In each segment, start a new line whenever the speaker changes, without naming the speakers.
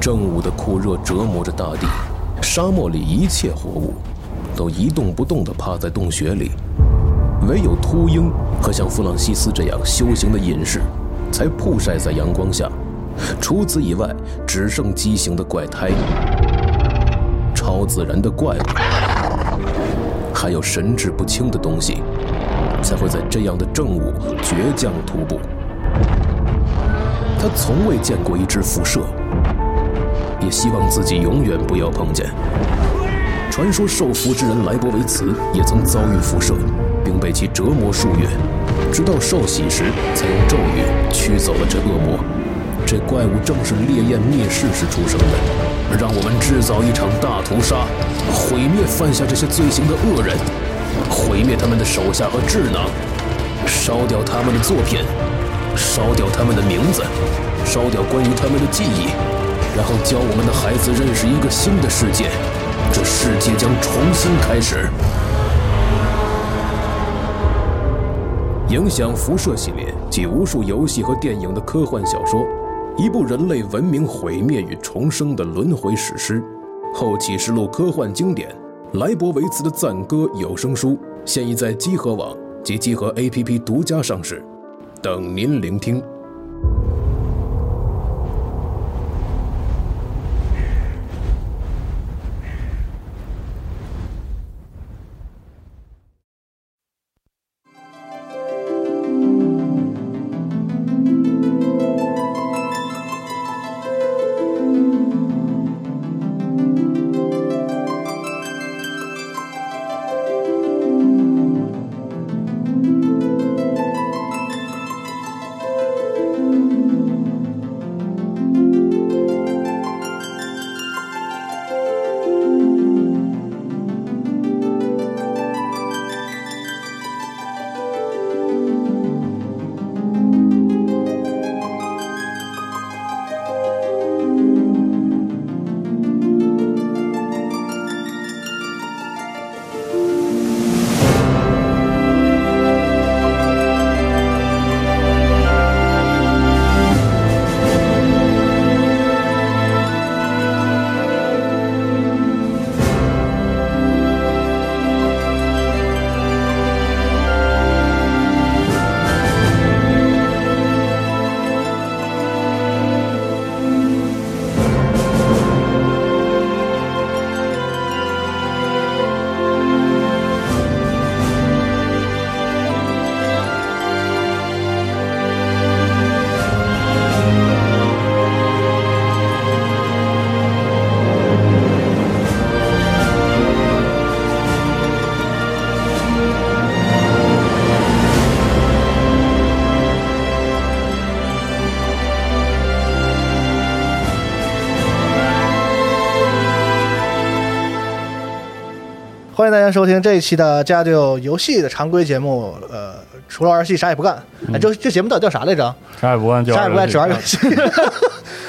正午的酷热折磨着大地，沙漠里一切活物都一动不动地趴在洞穴里，唯有秃鹰和像弗朗西斯这样修行的隐士，才曝晒在阳光下。除此以外，只剩畸形的怪胎、超自然的怪物，还有神志不清的东西，才会在这样的正午倔强徒步。他从未见过一只辐射，也希望自己永远不要碰见。传说受福之人莱博维茨也曾遭遇辐射，并被其折磨数月，直到受洗时才用咒语驱走了这恶魔。这怪物正是烈焰灭世时出生的，让我们制造一场大屠杀，毁灭犯下这些罪行的恶人，毁灭他们的手下和智囊，烧掉他们的作品。烧掉他们的名字，烧掉关于他们的记忆，然后教我们的孩子认识一个新的世界，这世界将重新开始。影响辐射系列及无数游戏和电影的科幻小说，一部人类文明毁灭与重生的轮回史诗，后启示录科幻经典，莱博维茨的赞歌有声书现已在积禾网及积禾 APP 独家上市。等您聆听。
欢迎大家收听这一期的《家就游戏》的常规节目。呃，除了玩游戏啥也不干。
嗯
哎，这这节目到底叫啥来着？
啥也不干，就
啥也不干，只玩游 戏。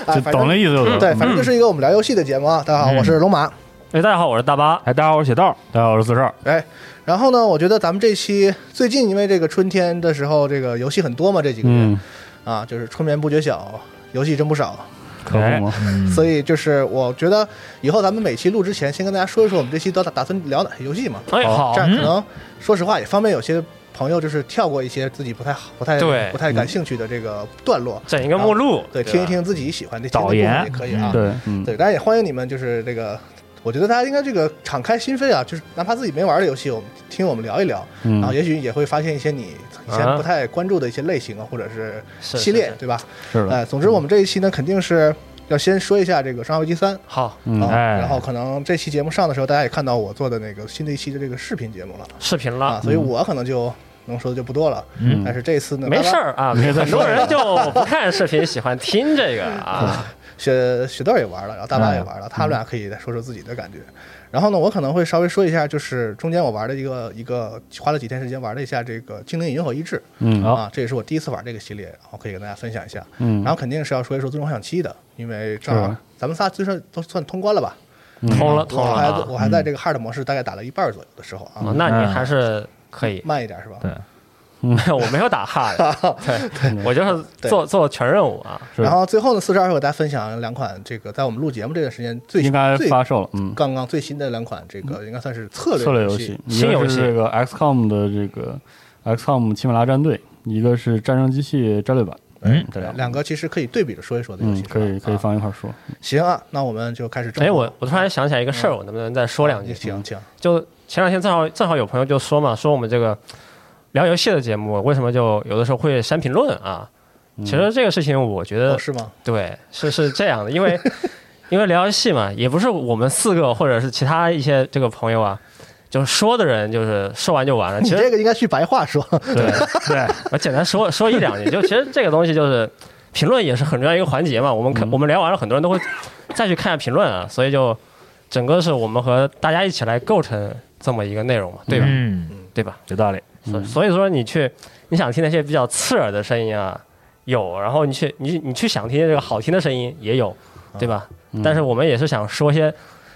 哎
就
反
懂
正
那意思就嗯得。
对，反正就是一个我们聊游戏的节目啊。
嗯
大家好，我是龙马。
哎，大家好，我是大巴。
哎，大家好，我是铁蛋大家好，我是四十二。
哎，然后呢，我觉得咱们这期最近因为这个春天的时候，这个游戏很多嘛，这几个月、
嗯，
啊，就是春眠不觉晓，游戏真不少。
可不嘛，
所以就是我觉得以后咱们每期录之前，先跟大家说一说我们这期都打打算聊哪些游戏嘛。
哎，好
嗯
这，样可能说实话也方便有些朋友就是跳过一些自己不太好、不太
对
不太
嗯
感兴趣的这个段落，
整一个目录，
对，
吧
听一。听自己喜欢的听的
啊导
部分
言
也可以啊。
对，嗯，
对，当然也欢迎你们，就是这个，我觉得大家应该这个敞开心扉啊，就是哪怕自己没玩的游戏，我们听我们聊一聊，
嗯
然后也许也会发现一些你以前
啊
不太关注的一些类型啊，或者是
是
系列，
是是
对吧？
是的，
呃，总之我们这一期呢，肯定是要先说一下这个《生化危机三》。
好，
嗯，
啊，
哎，
然后可能这期节目上的时候，大家也看到我做的那个新的一期的这个视频节目了
视频
啊，
了，
所以我可能就能说的就不多了。嗯，
哎
但是这次呢，
没事儿啊。
没事儿
很多人就不看视频，喜欢听这个啊。
雪雪豆也玩了，然后大巴也玩了，
嗯
他们俩可以再说说自己的感觉。然后呢，我可能会稍微说一下，就是中间我玩的一个一个花了几天时间玩了一下这个《精灵银河遗志》
嗯，好，
啊，这也是我第一次玩这个系列，然后可以跟大家分享一下。
嗯
然后肯定是要说一说《最终幻想七》的，因为正
是
好
啊
咱们仨就算都算通关了吧？
通了，通
我
了
还
啊
我
嗯
还在这个 hard 模式大概打了一半左右的时候啊，
哦那你还是可以。
慢一点是吧？
对
没
嗯
有，我没有打哈的， 对，我就是做做全任务啊。
是
然后最后呢，四十二会给大家分享两款这个在我们录节目这段时间最
嗯应该
最
发售了，嗯，
刚刚最新的两款这个应该算是策
策略
游
游戏，，一
新游
个
戏
是这个 XCOM 的这个 XCOM 奇美拉战队，一个是战争机器战略版，
嗯
这两个
两个其实可以对比着说一说的游
嗯
戏，，
可以可以
以。
放一块儿说，
行啊，那我们就开始正
哎，
式。
我我突然想起来一个事儿，我能不能再说两句？
嗯
嗯
行行，
就前两天正好正好有朋友就说嘛，说我们这个聊游戏的节目为什么就有的时候会删评论啊？其实这个事情我觉得
哦嗯是吗？
对，是是这样的，因为因为聊游戏嘛，也不是我们四个或者是其他一些这个朋友啊，就是说的人就是说完就完了。
你
其
这
实
个应该去白 话说，
对对，我简单说说一两句，就其实这个东西就是评论也是很重要一个环节嘛。我们看、
嗯
我们聊完了，很多人都会再去看下评论啊，所以就整个是我们和大家一起来构成这么一个内容嘛，对吧？
嗯，
对吧？
有道理。
所所以说你去你想听那些比较刺耳的声音啊，有，然后你去你你去想听这个好听的声音也有，对吧？但是我们也是想说些。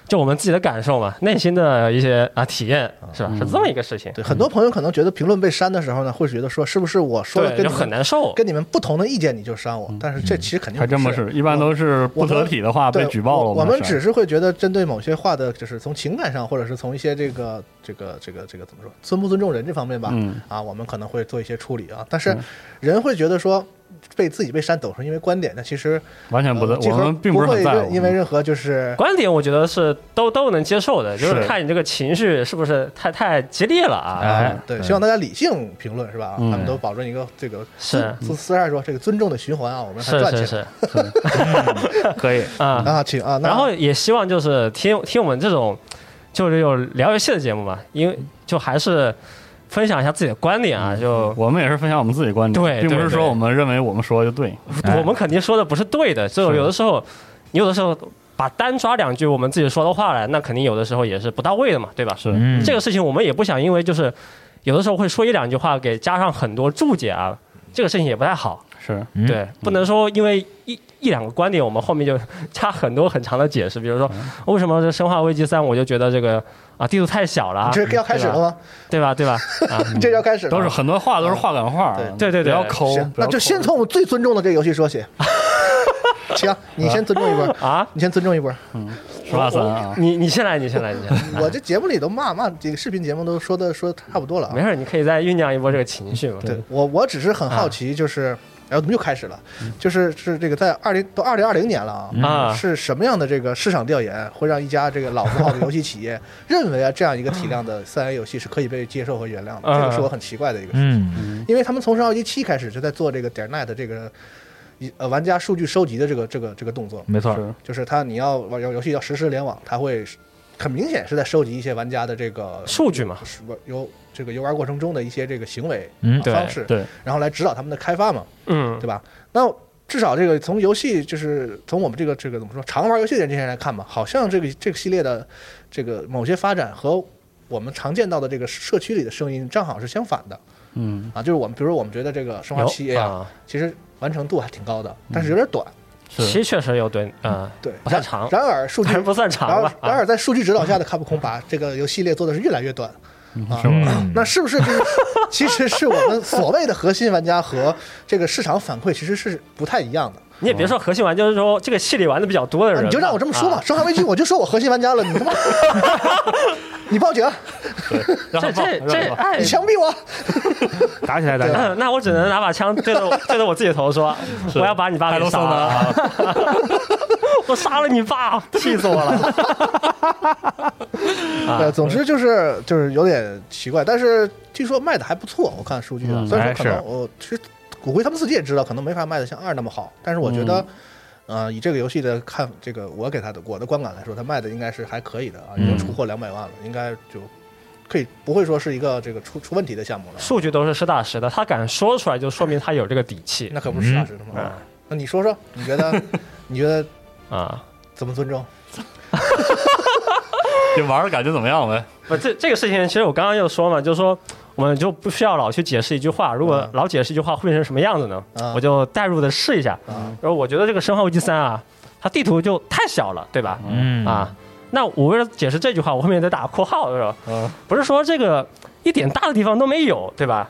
就我们自己的感受嘛，内心的一些啊体验是吧？是这么一个事情，
对，很多朋友可能觉得评论被删的时候呢，会觉得说是不是我说了
对，
跟
就
你
很
们
难受。
跟你们不同的意见你就删我？但是这其实肯定
嗯还真不
不
是，一般都是不得体的话
对
被举报了，
我我
们
们只是会觉得针对某些话的，就是从情感上，或者是从一些这个这个这个这个怎么说，尊不尊重人这方面吧，
嗯
啊，我们可能会做一些处理啊。但是人会觉得说被自己被删抖是因为观点，那其实
完全不
呃
在，
集
我
合
们并不是
会
很在乎，
因因为任何就是。
观点我觉得是都都能接受的，就是
是
看你这个情绪是不是太太激烈了啊。
哎
对，希望大家理性评论是吧？
嗯
他们都保证一个这个
是
从私下说这个尊重的循环啊，我们还
是
赚
是
钱
是
可以，
啊，
啊，请啊，那
然后也希望就是听听我们这种就是有聊游戏的节目嘛，因为就还是分享一下自己的观点啊，
嗯
就
我们也是分享我们自己观点，
对
并不
对
是
对
说我们认为我们说的就对，
哎
我们肯定说的不是对的，就是有的时候你有的时候把单抓两句我们自己说的话来，那肯定有的时候也是不到位的嘛，对吧？
是，
嗯，
这个事情我们也不想因为就是有的时候会说一两句话给加上很多注解啊，这个事情也不太好。
是，
嗯
对，不能说因为一一两个观点，我们后面就 加很多很长的解释。比如说，哦为什么这《生化危机三》我就觉得这个啊地图太小了啊，
这要开始了吗？
对吧？对吧？对吧啊，
这要开始了
嗯都是很多话都是话赶话，
对对对
不要抠
行，，
不
那
要
就
抠
先从我们最尊重的这个游戏说 起。行，你先尊重一波
啊，
你先尊重一波。
十八三啊，
你你先来，你先来，你先 来。
我这节目里都骂骂，这个视频节目都说的说差不多了啊
没。事，你可以再酝酿一波这个情绪嘛。
对我，我只是很好
啊
奇，就是，哎，怎么又开始了？就是是这个在二零都二零二零年了
嗯啊
是什么样的这个市场调研会让一家这个老字号的游戏企
嗯
业认为啊这样一个体量的三 A 游戏是可以被接受和原谅的？
嗯
这个是我很奇怪的一个事情。
嗯，
因为他们从《生化危机七》开始就在做这个 Dare Night 这个一呃玩家数据收集的这个这个这个动作，
没错，
是
就是他你要玩游游戏要实时联网，他会很明显是在收集一些玩家的这个
数据嘛，
是玩游这个游玩过程中的一些这个行为、
嗯
啊
对
方式，
对，
然后来指导他们的开发嘛，
嗯
对吧？那至少这个从游戏就是从我们这个这个怎么说常玩游戏的人这些人来看嘛，好像这个这个系列的这个某些发展和我们常见到的这个社区里的声音正好是相反的。
嗯，
啊，就是我们，比如说我们觉得这个《生化七》
有
呀、
啊，嗯
其实完成度还挺高的，但是有点短。
其
是
实确实有对啊，
嗯对，
不太长
然然而数据
当然不算长
然而
吧啊
然而在数据指导下的卡普空把这个游戏系列做的是越来越短。啊，
嗯
那是不是就是 其实是我们所谓的核心玩家和这个市场反馈其实是不太一样的？
你也别说核心玩，就是说这个系里玩的比较多的
啊
人嘛，
你就让我这么说吧，生化危机》我就说我核心玩家了，你他妈， 你报警，
啊。这这这，哎
你，枪毙我！
打起 来，打起来，
嗯那我只能拿把枪对 着我对着我自己头说，我要把你爸给杀了，啊 我杀了你爸，气死我了。
啊
对，总之就是就是有点奇怪，但是据说卖的还不错，我看数据啊，
嗯
虽然
哎
说
是
可能我其实骨灰他们自己也知道，可能没法卖的像二那么好，但是我觉得，
嗯
呃，以这个游戏的看这个我给他的我的观感来说，它卖的应该是还可以的啊，已
嗯
经出货两百万了，应该就可以不会说是一个这个出出问题的项目了，
数据都是实打实的，他敢说出来，就说明他有这个底气
那可不
嗯
是实打实的吗？
啊
那你说说，你 觉得你觉得
啊！
怎么尊重？
就玩的感觉怎么样呗？
不，这这个事情其实我刚刚又说嘛，就是说我们就不需要老去解释一句话，如果
嗯
老解释一句话会变成什么样子呢？
嗯
我就代入的试一下。
嗯
然后我觉得这个《生化危机三》啊，它地图就太小了，对吧？
嗯
啊，那我为了解释这句话，我后面得打括号，是吧？
嗯
不是说这个一点大的地方都没有，对吧？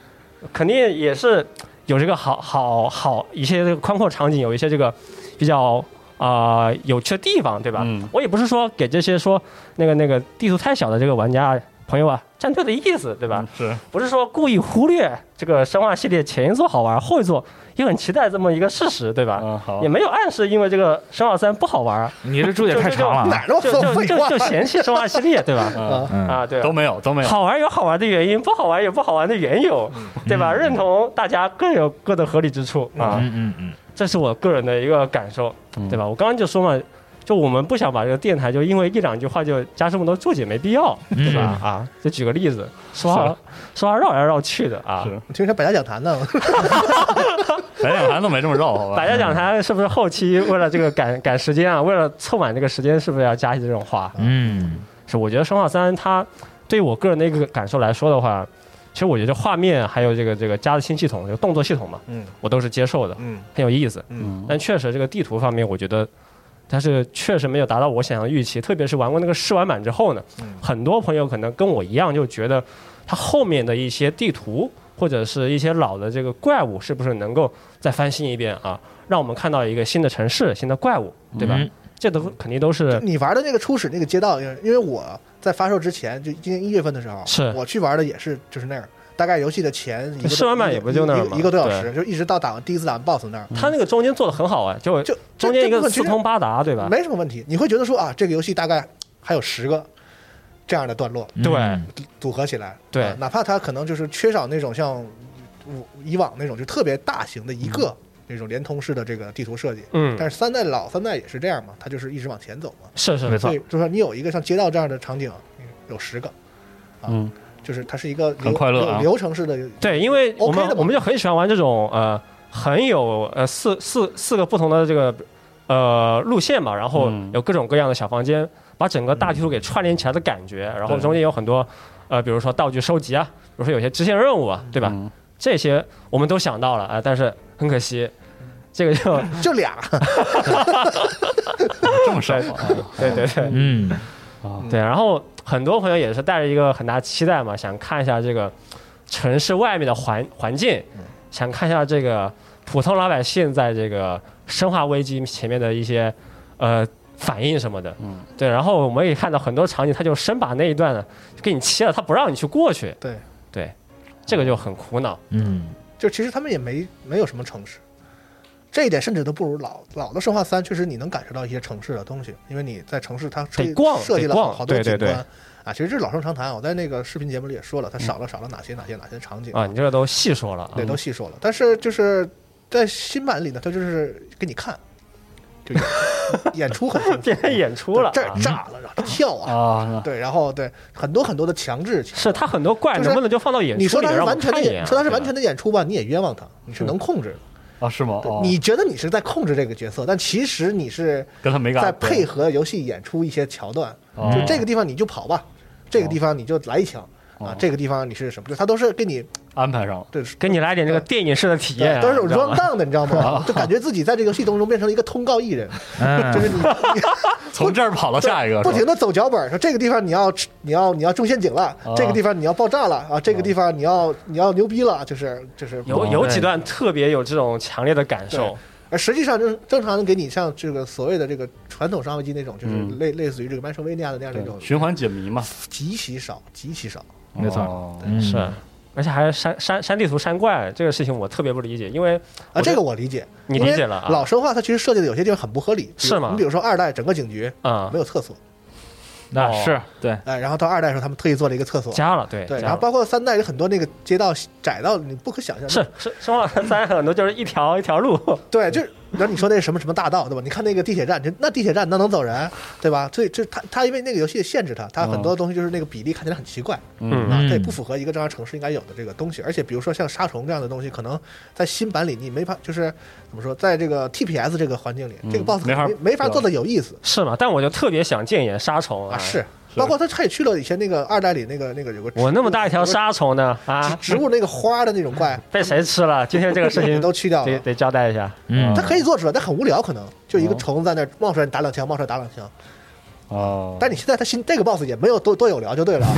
肯定也是有这个好好好一些这个宽阔场景，有一些这个比较啊、呃有趣的地方，对吧？
嗯
我也不是说给这些说那个那个地图太小的这个玩家朋友啊站队的意思，对吧？
嗯是
不是说故意忽略这个生化系列前一座好玩，后一座也很期待这么一个事实，对吧？
嗯好
也，没有暗示，因为这个生化三不好玩，
你这注解太长了
哪
啊，
那么
就
多
就
废
就
话
就？嫌弃生化系列，对吧？
嗯
嗯，
啊，对 啊
都没有都没有，嗯
好玩有好玩的原因，不好玩有不好玩的缘由，对吧？认同大家各有各的合理之处啊，
嗯嗯嗯，
这是我个人的一个感受，
嗯
对吧？我刚刚就说嘛，就我们不想把这个电台就因为一两句话就加这么多注解，没必要，
嗯
对吧？啊，就举个例子，说话说话绕来绕去的啊。
啊是
听说百家讲坛呢，
白眼盘都没这么绕，好吧？
百家讲坛是不是后期为了这个赶赶时间啊，为了凑满这个时间，是不是要加一些这种话？
嗯
是，我觉得《生化三》它对我个人的一个感受来说的话，其实我觉得画面还有这个这个加的新系统，这个动作系统嘛，
嗯
我都是接受的，
嗯
很有意思。
嗯
但确实这个地图方面，我觉得它是确实没有达到我想象的预期，特别是玩过那个试玩版之后呢，
嗯
很多朋友可能跟我一样，就觉得它后面的一些地图或者是一些老的这个怪物，是不是能够再翻新一遍啊？让我们看到一个新的城市、新的怪物，对吧？
嗯
这都肯定都是
你玩的那个初始那个街道，因为因为我在发售之前，就今年一月份的时候，
是
我去玩的也是就是那儿，大概游戏的前一个
试玩版也不就那儿
一个
吗
一个多小时，就一直到打完第一次打完 BOSS 那儿，
它那个中间做的很好啊，就
就
中间一
这这部
个
分其
四
实
通八达，对吧？
没什么问题。你会觉得说啊，这个游戏大概还有十个这样的段落
嗯
对
组合起来，
对
啊哪怕它可能就是缺少那种像我以往那种就特别大型的一个那种连通式的这个地图设计，
嗯，
但是三代老三代也是这样嘛，它就是一直往前走嘛，
是是
没
没错，
错
所以就是说你有一个像街道这样的场景，有十个。啊
嗯
就是它是一个
很
流
快乐啊
流流程式的，
对，因为我
OK
们
的嘛
我们就很喜欢玩这种呃很有呃四四四个不同的这个呃路线嘛，然后
嗯
有各种各样的小房间，把整个大地图给串联起来的感觉，然后
对
中间有很多呃比如说道具收集啊，比如说有些支线任务啊，对吧？
嗯
这些我们都想到了啊、但是很可惜，这个就
就 俩，
这么少啊？
对对对，
嗯
啊
对，然后很多朋友也是带着一个很大期待嘛，想看一下这个城市外面的环环境，
嗯
想看一下这个普通老百姓在这个生化危机前面的一些呃反应什么的。
嗯，
对，然后我们也看到很多场景，他就生把那一段呢就给你切了，他不让你去过去。
对，
对，这个就很苦恼。
嗯
就其实他们也没没有什么城市，这一点甚至都不如老老的《生化三》，确实你能感受到一些城市的东西，因为你在城市它设计
得逛
设计了
得
好
逛
好多
对
景
对嗯
观啊，其实这是老生常谈，我在那个视频节目里也说了，它少了少了哪些哪些哪些场景
啊，你这个都细说了啊，
对，都细说了。但是就是在新版里呢，它就是给你看，就 演演出很丰富
变成演出了啊。
这儿炸了，然后跳啊，
啊，
对，然后对很多很多的强制，
是他很多怪
就是
能不能就放到演
你说
出里
他是
面让我
完全的
看一眼
演，
啊？
说他是
对吧
完全的演出吧，你也冤枉他，你是能控制的。
啊是吗？哦
你觉得你是在控制这个角色，但其实你是
跟他没干，
在配
合，
合游戏演出一些桥段。
哦
就这个地方你就跑吧，这个地方你就来一枪
哦
啊，这个地方你是什么？就他都是给你
安排上了，
对。
给你来点这个电影式的体
对
验、啊，
都是有
你知道吗
run down 的，你知道 吗？就感觉自己在这个游戏当中变成了一个通告艺人，
嗯
就是你
从这儿跑到下一个，
不
是
停的走脚本，说这个地方你要你要你要中陷阱了，
啊
这个地方你要爆炸了啊，这个地方你要你要牛逼了，就是就是
有
哦
有几段特别有这种强烈的感受
对，而实际上，正正常的给你像这个所谓的这个传统商业机那种，就是
嗯
类、类似于这个 Metroidvania 的那样
吧
的一种
对，循环解谜嘛，
极其少，极其少。啊
没错
哦
嗯
是，而且还是删删删地图删怪这个事情，我特别不理解，因为
啊，
我
这个我理解，
你理解了啊
因为老生化它其实设计的有些地方很不合理，比如
是吗
你比如说二代整个警局
啊、
没有厕所，
那是对，
哎，然后到二代的时候他们特意做了一个厕所，
加了对
对，然
加
后
了。
包括三代有很多那个街道窄到你不可想象，
是是，生化三很多就是一条一条路，
对，就是然后你说那什么什么大道，对吧？你看那个地铁站，就那地铁站那能走人，对吧？所以这它它因为那个游戏限制它，它很多东西就是那个比例看起来很奇怪，
嗯
啊，这也
嗯
不符合一个正常城市应该有的这个东西。而且比如说像杀虫这样的东西，可能在新版里你没法，就是怎么说，在这个 TPS 这个环境里，
嗯
这个 BOSS
没法
没没法做的有意思
是吗？但我就特别想见眼杀虫
啊，是。包括他他也去了以前那个二代里那个那个有个
我那么大一条
有个
杀虫呢啊，
植植物那个花的那种怪，
被谁吃了？今天这个事 情
都去掉
得
了。
得交代一下。
嗯
哦
它可以做出来，但很无聊，可能就一个虫子在那儿冒出来，你打两枪，冒出来打两枪，
哦，
但你现在他新这个 boss 也没有多多有聊就对了啊。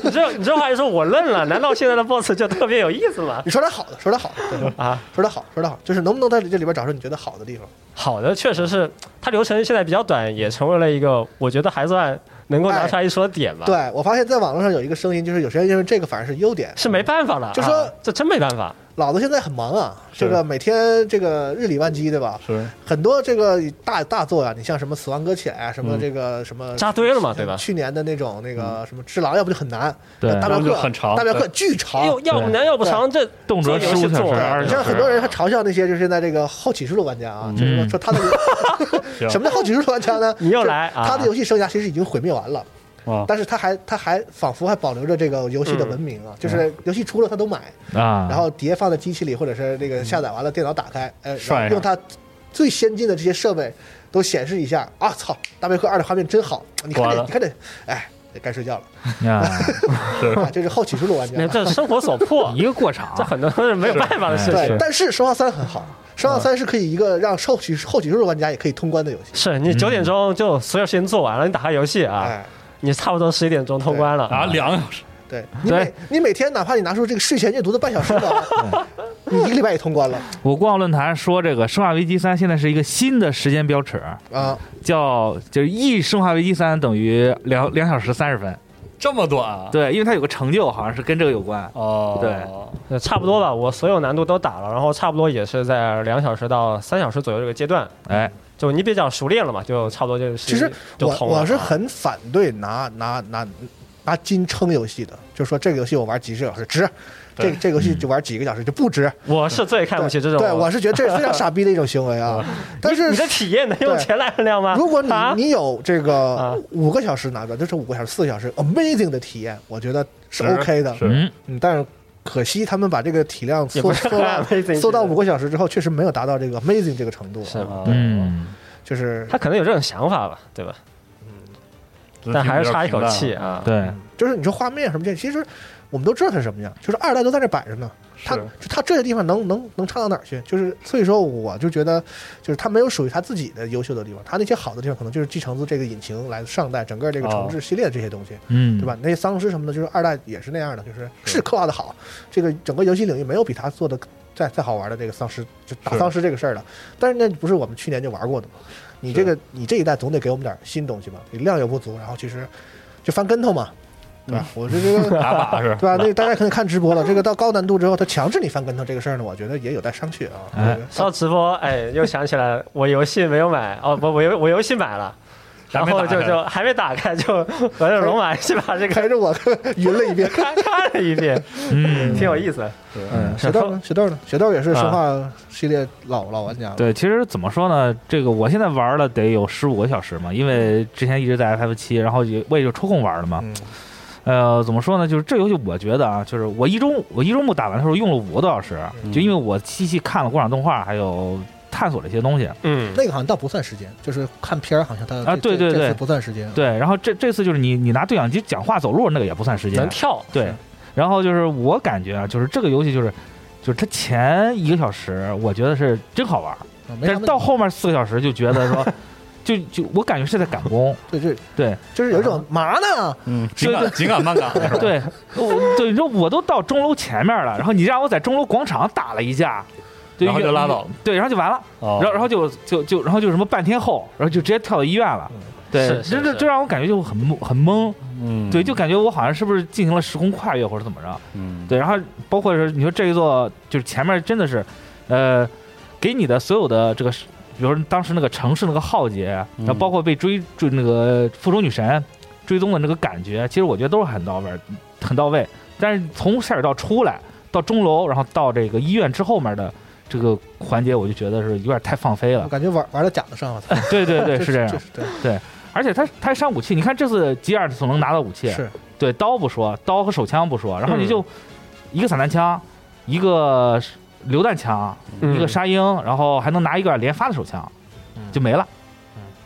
你这你这话一说，我愣了。难道现在的 boss 就特别有意思吗？
你说点好的，说点好的，对
啊，
说点好，说点好，就是能不能在这里边找出你觉得好的地方？
好的，确实是它流程现在比较短，也成为了一个我觉得还算能够拿出来一说的点吧。，
对我发现，在网络上有一个声音，就是有些人认为这个反而是优点。
是没办法了，
就说
啊这真没办法。
老子现在很忙啊，
是
这个每天这个日理万机，对吧？
是
很多这个大大作呀，你像什么《死亡搁浅》啊，什么这个什么
扎堆了嘛对吧
去年的那种那个什么《只狼》，要不就很难，
对
大镖
要不就
客
很长
大镖客
对
巨
哎
长。
呦，要不难，要不长，这
动
做
辄
游
15
戏
小时
做
二
对
十
你
小
像
时
很多人
啊
还嘲笑那些就是现在这个后起之录玩家啊，就是说说他的 游什么叫后起之录玩家呢？
你又来
就是
啊
他的游戏生涯其实已经毁灭完了，
啊，
但是他还他还仿佛还保留着这个游戏的文明啊，就是游戏出了他都买，
啊，
然后碟放在机器里，或者是那个下载完了电脑打开，呃，然
涮
后
一下
用它最先进的这些设备都显示一下啊，操，大镖客二的画面真好，你看
完
这，
了
你看这，哎，该睡觉了，
啊，
啊，这是后起之录玩家
那。这生活所 迫，
一个过场啊
这，很多是嗯没有办法的事
对
情。，
但是《生化三》很好，《生化三》是可以一个让后起后起之录玩家也可以通关的游戏。
是
嗯
你九点钟就所有事情做完了，你打开游戏啊，
哎，
你差不多十一点钟通关了
啊，两个小时，
对你每你每天哪怕你拿出这个睡前阅读的半小时
嗯
吧，你一个礼拜也通关了
我逛论坛说这个《生化危机三》现在是一个新的时间标尺，
啊！
叫就是一《生化危机三》等于两两小时三十分。
这么短啊？
对，因为它有个成就，好像是跟这个有关。
哦，
对
呃，差不多吧，我所有难度都打了，然后差不多也是在两小时到三小时左右这个阶段，
哎，
就你比较熟练了嘛，就差不多就是
其实
就
我
通了啊
我是很反对拿拿拿拿金称游戏的，就说这个游戏我玩几十小时值，这
对
这个游戏就玩几个小时就不值。
我是最嗯看不起这种，啊
对，我是觉得这是非常傻逼的一种行为 啊。但
你的
是
体验能用钱来衡量吗？
如果你
啊
你有这
啊
个五个小时拿的，就是五个小时、四个小时 amazing 的体验，我觉得是 OK 的。
是
嗯，
嗯，但是可惜他们把这个体量
也不
缩
是
缩
很
到
amazing，
缩到五个小时之后，确实没有达到这个 amazing 这个程度。啊
是吗？
嗯，
就是
他可能有这种想法吧，对吧？但还是差一口气。啊。
对，
就是你说画面什么这，其实我们都知道它是什么样，就是二代都在这摆着呢。它
嗯
它这个地方能能能差到哪儿去？就是所以说，我就觉得，就是它没有属于它自己的优秀的地方，它那些好的地方可能就是继承自这个引擎来自上代整个这个重
哦
置系列这些东西，
嗯，
对吧？？那些丧尸什么的，就是二代也是那样的，就是是刻画的好，这个整个游戏领域没有比它做的再再好玩的这个丧尸就打
是
丧尸这个事儿了。但是那不是我们去年就玩过的吗？你这个你这一代总得给我们点新东西吧？你量又不足，然后其实就翻跟头嘛，对吧？我是这个
打靶是
对吧？那个大家可能看直播了，这个到高难度之后，他强制你翻跟头这个事儿呢，我觉得也有待商榷啊。
哎
这个
说到直播，哎，又想起来我游戏没有买哦，不，我游我游戏买了，然后就就还没打开， 就我就龙马去把这个
陪着我匀了一 遍。
看看了一遍，
嗯，
挺有意思。
嗯，雪豆呢？雪豆呢？雪豆也是生化系列老老玩家了。
对，其实怎么说呢？这个我现在玩了得有十五个小时嘛，因为之前一直在 FF 七，然后也我也就抽空玩了嘛。
嗯
呃，怎么说呢？就是这游戏，我觉得啊，就是我一中我一中部打完的时候用了五个多小时，就因为我细细看了过场动画，还有探索了一些东西。
嗯，
那个好像倒不算时间，就是看片儿，好像他
啊对对
这
对
次不算时间。
对，然后这这次就是你你拿对讲机讲话走路那个也不算时间
能，跳，
对。然后就是我感觉啊，就是这个游戏就是。就是它前一个小时，我觉得是真好玩，
啊没
但
啥
是
问
到
题。
后面四个小时就觉 得说，就就我感觉是在赶工，
对对
对，
就是有一
啊
种嘛呢？
嗯，紧赶紧赶慢赶，是吧？
对，我对，你说我都到钟楼前面了，然后你让我在钟楼广场打了一架，
然后就拉倒，
对，然后就完了，
哦，
然后然后就就就然后就什么半天后，然后就直接跳到医院了
嗯。
对，
是是
这这
是
这让我感觉就很懵很懵，
嗯，
对，就感觉我好像是不是进行了时空跨越或者怎么着？
嗯，
对，然后包括是你说这一座就是前面真的是，呃，给你的所有的这个是，比如说当时那个城市那个浩劫，然后包括被追追那个复仇女神追踪的那个感觉，其实我觉得都是很到位儿，很到位。但是从下水道出来到钟楼，然后到这个医院之后面的这个环节，我就觉得是有点太放飞
我
了。
感觉玩玩到假的上了。操
对 对对，是这样。
是对
而且他他上武器，你看这次吉尔所能拿到武器，
是
对，刀不说，刀和手枪不说，然后你就一个散弹枪，一个榴弹枪，
嗯
一个沙鹰，然后还能拿一个连发的手枪，
嗯
就没了。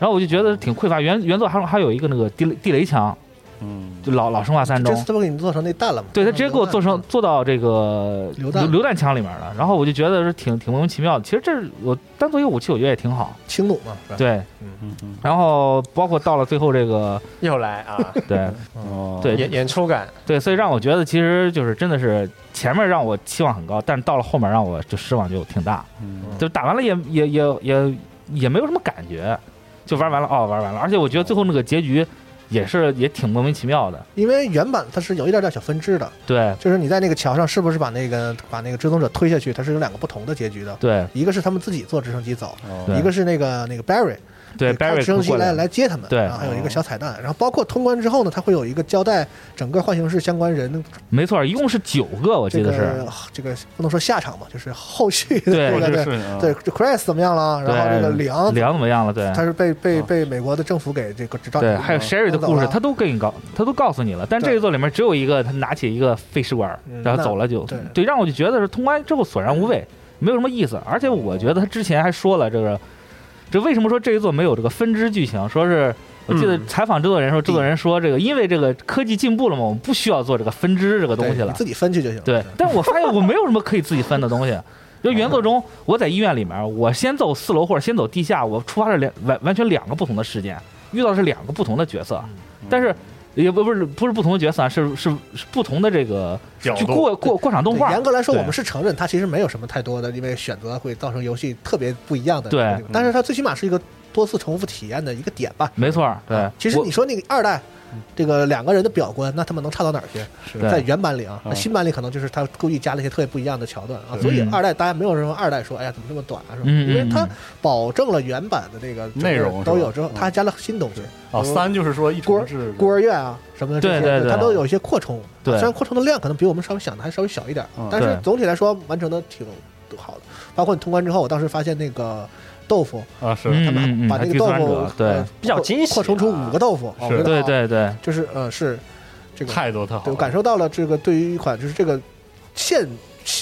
然后我就觉得挺匮乏。原原作还还有一个那个地雷地雷枪，
嗯，
就老老生化三
这
中
次，他不给你做成那蛋了吗？
对他直接给我做成
嗯
做到这个
榴弹
榴弹枪里面了，然后我就觉得是挺挺莫名其妙的。其实这是我单做一个武器，我觉得也挺好。
轻弩嘛，是吧？
对，
嗯嗯
然后包括到了最后这个，
又来 啊，
对
哦，
对
演演出感，
对，所以让我觉得其实就是真的是前面让我期望很高，但是到了后面让我就失望就挺大，
嗯
就打完了也也也也也没有什么感觉，就玩完了哦玩完了，而且我觉得最后那个结局也是也挺莫名其妙的，
因为原版它是有一点点小分支的，
对
就是你在那个桥上是不是把那个把那个追踪者推下去，它是有两个不同的结局的，
对
一个是他们自己坐直升机走，
哦
对
一个是那个那个 Barry
对
开直升
，Barry
机
过
来
来
来接他们，
对
然后还有一个小彩蛋，然后包括通关之后呢，它会有一个交代整个幻形式相关人
没错，一共是九个，我
这
记得是
个这个不能说下场吧，就是后续的
对
这个
这
对
是啊
对这 Chris 怎么样了，然后这个
对
梁
梁怎么样了？对
他是被被
啊
被美国的政府给这个执照，
对，还有 Sherry 的故
知道
事，
了
他都给你告，他都告诉你了。但这
对
一座里面只有一个，他拿起一个废试管
嗯，
然后走了就
那对
对，让我就觉得是通关之后索然无味，没有什么意思。而且我觉得他之前还说了这个，这为什么说这一座没有这个分支剧情？说是我记得
嗯
采访制作人说，制作人说这个因为这个科技进步了嘛，我们不需要做这个分支这个东西
对你。
了
自己分去就行了，
对，但我发现我没有什么可以自己分的东西。就
嗯
原作中，我在医院里面，我先走四楼或者先走地下，我触发了两完完全两个不同的事件，遇到的是两个不同的角色，
嗯
但是也不不是不是不同的角色啊，是是是不同的这个
角
就
度
过过过场动
对
画
严。格来说，
对
我们是承认它其实没有什么太多的，因为选择会造成游戏特别不一样的。
对嗯
那个但是它最起码是一个多次重复体验的一个点吧。
没错儿，对
啊，其实
我嗯
你说那个二代，这个两个人的表观，那他们能差到哪儿去？
对
在原版里啊，
嗯
那新版里可能就是他故意加了一些特别不一样的桥段啊，所以
嗯
二代大家没有人说二代说，哎呀，怎么这么短啊？是吧？
嗯嗯
因为它
嗯
保证了原版的这个整个
内容是吧
都有之后
嗯，
它还加了新东西。
哦，三就是说一重置
孤儿院啊什么的这些，
嗯对对对
它都有一些扩充。啊
对
虽然扩充的量可能比我们稍微想的还稍微小一点，啊
嗯
但是
对
总体来说完成的挺好的。包括你通关之后，我当时发现那个豆腐，
啊是
嗯
他们把
还
那个
第
豆
三
腐
者对
呃
比较惊喜啊
扩充出五个豆腐，
是
我觉得
对
啊，
对对，
就是呃是这个，
态度特
对
好
我，感受到了这个对于一款就是这个现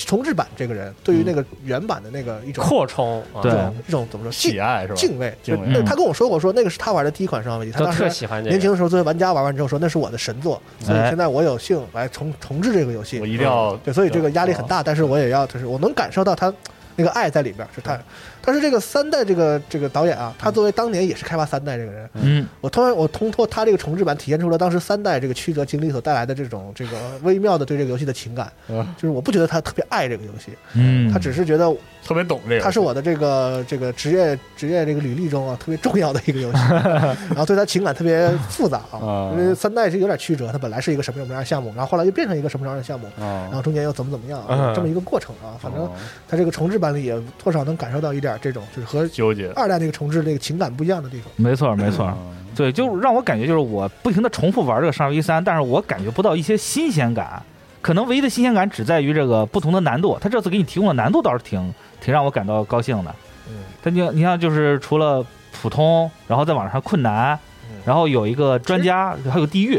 重置版这个人对于那个原版的那个一种
扩充，啊
对
一种一种怎么说
喜
敬
啊爱是吧？
敬畏，
敬畏
就那
嗯
他跟我说过说那个是他玩的第一款生化危机，他
都
当时
特喜欢这
年轻
个，
的时候作为玩家玩完之后说那是我的神作，所以
哎
现在我有幸来重重置这个游戏，嗯
我一定要
对，所以这个压力很大，但是我也要就是我能感受到他那个爱在里边，是他。但是这个三代这个这个导演啊，他作为当年也是开发三代这个人，
嗯，
我通然我通过他这个重置版体现出了当时三代这个曲折经历所带来的这种这个微妙的对这个游戏的情感，就是我不觉得他特别爱这个游戏，
嗯，
他只是觉得
特别懂这个，
它是我的这个这个职业职业这个履历中啊特别重要的一个游戏，然后对它情感特别复杂啊
啊，
因为三代是有点曲折，它本来是一个什么什么样的项目，然后后来又变成一个什么什么样的项目，然
啊
后中间又怎么怎么样啊，
嗯
这么一个过程啊，反正
哦
它这个重置版里也多少能感受到一点这种就是和
纠结。
二代那个重置那个情感不一样的地方。
没错没错，
嗯
对，就让我感觉就是我不停的重复玩这个《上一三》，但是我感觉不到一些新鲜感。可能唯一的新鲜感只在于这个不同的难度，他这次给你提供的难度倒是挺挺让我感到高兴的。
嗯，
他你你像就是除了普通，然后再往上困难
嗯，
然后有一个专家，还有地狱，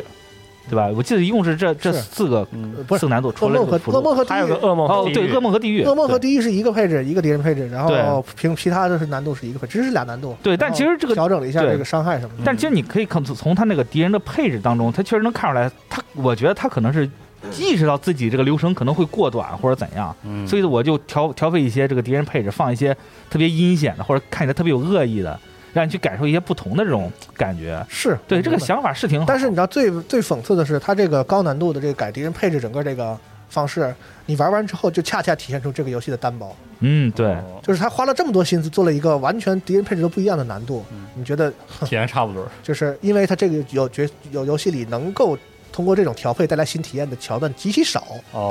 对吧？我记得一共是这这
是
四个
嗯
呃不
四
是
个难度，除
噩
了这
梦
个
和
普
噩
通。
梦和地
还有个
狱。
噩梦
哦，对，噩梦和地狱，
噩梦和
对
地狱是一个配置，一个敌人配置，然后
对
平其他的是难度是一个配置，只是俩难度。
对但
然后
其实这个
调整了一下
对
这个伤害什么的，
但其实你可以看从从他那个敌人的配置当中，他确实能看出来，他我觉得他可能是意识到自己这个流程可能会过短或者怎样，
呃
嗯
所以我就调调配一些这个敌人配置，放一些特别阴险的或者看起来特别有恶意的，让你去感受一些不同的这种感觉。
是
对，这个
明白
想法是挺好，
但是你知道最最讽刺的是，它这个高难度的这个改敌人配置整个这个方式，你玩完之后就恰恰体现出这个游戏的单薄，
嗯，对，
哦
就是他花了这么多心思做了一个完全敌人配置都不一样的难度，
嗯
你觉得哼
体验差不多，
就是因为它这个有角有游戏里能够通过这种调配带来新体验的桥段极其少，
哦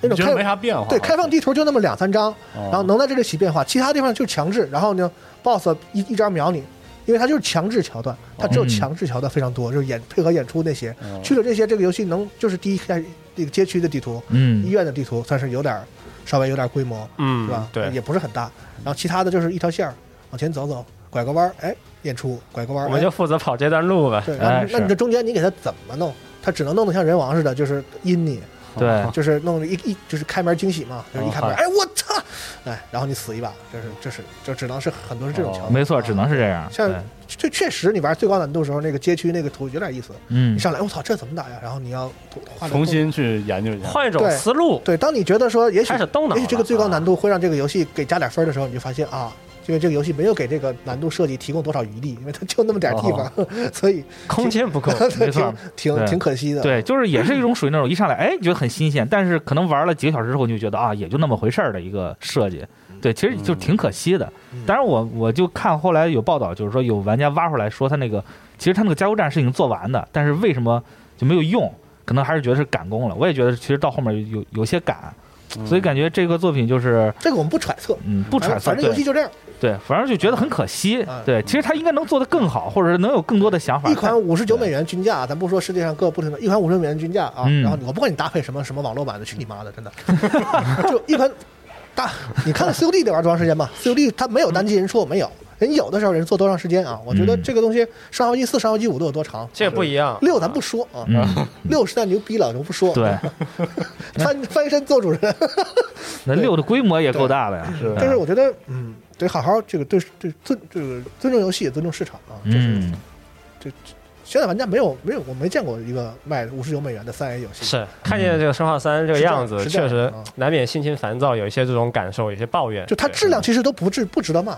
那
你
种
觉得没
开
啥变化，
对开放
哦
地图就那么两三张，然后能在这里起变化，其他地方就是强制，然后呢 BOSS 一一招秒你。因为它就是强制桥段，它只有
哦
嗯
强制桥段非常多，就是演配合演出那些，
哦
去了这些这个游戏能就是第一开始这个街区的地图、医
嗯，
院的地图，算是有点儿稍微有点规模，
嗯
是吧？
对
也不是很大。然后其他的就是一条线儿往前走走，拐个弯儿，哎，演出，拐个弯儿，
我们就
哎
负责跑这段路呗。
对。然后
哎
那
是
你这中间你给他怎么弄？他只能弄得像人王似的，就是阴你，
对，啊
就是弄得一一就是开门惊喜嘛，就是一开门，哎我操，哎，然后你死一把，这是这是这只能是很多是这种情况，
哦没错，
啊
只能是这样。
像
对
这确实你玩最高难度时候那个街区那个图有点意思，
嗯
你，上来我操这怎么打呀？然后你要画
重新去研究一下。
换一种
对
思路，
对，当你觉得说也许
开始动脑
也许这个
了
最高
啊
难度会让这个游戏给加点分儿的时候，你就发现啊，因为这个游戏没有给这个难度设计提供多少余地，因为它就那么点儿地方， 所以
空间不够，
哦 没错
挺挺
对
挺可惜的。
对，就是也是一种属于那种一上来哎觉得很新鲜，但是可能玩了几个小时之后你就觉得啊也就那么回事儿的一个设计，
嗯
对，其实就挺可惜的。当然我我就看后来有报道，就是说有玩家挖出来说他那个其实他那个加油站是已经做完的，但是为什么就没有用？可能还是觉得是赶工了。我也觉得其实到后面有有些赶，
嗯
所以
嗯
感觉这个作品就是
这个我们不揣测，
嗯不揣测，
反正反正游戏
对
就这样，
对，反正就觉得很可惜
嗯。
对，其实他应该能做得更好，或者是能有更多的想法。
一
但
款五十九美元均价，咱不说世界上各不停的，一款五十美元均价啊，
嗯
然后我不管你搭配什么什么网络版的，去你妈的，真的， 就一款大，你看看 COD 得玩多长时间吧，COD 它没有单机，人说我没有，人有的时候人做多长时间啊？我觉得
嗯
这个东西上游机四、上游机五都有多长，
这不一样。
六咱不说啊，
嗯，
六实在牛逼了，我就不说，啊
对，啊
翻翻身做主人，
那六的规模也够大了呀。
是
但是我觉得，嗯，得好好这个对对尊这个尊重游戏，尊重市场啊，这是
嗯，
现在玩家没有没有，我没见过一个卖五十九美元的三 A 游戏，
是看见这个《生化三》这个
是这样
样子，
是这
确
样
实
嗯
难免心情烦躁，有一些这种感受，有些抱怨。
就它
对嗯
质量其实都不值不值得骂，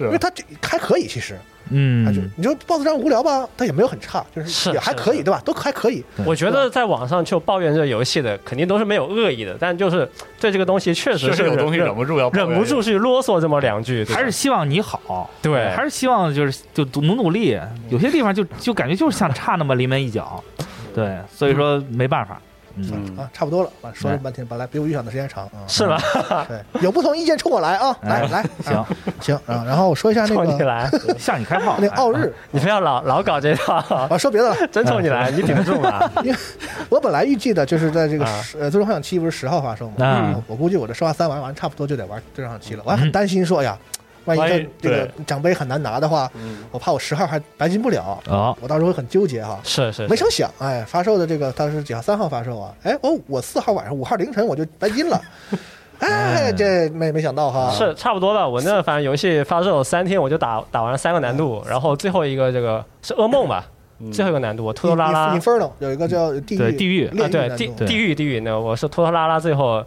因为
是
它这还可以，其实它就
嗯，
你说 BOSS 战无聊吧，它也没有很差，就是
是
也还可以，
是
对吧？都还可以，
我觉得在网上就抱怨这游戏的，肯定都是没有恶意的，但就是对这个东西确实
是
是
有东西
忍
忍不住要
忍不住去啰嗦这么两句，对吧
还是希望你好，
对
还是希望就是就努努力，有些地方就就感觉就是想差那么临门一脚，对，所以说没办法，嗯，
嗯
啊，差不多了。完说了半天，本来比我预想的时间长啊。
是吧？
对，有不同意见冲我来啊，来
哎
来，
行
啊，行啊。然后我说一下那
冲你
个
来，啊
向你开炮，哎
那奥日，
你不要老老搞这 套，
啊，说别的了。
真冲你来，你顶得住 吗？
我本来预计的就是在这个
啊
十呃《最终幻想七》不是十号发售嘛，
嗯
我我估计我这生化三玩完差不多就得玩《最终幻想七》了，我
嗯
还很担心说，哎呀，万一
万一
这这个奖杯很难拿的话，
嗯
我怕我十号还白金不了，
哎哦，
我到时候会很纠结哈。
是是，
没成想，哎，发售的这个它是几号？三号发售啊？哎，我我四号晚上、五号凌晨我就白金 了，哎，这没没想到哈。
是差不多吧？我那反正游戏发售三天，我就打打完了三个难
啊
度，然后最后一个这个是噩梦吧，
嗯
最后一个难度我拖拖拉拉
Inferno 有一个叫地
对
狱
地狱
炼
啊，
狱
对
难
地
度
地狱地狱那我是拖拖拉拉，最后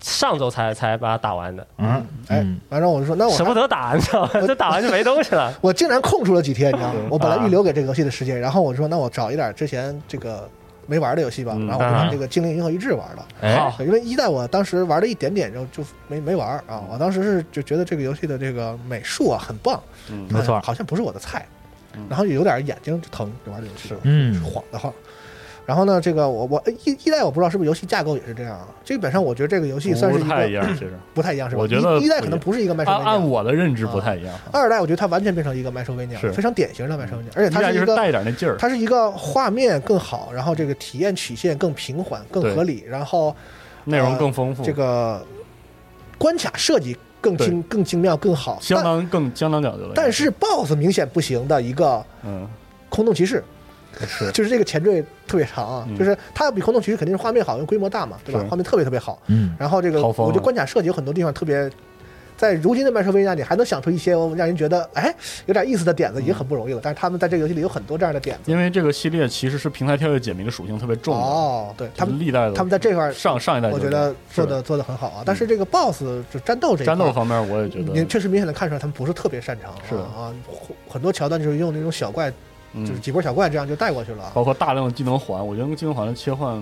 上周才才把它打完的，
嗯
哎
嗯，，
反正我就说，那我
舍不得打，你 知道吗？这打完就没东西了。
我竟然空出了几天，你知道吗？我本来
啊
预留给这个游戏的时间，然后我说那我找一点之前这个没玩的游戏吧，
嗯
然后我就把
啊
这个《精灵银河一志》玩了。
哎
好，
因为一代我当时玩了一点点，然后就没没玩啊。我当时是就觉得这个游戏的这个美术啊很棒，
嗯
没错
但哎好像不是我的菜
嗯，
然后有点眼睛疼，就玩这游戏
是
嗯
晃的慌。然后呢，这个我我一一代我不知道是不是游戏架构也是这样啊。基本上我觉得这个游戏算
不
是一
太
个
一样，其 实
不太一样，是吧？
我觉得
一一代可
不
能
一样
不是一个卖手
按
机的
按我的认知
啊
不太一样，
二代我觉得它完全变成一个麦收维尼亚，
是
非常典型的麦收维尼亚，而且
一
它
代
是
就
一
是
个
带一点那劲儿，
它是一个画面更好，然后这个体验曲线更平缓、更合理，然后
内容更丰富，
呃这个关卡设计更精、更精妙、更好。
相当更相当讲究了。
但但是 BOSS 明显不行的一个
嗯，
空洞骑士，
是
就是这个前缀特别长啊，
嗯
就是它要比空洞骑士肯定是画面好，因为规模大嘛，对吧？
是
画面特别特别好。
嗯，
然后这个
豪
我
放啊
觉得关卡设计有很多地方特别，在如今的麦克维亚里还能想出一些让人觉得哎有点意思的点子，已经很不容易了。
嗯
但是他们在这个游戏里有很多这样的点子。
因为这个系列其实是平台跳跃解谜的属性特别重的，
哦，对他
就是
们
历代的
他们在这块儿
上上一代就
我觉
是这样
得做的做的很好啊。但是这个 BOSS 就战斗这一块
战斗方面，我也觉
你
得
确实明显的看出来他们不是特别擅长啊。
是的
啊，很多桥段就是用那种小怪，
嗯
就是几波小怪这样就带过去了啊，
包括大量的技能环，我觉得技能环的切换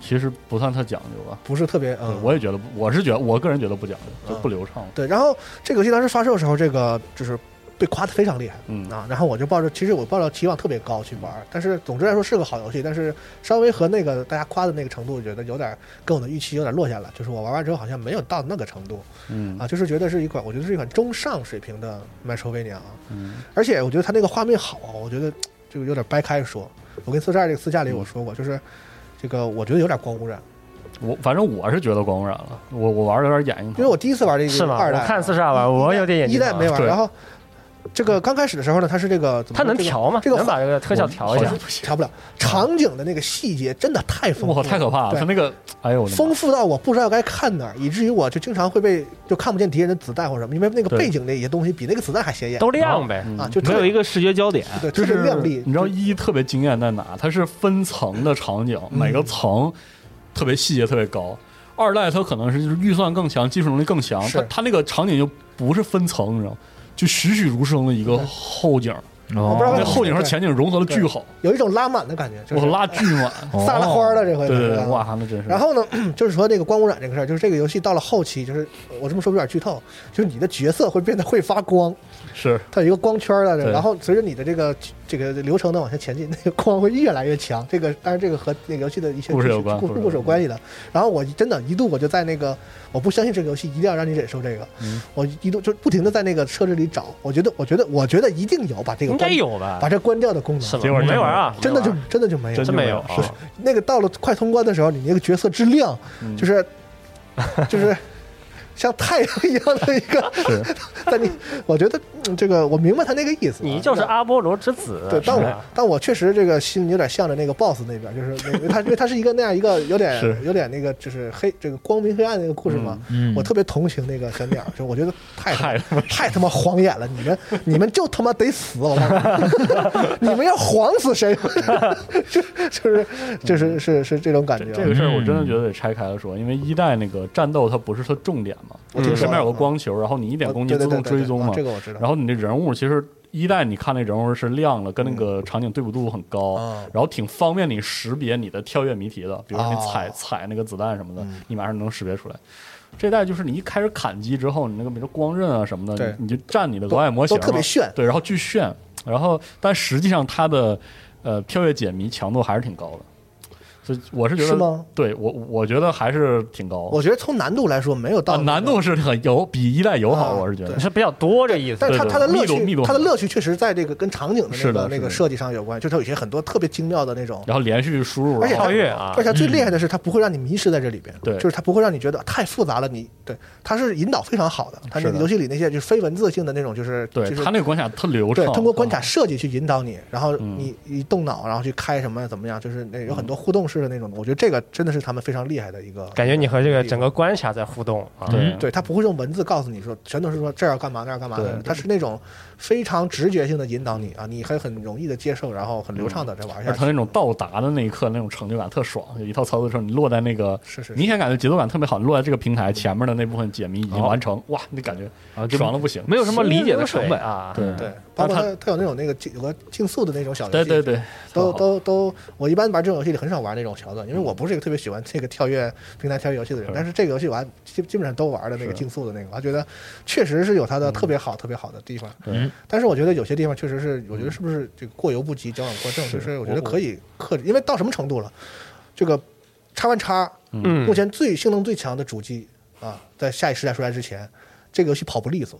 其实不算太讲究吧。
不是特别
对
嗯。
我也觉得不，我是觉得我个人觉得不讲究，就
嗯
不流畅。
对，然后这个游戏当时发售的时候，这个就是被夸的非常厉害。
嗯
啊，然后我就抱着，其实我抱着期望特别高去玩儿，但是总之来说是个好游戏，但是稍微和那个大家夸的那个程度，我觉得有点儿跟我的预期有点落下了，就是我玩完之后好像没有到那个程度
嗯
啊，就是觉得是一款，我觉得是一款中上水平的 Metrovania 啊，
嗯
而且我觉得它那个画面好，啊我觉得就有点掰开说，我跟四十二这个私下里
嗯
我说过，就是这个我觉得有点光污染，
我反正我是觉得光污染了，我我玩的有点眼睛
因为
疼。
我第一次玩这
是
个
吗？
二代
我
啊，
看四十二吧，
一代
我有点眼睛
一代没玩，
对
然后这个刚开始的时候呢，它是这个，怎么
它
说
能
这个
调吗？
这个
能把这个特效调一下
好？像调不了，场景的那个细节真的太丰富
哇，
了，
太可怕了！
对
他那个，哎呦我的妈，
丰富到我不知道该看哪儿，以至于我就经常会被就看不见敌人的子弹或什么，因为那个
对
背景那些东西比那个子弹还显眼
都亮呗，
嗯
啊，就特
没
别
有一个视觉焦点。
对
就
特别
是
亮丽，
你知道一特别惊艳在哪？它是分层的场景，每
嗯
个层特别细节特别高。二代它可能是就是预算更强，技术能力更强，
是
它它那个场景就不是分层，你知道吗？就栩栩如生的一个后景，
哦
我不知道为
那
什么
后景和前景融合的巨好，
有一种拉满的感觉，就
我
是
拉巨满，
撒了欢儿了这回
对对
是
对，
吧
哇，那真是。
然后呢， 就是说这个光污染这个事儿，就是这个游戏到了后期，就是我这么说有点剧透，就是你的角色会变得会发光，
是
它有一个光圈儿在这，
对
然后随着你的这个这个流程的往前前进，那个光会越来越强。这个当然这个和那个游戏的一些
故事有关
故
故事有
故事有关系的。然后我真的一度我就在那个，我不相信这个游戏一定要让你忍受这个，
嗯
我一度就不停的在那个设置里找，我觉得我觉得我觉得一定有把这个
应该
关
有吧
把？这关掉的功能
是，吗？
结果真
没
没有
玩啊，
真的就
没玩
真的就没有，
真没有
是
啊。
那个到了快通关的时候，你那个角色之亮，
嗯
就是、就是像太阳一样的一个， 但你我觉得、嗯这个我明白他那个意思啊、
你就是
但。
阿波罗之子，
对，但
是
我
啊
吧
但我确实这个心里有点向着那个 boss 那边，就是那个因为他因为他是一个那样一个有点
是
有点那个就是黑这个光明黑暗那个故事嘛，
嗯
我特别同情那个小鸟，就我觉得太他妈
太他妈
太他妈晃眼了，你们你们就他妈得死，我告诉 你，你们要晃死谁？ 就就是就是是是这种感觉，
嗯这个事儿我真的觉得得拆开了说，因为一代那个战斗它不是它重点嘛，
我听说了
身边有个光球，然后你一点攻击
对对
自
对
动
对
追
对
踪
嗯啊
嘛
这，个我知道。
然后你这人物其实一代你看那人物是亮了，跟那个场景对比度很高，
嗯
然后挺方便你识别你的跳跃谜题的，比如说你踩、
哦
踩那个子弹什么的，
嗯
你马上能识别出来。这代就是你一开始砍击之后，你那个比如说光刃啊什么
对
的，你你就占你的额外模型嘛
都特别炫
对，然后巨炫，然后但实际上它的呃跳跃解谜强度还是挺高的，所以我是觉得
是吗
对我我觉得还是挺高。
啊我觉得从难度来说没有
啊
到，那个
难度是很有比一代友好，
啊
我是觉得
你是比较多这意思
但。是它
对对
它的乐
密度密
趣，
度
它的
很
乐趣确实在这个跟场景的那
是的
个
是的
那个设计上有关，就它有一些很多特别精妙的那种，
然后连续输入，
而且
然后
跳跃啊
而且它最厉害的是它不会让你迷失在这里边，
嗯对
就是它不会让你觉得太复杂了，你对它是引导非常好的，它那
是
个
的
游戏里那些就是非文字性的那种，就是
对
就是
他那个关嗯卡特流
对
畅，啊
通过关
卡。
卡设计去引导你，然后
嗯
你一动脑，然后去开什么怎么样，就是那有很多互动式的那种的，我觉得这个真的是他们非常厉害的一个
感觉你和这个整
个。
个关卡在互动啊，
对
嗯对他不会用文字告诉你说，全都是说这儿要干嘛那儿要干嘛的
对，
他是那种非常直觉性的引导你啊，你还很容易的接受，然后很流畅的这玩下
嗯而他
去。
那种到达的那一刻，那种成就感特爽。有一套操作的时候，你落在那个
是是是
明显感觉节奏感特别好，你落在这个平台前面的那部分解谜已经
哦
完成，哇，那感觉
啊，就
爽的不行。
没有什么理解的成
流水
本。
啊。
对
对，包
但
括
他
他他有那种那个竞有个竞速的那种小游
对
戏，
对对，
都
好
都都，我一般玩这种游戏里很少玩那种桥段，因为我不是一个特别喜欢这个跳跃平台跳跃游戏的人。但是这个游戏我还基基本上都玩的那个竞速的那个，我还觉得确实是有它的特别好、特别好的地方。
嗯，
但是我觉得有些地方确实是，我觉得是不是这个过犹不及、矫枉过正，嗯就是我觉得可以克制，因为到什么程度了，这个叉 One 叉
嗯
目前最性能最强的主机啊，在下一时代出来之前，这个游戏跑不利索。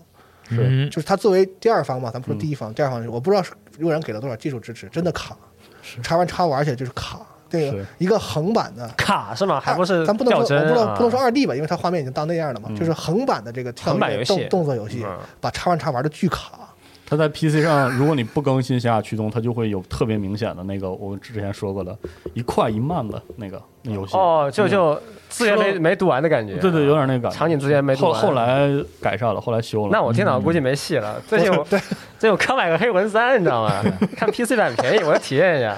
嗯，
就是它作为第二方嘛，咱们说
嗯
第一方，第二方我不知道是微软给了多少技术支持，真的卡，插完插玩起来就是卡，那个
是
一个横版的。
卡是吗？还不是
咱不能
掉
说，
帧
我不能
啊嗯
不能
嗯
说二 D 吧，因为它画面已经到那样了嘛，就是横版的这个跳
横版
跃
游戏
动动作游戏
嗯，
把插完插玩的巨卡，
他在 PC 上，如果你不更新显卡驱动，它就会有特别明显的那个我之前说过的，一快一慢的那个那游戏。
哦，就
嗯
就资源没
说
没读完的感觉。啊
对对，有点那个感觉。
场景资源没读
后
完。
后来嗯改善了，后来修了。
那我电脑估计没戏了。最近我 最近我刚买个黑魂三，你知 道吗？看 PC 版便宜，我要体验一下。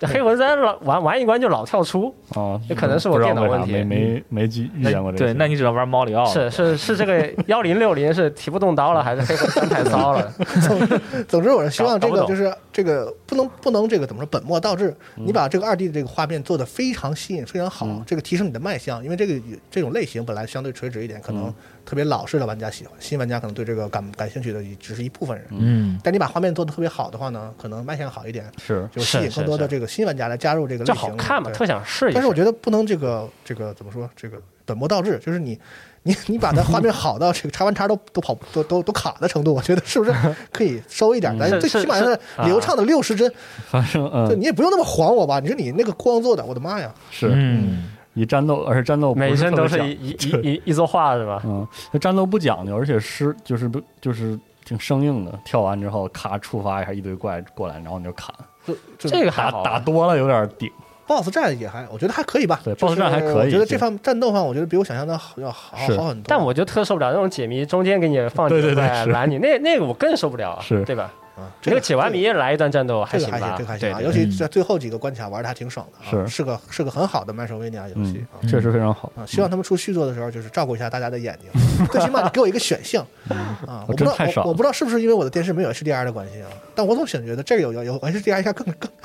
这黑魂三老玩玩一关就老跳出，
啊，
这可能是我
不知道
电脑
为啥
问题嗯
没没没记遇见过这个
对，
事。
那你只能玩猫里
哦
奥了。
是是是这个幺零六零是提不
嗯
动刀了，还是黑魂三太骚了？
总之，我是希望这
搞搞
个
不懂
就是这个不能不能这个怎么说本末倒置，
嗯
你把这个二 D 的这个画面做得非常吸引，非常好，这个提升你的卖相，因为这个这种类型本来相对垂直一点，可
嗯
能特别老式的玩家喜欢，新玩家可能对这个感感兴趣的只是一部分人。
嗯，
但你把画面做得特别好的话呢，可能卖相好一点，
是
就吸引
是
更多的
是
这个新玩家来加入这个类
就
型。
好看嘛，
对
特想试一试。
但是我觉得不能这个这个怎么说这个本末倒置，就是你你你把它画面好到这个插完插都都跑都都都卡的程度，我觉得是不是可以收一点？咱
是
最
是
起码
是
是流畅的六十帧，
反正
就
嗯
你也不用那么晃我吧？你说你那个光做的，我的妈呀！
是
嗯，
以战斗，而且战斗不
每一帧
特别
都是
讲
一一一一一座画是吧？
嗯，那战斗不讲究，而且失就是不就是
挺生硬的，跳完之后咔触发一下一堆怪过来，然后你就砍，
就就
这个还
打
好
打
吧，
多了有点顶。
BOSS 战也还，我觉得还可以吧。
对
就是
BOSS 战还可以
我觉
对
得这方战斗方，我觉得比我想象的好要好
是
好很多。
但我就特受不了那种解谜中间给你放
对对
几
对
块
是
拦你，那那个我更受不了啊，
是
对吧？
啊，这
那
个
个解完谜来一段战斗
这个
行
还行，
吧
这个？还行
对
啊，
对
尤其
嗯
在最后几个关卡玩的还挺爽的啊，
是
是个是个很好的 Metroidvania 游戏
嗯
啊，。
确实非常好。
啊，希望他们出续作的时候，就是照顾一下大家的眼睛，
嗯
最起码你给我一个选项啊！我不知
真太
道
少
我，我不知道是不是因为我的电视没有 HDR 的关系啊，但我总想觉得这个有有有 HDR 一下更更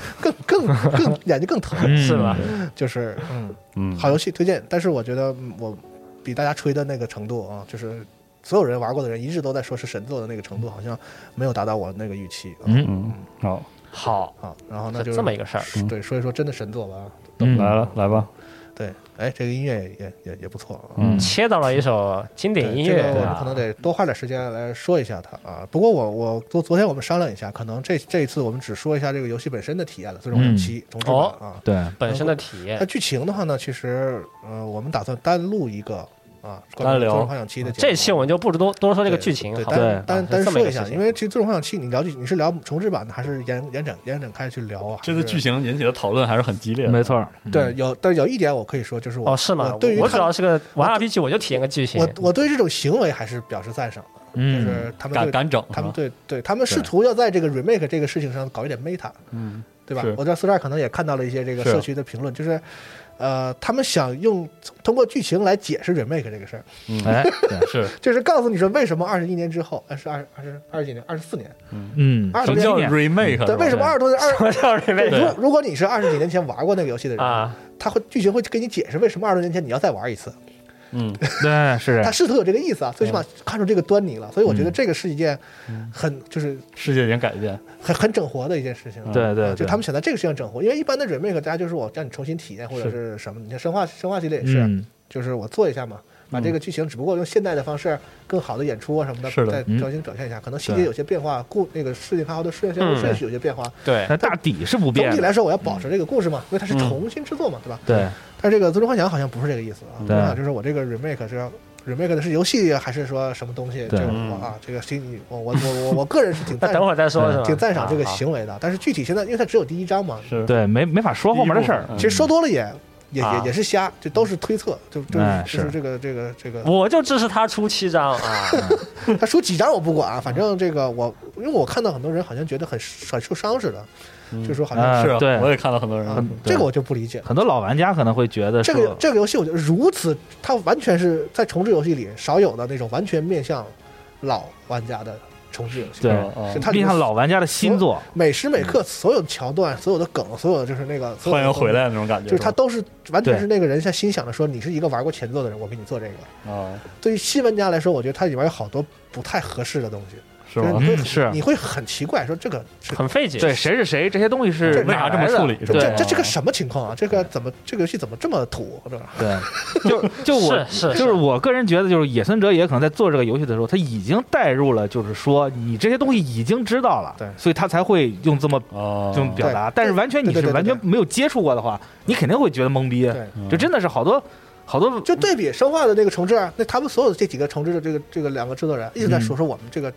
更更更眼睛更疼，
是吧？
就是嗯，
嗯，
好游戏推荐，但是我觉得嗯我比大家吹的那个程度啊，就是所有人玩过的人一直都在说是神作的那个程度，好像没有达到我那个预期啊。
嗯，
嗯，好，
好，
啊，然后呢
是
就是
这么一个事儿
对，所以说真的神作吧，
嗯
来了，来吧，
对，哎，这个音乐也也也也不错啊。
嗯
切到了一首经典
对
音
这
乐
个我们可能
啊，
得多花点时间来说一下它啊。不过我我昨昨天我们商量一下，可能这这一次我们只说一下这个游戏本身的体验了，最终
嗯
两期重置版
哦
啊。
对，
本身的体验
那。剧情的话呢，其实呃，我们打算单录一个啊，关
单
于《最
聊
终幻想七》的节目
啊
啊
这期我们就不多多说这个剧情，
对，
好
单
吧？
对
单
啊
单
是这么
说
一个
一下，
事情
因为其实《最终幻想七》，你了解你是聊重置版的，还是延延展延展开去聊啊？
这次
还是
剧情引起的讨论还是很激烈的。
没错，
对有，但是有一点我可以说，就是我
嗯哦，是吗
我？对于
我
他
主要是个玩 RPG，我就体验个剧情
我。我对这种行为还是表示赞赏的，就
嗯，
是他们
敢
对
敢整，
他们
是吧
对对，他们试图要在这个 remake 这个事情上搞一点 meta，
嗯，
对吧
是？
我在四十二可能也看到了一些这个
是
社区的评论，就是呃，他们想用通过剧情来解释 remake 这个事儿，
哎，
是
就是告诉你说为什么二十一年之后，呃，是二二十二十几年，二十四年，
嗯，
二
什
十
么
多
叫
年。
remake？是
对，
吧
为什么二十多年二？
我叫 r e
如如果你是二十几年前玩过那个游戏的人，
啊，
他会剧情会给你解释为什么二十多年前你要再玩一次，
嗯，
对，是
他试图有这个意思啊，最起码看出这个端倪了。所以我觉得这个是一件很就是
世界已经改变，
很很整活的一件事情。啊
对对，
就
对
他们想在这个事情上整活，因为一般的 remake 大家就是我让你重新体验或者是什么，你像生化生化系列也是，
嗯
就是我做一下嘛，把这个剧情只不过用现代的方式、更好的演出啊什么的，
是的
再
嗯
重新表现一下，可能细节有些变化，故那个事情发生的顺序
嗯
顺序有些变化。
对，
但大底是不
总
变
体
的，
来说，我要保持这个故事嘛，因为它是重新制作嘛，对吧？
对，
但这个《最终幻想》好像不是这个意思啊，最
对
终幻想就是我这个 remake 是要 remake 的是游戏啊还是说什么东西？这
对
个我啊，这个心里我我我我我个人是 挺
那
赞
等会儿再说，
嗯
是吧？
挺嗯赞赏这个
啊好
行为的，但是具体现在因为它只有第一章嘛，
是
对，没没法说后面的事儿，
其实说多了也也
啊
也也是瞎，这都是推测，就就
哎
就是
是
这个这个这个，
我就支持他出七张啊！
他输几张我不管啊，反正这个我因为我看到很多人好像觉得很很受伤似的，就说好像
啊
是啊
对嗯
我也看到很多人
啊
很，
这个我就不理解。
很多老玩家可能会觉得
这个
说，
这个游戏我觉得如此，它完全是在重置游戏里少有的那种完全面向老玩家的重置游戏，
对
啊
是它里
毕
面
竟老玩家的新作，
每时每刻所有的桥段、所有的梗、所有的就是那个所有的东
欢迎回
西，
来那种感觉，
就是它
吧
都是完全
对
是那个人在心想着说你是一个玩过前作的人，我给你做这个。
啊，
对于新玩家来说，我觉得它里面有好多不太合适的东西，
是
就是
吧？
你会
嗯
很
是
你会很奇怪，说这个是
很费解，
对，谁是谁，这些东西是
这
为啥
哪
这么
来的
处理是吧
对
这这是个什么情况啊？这个怎么这个游戏怎么这么土？对吧？
对，就就我
是是
就是我个人觉得，就是野村哲也可能在做这个游戏的时候，他已经带入了，就是说你这些东西已经知道了，
对
所以他才会用这么
哦
这么表达。
对
但是完全你
对对
是
对对
完全
对
没有接触过的话，你肯定会觉得懵逼。
对，
就真的是好多好多
就对比生化的那个重置啊，那他们所有的这几个重置的这个这个两个制作人一直在说说我们这个。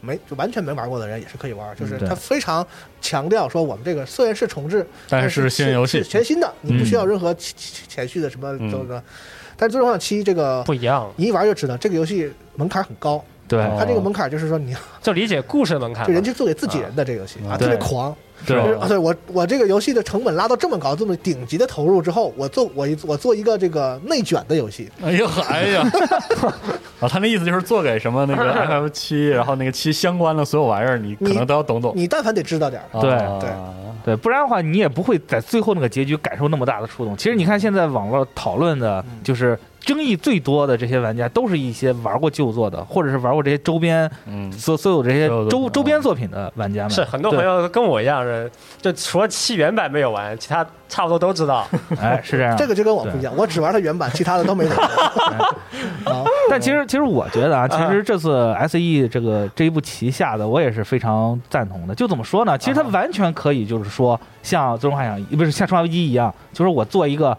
没就完全没玩过的人也是可以玩，就是
嗯对
他非常强调说我们这个虽然是重置，
但
但
是是新游戏
嗯
是全新的，你不需要任何前前序的什么都的。但是《最终幻想七》这个嗯
不一样，啊
你一玩就知道，这个游戏门槛很高，
对
它这个门槛就是说你
就理解故事门槛
就人
嘛。
家做给自己人的这个游戏啊，特
对
别狂。
对
就是啊对我我这个游戏的成本拉到这么高，这么顶级的投入之后，我做我一我做一个这个内卷的游戏，
哎呀，哎呀，啊，他那意思就是做给什么那 个 FF 七，然后那个七相关的所有玩意儿，你可能都要懂懂。
你但凡得知道点儿。
对
啊
对
对，不然的话你也不会在最后那个结局感受那么大的触动。其实你看现在网络讨论的，
嗯
就是争议最多的这些玩家，都是一些玩过旧作的，或者是玩过这些周边
嗯，
所所有这些
所有的
周
嗯
周边作品的玩家们。
是很多朋友跟我一样的，就除了七原版没有玩，其他差不多都知道。
对，哎，是这样。
这个就跟我不一样，我只玩它原版，其他的都没玩。啊，
但其实其实我觉得啊，其实这次 S E 这个这一步棋下的，我也是非常赞同的。就怎么说呢？其实
啊
它完全可以就是说，像《最终幻想》不是像《生化危机》一样，就是我做一个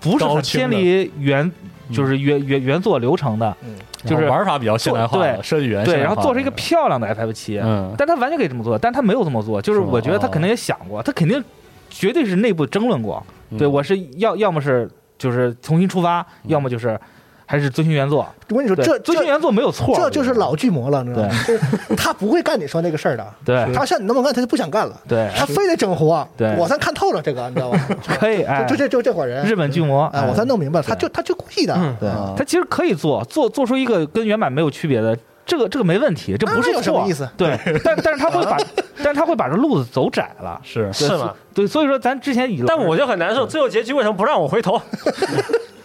不是
高
很
清
偏
的
离原就是原原原作流程的，
嗯，
就是
玩法比较现代化了，
对
设计原
对，
现代
然
化
后做
了
成一个漂亮的 FF 七，
嗯
但他完全可以这么做，但他没有这么做，就是
是吗
我觉得
哦
他肯定也想过，他肯定绝对是内部争论过，对
嗯
我是要要么是就是重新出发，要么就是还是遵循原作，
我跟你说，
对
嗯这
遵循
这
原作没有错，
这就是
我觉得
老巨魔了，你知道吗？就是他不会干你说那个事儿的，
对
他像你那么干，他就不想干了，
对
他非得整活。
对
我算看透了这个，你知道吧？
可以哎
就，这就这伙人，
日本巨魔
哎，我算
才
弄明白了，他就他就故意的，
对
啊，
他其实可以做做做出一个跟原版没有区别的。这个这个没问题，这
那
不是
那有什
错
么意思
对，但但是他会把，但是他会把这路子走窄了，
是
对
是吗？
对，所以说咱之前以
但我就很难受，最后结局为什么不让我回头？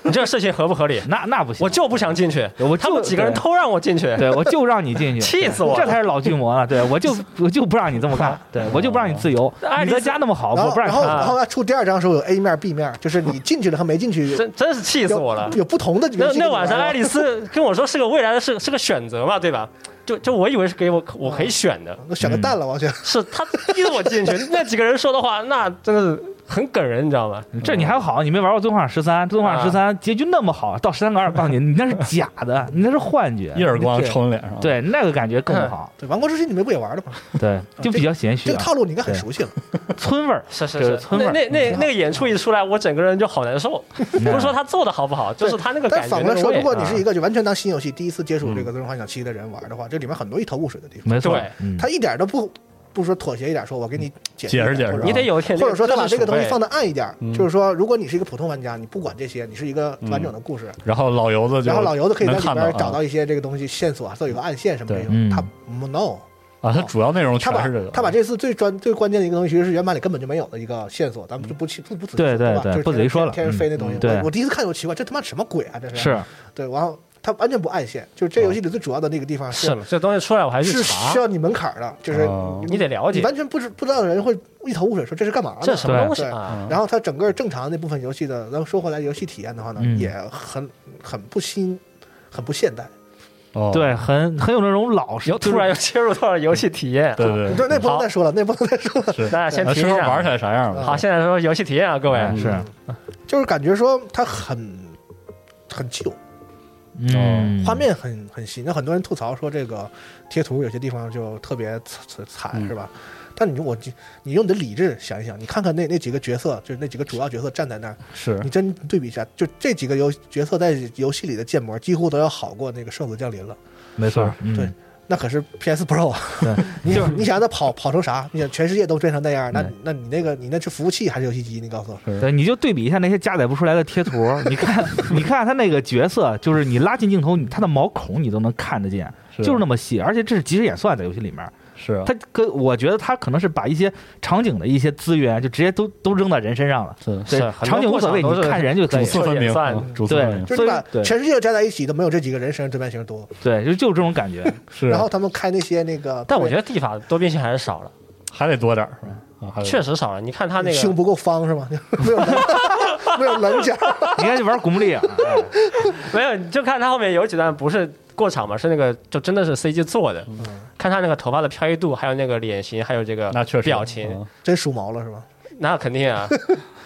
你这事情合不合理？
那那不行，
我就不想进去，
我就
他们几个人
对
偷让我进 去，
对我就让你进 去，
气死我了哦
这才是老巨魔呢。对我就我就不让你这么干，对我就不让你自由。
爱
你
丽
在
丝
家那么好，
然
我
后
不让
然
你
后
看。啊
然后要出第二章的时候有 A 面 B 面，就是你进去了和没进去
真真是气死
有
我了。
有不同的游
那
戏
那晚上，
里面
爱丽丝跟我说是个未来的是是个选择嘛，对吧？就就我以为是给我我可以选的，
我选个蛋了，我去。
是他逼着我进去。那几个人说的话，那真的是很梗人，你知道吗？
这你还好，你没玩过《最后幻想十三》，《最后幻想十
啊
三》结局那么好，到十三个二告诉你，你那是假 的，你那是幻觉
一。耳光
对
抽脸上，，
对，那个感觉更不好。
对，王国之心你们不也玩了吗？
嗯
对，就比较显
这
虚
个
啊，
套路你应该很熟悉了。
村味儿。
是是，
就是村味
那
儿
那那
嗯
那个演出一出来，我整个人就好 难受。不是说他做的好不好，就是他那个感
但
觉。
反过来
那
说，
个味
如果你
啊
是一个就完全当新游戏第一次接触这个《最终幻想七》的人玩的话，这里面很多一头雾水的地方，
没错
对，
嗯
他一点都不不说妥协一点，说我给你解
解释
释
解释
或者
你得有一点，
或者说他把这个东西放
到
的暗一点，就是说，如果你是一个普通玩家，你不管这些，你是一个完整的故事，
然后老油子就
然后老油子可以在
能
里
看
边
啊
找到一些这个东西线索啊，做有个暗线什么这
对
种。
嗯
他 no，
啊，它主要内容
他
全
把
是这个，
他把这次最专最关键的一个东西，其实是原版里根本就没有的一个线索，咱们就不去不不仔细
对对
吧
对
就是
不仔细说了
天天天上飞那东西
嗯，对
我我第一次看我奇怪，这他妈什么鬼啊？这是
是
对，然后它完全不暗线，就是这游戏里最主要的那个地方
是吗？这东西出来我还去
是
查
需，要你门槛儿的，就是
哦
你得了
你
解
完全不知不知道的人会一头雾水，说这是干嘛
这
的
是。什么东西
对
啊。
然后它整个正常那部分游戏的，咱们说回来游戏体验的话呢，
嗯
也很很不新，很不现代。
哦
对，很很有那种老实，
突然又切入到了游戏体验，
对
你
对
说
对，
那不能
好
再说了，那不能再说了。
是
大家先
那
停
说
一
说
下。
玩起来啥样吧？
好，现在说游戏体验啊，各位
嗯
是
就是感觉说它很很旧，
嗯，
画面很很新。那很多人吐槽说这个贴图有些地方就特别惨惨，
嗯
是吧？但你我你用你的理智想一想，你看看那那几个角色，就是那几个主要角色站在那儿，
嗯
是
你真对比一下，就这几个游角色在游戏里的建模几乎都要好过那个《圣子降临》了。
没错，嗯
对那可是 PS Pro，啊
对
你想你想让它跑跑成啥？你想全世界都变成那样，那
对
那你那个你那是服务器还是游戏机？你告诉我，
对，你就对比一下那些加载不出来的贴图，你看，你看他那个角色，就是你拉近镜头，你他的毛孔你都能看得见，就是那么细，而且这是即时演算在游戏里面，
是
嗯他跟我觉得他可能是把一些场景的一些资源就直接都都扔到人身上了，
是
对，
是很多
场景无所谓，
过程都
你
是
看人就可
主
以，
次分
也
明
算
嗯，主次分明
就是你把
所以对
全世界加在一起都没有这几个人身上这般型多。
对，就就这种感觉，
是，啊
然后他们开那些那个，
但我觉得地法多边形还是少了，
还得多点儿是吧？啊还得
确实少了。你看他那
胸
个，
不够方是吗？ 没有棱没有棱角，
你看就玩古墓丽影，哎
没有，你就看他后面有几段不是过场嘛，是那个就真的是 CG 做的。
嗯
看他那个头发的飘逸度，还有那个脸型，还有这个
那确实
表情，
嗯
真梳毛了是吧？
那肯定啊，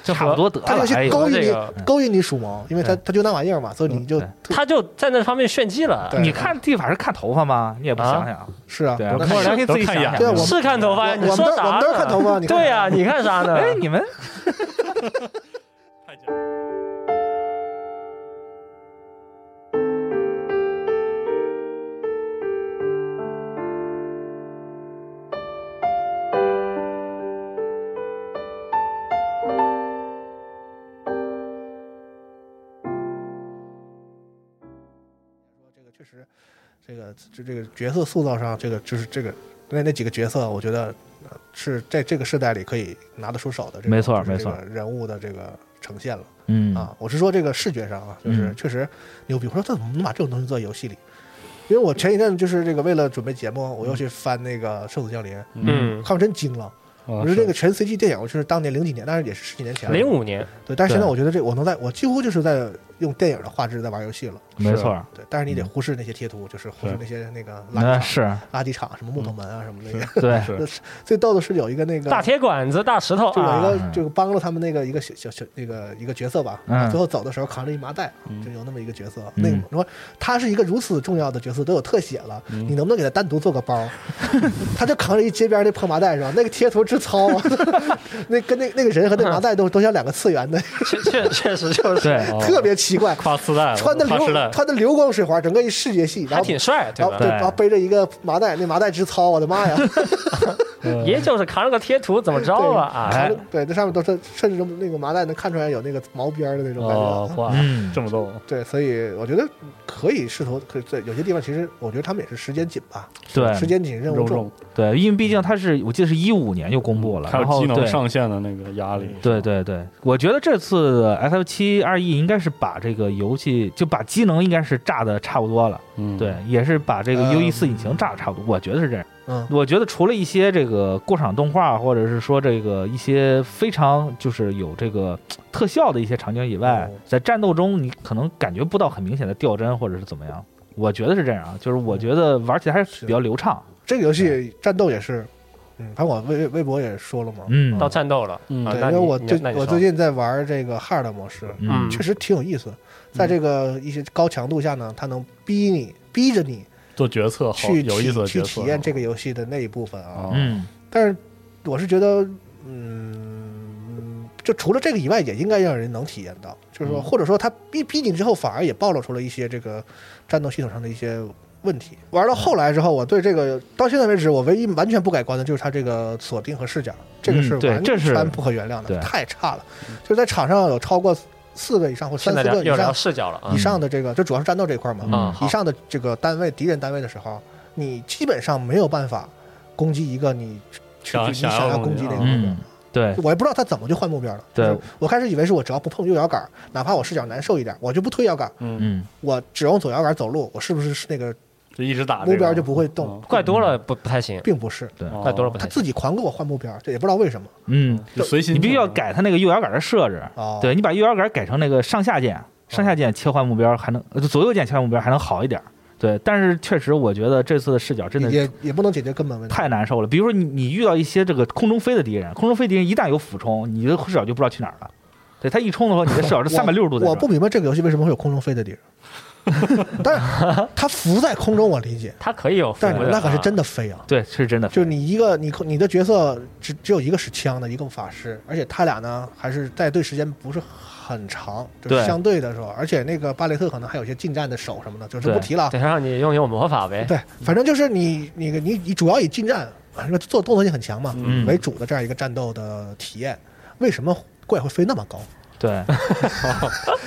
就
差不多得
他
了
就， 去
哎呦，
勾引
这
你
个
勾引你梳毛，因为他他就那玩意儿嘛，所以你就
嗯对
他就在那方面炫技了
对。
你看地法是看头发吗？你也不想想，
是啊，
对啊，
那
摸着良心自己
都看
想想
眼，
对啊我们
是看头发呀，
我
你
我们
说
都
啥
我
呢？
们都是看头发你看
对呀，你看啥呢？
哎，你们
这个确实，这个这这个角色塑造上，这个就是这个那那几个角色，我觉得呃是在这个时代里可以拿得出手的这个，
没错
就是这个
没错
人物的这个呈现了、
嗯
啊。我是说这个视觉上啊，就是
嗯
确实牛逼。我说这怎么能把这种东西做到游戏里？因为我前一阵就是这个为了准备节目，我
嗯
又去翻那个《圣子降临》，
嗯，
看我真惊了。
啊
我说这个全 CG 电影，就是当年零几年，当然也是十几年前了，
零五年，
对，但是现在
对
我觉得这我能在我几乎就是在用电影的画质在玩游戏了。
没错儿，
对，但是你得忽视那些贴图，就是忽视
对
那些那个垃
那
圾
是
场、垃圾场什么木头门啊什么那些。
对，
是
最逗的是有一个那个
大铁管子、大石头
就有一
啊，
个就是帮了他们那个一个小小小那个一个角色吧，
嗯
最后走的时候扛着一麻袋，
嗯
就有那么一个角色。
嗯
那个说他是一个如此重要的角色，都有特写了，你能不能给他单独做个包？ 他就扛着一街边那破麻袋是吧？那个贴图之糙啊， 那跟那那个人和那麻袋都都像两个次元的，
确确确实就是
对
特别奇怪。
跨磁带了，
穿的
跨
流
时代，
穿的流光水滑，整个一视觉系，然
还
后
挺帅，对
然后
吧？
对，
对
然后背着一个麻袋，那麻袋之糙，我的妈呀！
嗯
也就是扛着个贴图，怎么着
对，
啊？哎
扛着，对，那上面都是甚至都那个麻袋能看出来有那个毛边儿的那种感觉。
哦，哇，
嗯
这 么逗，
对，所以我觉得可以试图，可在有些地方其实我觉得他们也是时间紧吧，
对
时间紧任务
肉
重
重，，
对，因为毕竟它是我记得是一五年就公布了，
还有
然后
机能
对
上线的那个压力，
对对对，我觉得这次 S F 七二 E 应该是把这个游戏就把机能应该是炸的差不多了，
嗯，
对，也是把这个
嗯
U E 四引擎炸的差不多，我觉得是这样。
嗯
我觉得除了一些这个过场动画，或者是说这个一些非常就是有这个特效的一些场景以外
哦，
嗯
在战斗中你可能感觉不到很明显的掉帧或者是怎么样，我觉得是这样啊，就是
嗯
我觉得玩起来还是比较流畅，
这个游戏战斗也是，嗯，反正我微微博也说了嘛，
嗯，
到战斗了
嗯
啊！
对，
那
因为
你
我
你
最
那你
我
说
最近在玩这个 hard 模式，
嗯
确实挺有意思，
嗯
在这个一些高强度下呢，它能逼你逼着你
做决策好
去
哦有意
体
思的
去
决策，
体验这个游戏的那一部分啊，
哦
嗯，
但是我是觉得，嗯，就除了这个以外，也应该让人能体验到，就是
嗯
说，或者说他逼逼你之后，反而也暴露出了一些这个战斗系统上的一些问题。玩到后来之后，我对这个到现在为止，我唯一完全不改观的就是它这个锁定和视角，这个
嗯
是
对
完
这是
全不可原谅的，
对
太差了。就是在场上有超过四个以上或
现
三四
在聊
个以
又聊
上
视角了啊
嗯
以！上的这个，就主要是战斗这一块嘛，
嗯，
以
好，
上的这个单位敌人单位的时候，你基本上没有办法攻击一个你去
想
你
想
想
要
要
攻
攻击那
击啊
个目标
嗯。对，
我也不知道他怎么就换目标了。
对
就是我开始以为是我只要不碰右摇杆，哪怕我视角难受一点，我就不推摇杆，
嗯，
嗯，
我只用左摇杆走路，我是不是是那个
就一直打
目
这个啊
标就不会
嗯
动？
怪多了不不太行，
并不是，
对
哦
怪多了不
他
太行。
自己狂给我换目标，这也不知道为什么
嗯，
就随心，
你必须要，改它那个右摇杆的设置，
哦，
对你把右摇杆改成那个上下键，上下键切换目标还能，呃左右键切换目标还能好一点。对，但是确实我觉得这次的视角真的
也也不能解决根本问题。
太难受了。比如说你你遇到一些这个空中飞的敌人，空中飞敌人一旦有俯冲，你的视角就不知道去哪儿了。对他一冲的话，你的视角是三百六十度的。
我不明白这个游戏为什么会有空中飞的敌人， 但是他浮在空中我理解，
它可以有服
但
务
是
的
那可是
啊
真的飞啊！
对，是真的。
就是你一个你你的角色只只有一个是枪的，一个法师，而且他俩呢还是在队时间不是很长，就是
对
相对的时候，而且那个巴雷特可能还有一些近战的手什么的，就是不
对
提了啊。
对，让你用用魔法呗。
对，反正就是你你你你主要以近战反正做动作性很强嘛、
嗯
为主的这样一个战斗的体验，为什么怪会飞那么高？
对，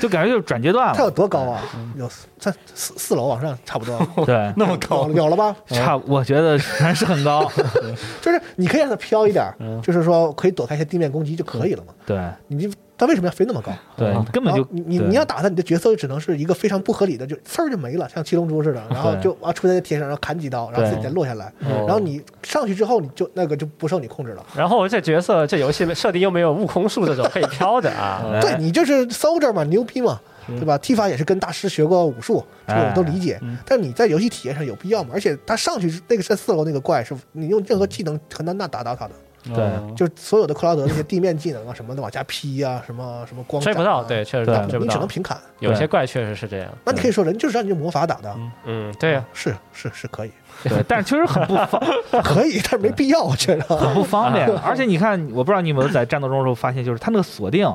就感觉就是转阶段
它有
了。
多高啊？
嗯
有三四四楼往上差 不多，
对，
那么
有
高
了有了吧？
差我觉得还是很高。
就是你可以让它飘一点儿，
嗯
就是说可以躲开一些地面攻击就可以了嘛。
对
你就它为什么要飞那么高？
对，你根本就
然后啊你你
对
你要打他，你的角色只能是一个非常不合理的，就刺儿就没了，像七龙珠似的，然后就啊出现在天上，然后砍几刀，然后
对
自己再落下来，
哦
然后你上去之后，你就那个就不受你控制了。
然后这角色这游戏设定又没有悟空术这种可以飘的 啊，
哎
对你就是 soldier 嘛，牛逼嘛，对吧？踢法也是跟大师学过武术，这个我都理解。但你在游戏体验上有必要吗？而且他上去那个在四楼那个怪是，你用任何技能很难打打倒他的，
哦
就是所有的克劳德那些地面技能啊什么的往下劈啊，什么什么光
追不
斩啊
到，对，，确实
对
追不
你只
到
能。平砍。
有些怪确实是这样，
那你可以说人就是让你用魔法打的，
嗯，对呀，
是是是可以。
对， 但是确实很不 方
可以，但是没必要，我觉
很
得。
不方便。
啊
而且你看，我不知道你有没有在战斗中的时候发现，就是它那个锁定，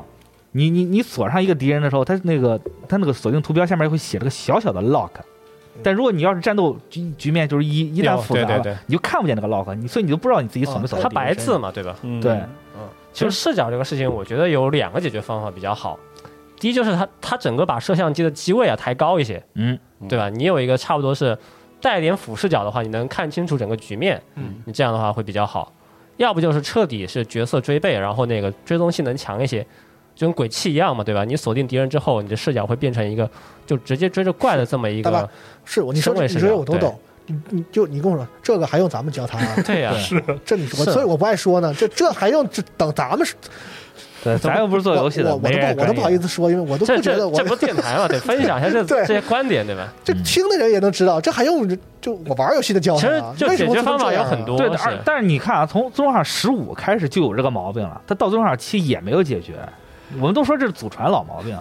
你你你锁上一个敌人的时候，它那个它那个锁定图标下面会写了个小小的 lock。但如果你要是战斗局局面就是一一旦复杂了，
对对对
你就看不见那个 lock，你所以你都不知道你自己锁没
哦
锁、
它白字，嘛，对吧？
嗯
对，
其实视角这个事情，我觉得有两个解决方法比较好。第一就是它它整个把摄像机的机位啊抬高一些，
嗯，
对吧？你有一个差不多是带点俯视角的话，你能看清楚整个局面，
嗯，
你这样的话会比较好。要不就是彻底是角色追背，然后那个追踪性能强一些，就跟鬼泣一样嘛，对吧？你锁定敌人之后，你的视角会变成一个就直接追着怪的这么一
大
个
吧，是我你说
身
这
位
你
视
说这
角？
我都懂，你你就你跟我说这个还用咱们教他啊
对呀、
这你我
是
所以我不爱说呢，这这还用这等咱们是
对，都
咱又不是做游戏
我
的，
我
没
都
人
不我都不好意
思。
思说，因为我都
这
不觉得
这
我
这不电台嘛， 得分享一下这
对
这些观点，对吧？
这听的人也能知道，这还用就我玩游戏的教
其
训
实
啊？
就
为什
解
么
决
不能
方法
这样啊
有很多，
对的，
是
而但是你看啊，从《最终幻想十五》开始就有这个毛病了，它到《最终幻想七》也没有解决。我们都说这是祖传老毛病，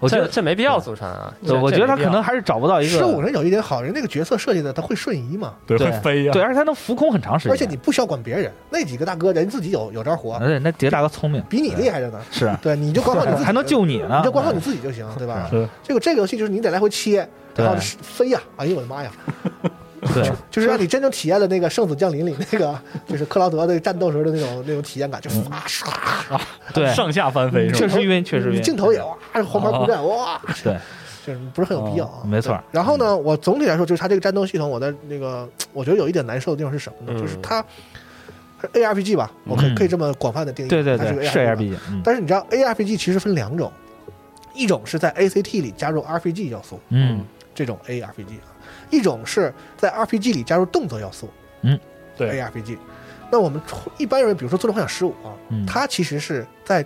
我觉
这
得，
这没必要祖传啊。这
对我
这
觉
没
得他
必
可
要
能还是找不到一个
十五人有一点好，人那个角色设计的他会瞬移嘛，
对，
对
会飞呀
对，，而嗯且他能浮空很长时间。
而且你不需要管别人，那几个大哥人自己有有招活，
而且那迪大哥聪明，
比你厉害着呢。
是啊
对，你就光靠你自己
还能救你呢
你就光靠你自己就行，对吧
是？
这个这个游戏就是你得来回切，
对
然后飞呀！哎呦我的妈呀！
对，
就是让你真正体验了那个《圣子降临》里那个， 就是克劳德的战斗时候的那种那种体验
嗯
感，就唰唰，
对，
上下翻
嗯
飞是
确
吧？
实晕，确实
你
晕。哦
镜头也哇，黄牌不战哇，
对，哦
就是不是很有必要啊。
没错，
然后呢，我总体来说就是它这个战斗系统，我的那个我觉得有一点难受的地方是什么呢？
嗯
就是它它是 ARPG 吧，我可以
嗯
可以这么广泛的定义，
对对
它是个
对，是
ARPG 吧
ARPG，嗯
但是你知道 ARPG 其实分两种，一种是在 ACT 里加入 RPG 要素，
嗯
这种 ARPG 啊；一种是在 RPG 里加入动作要素，
嗯，
对
ARPG。那我们出一般人，比如说《最终幻想十五》啊，
嗯
它其实是在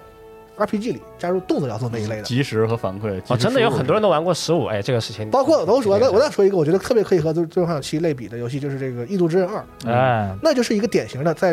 RPG 里加入动作要素那一类的。
及时和反馈，
哦，真的有很多人
都
都玩过十五，哎，这个事情
包括我都说，那我再说一个，我觉得特别可以和《最最终幻想七》类比的游戏，就是这个《异度之刃二》，
哎，
那就是一个典型的在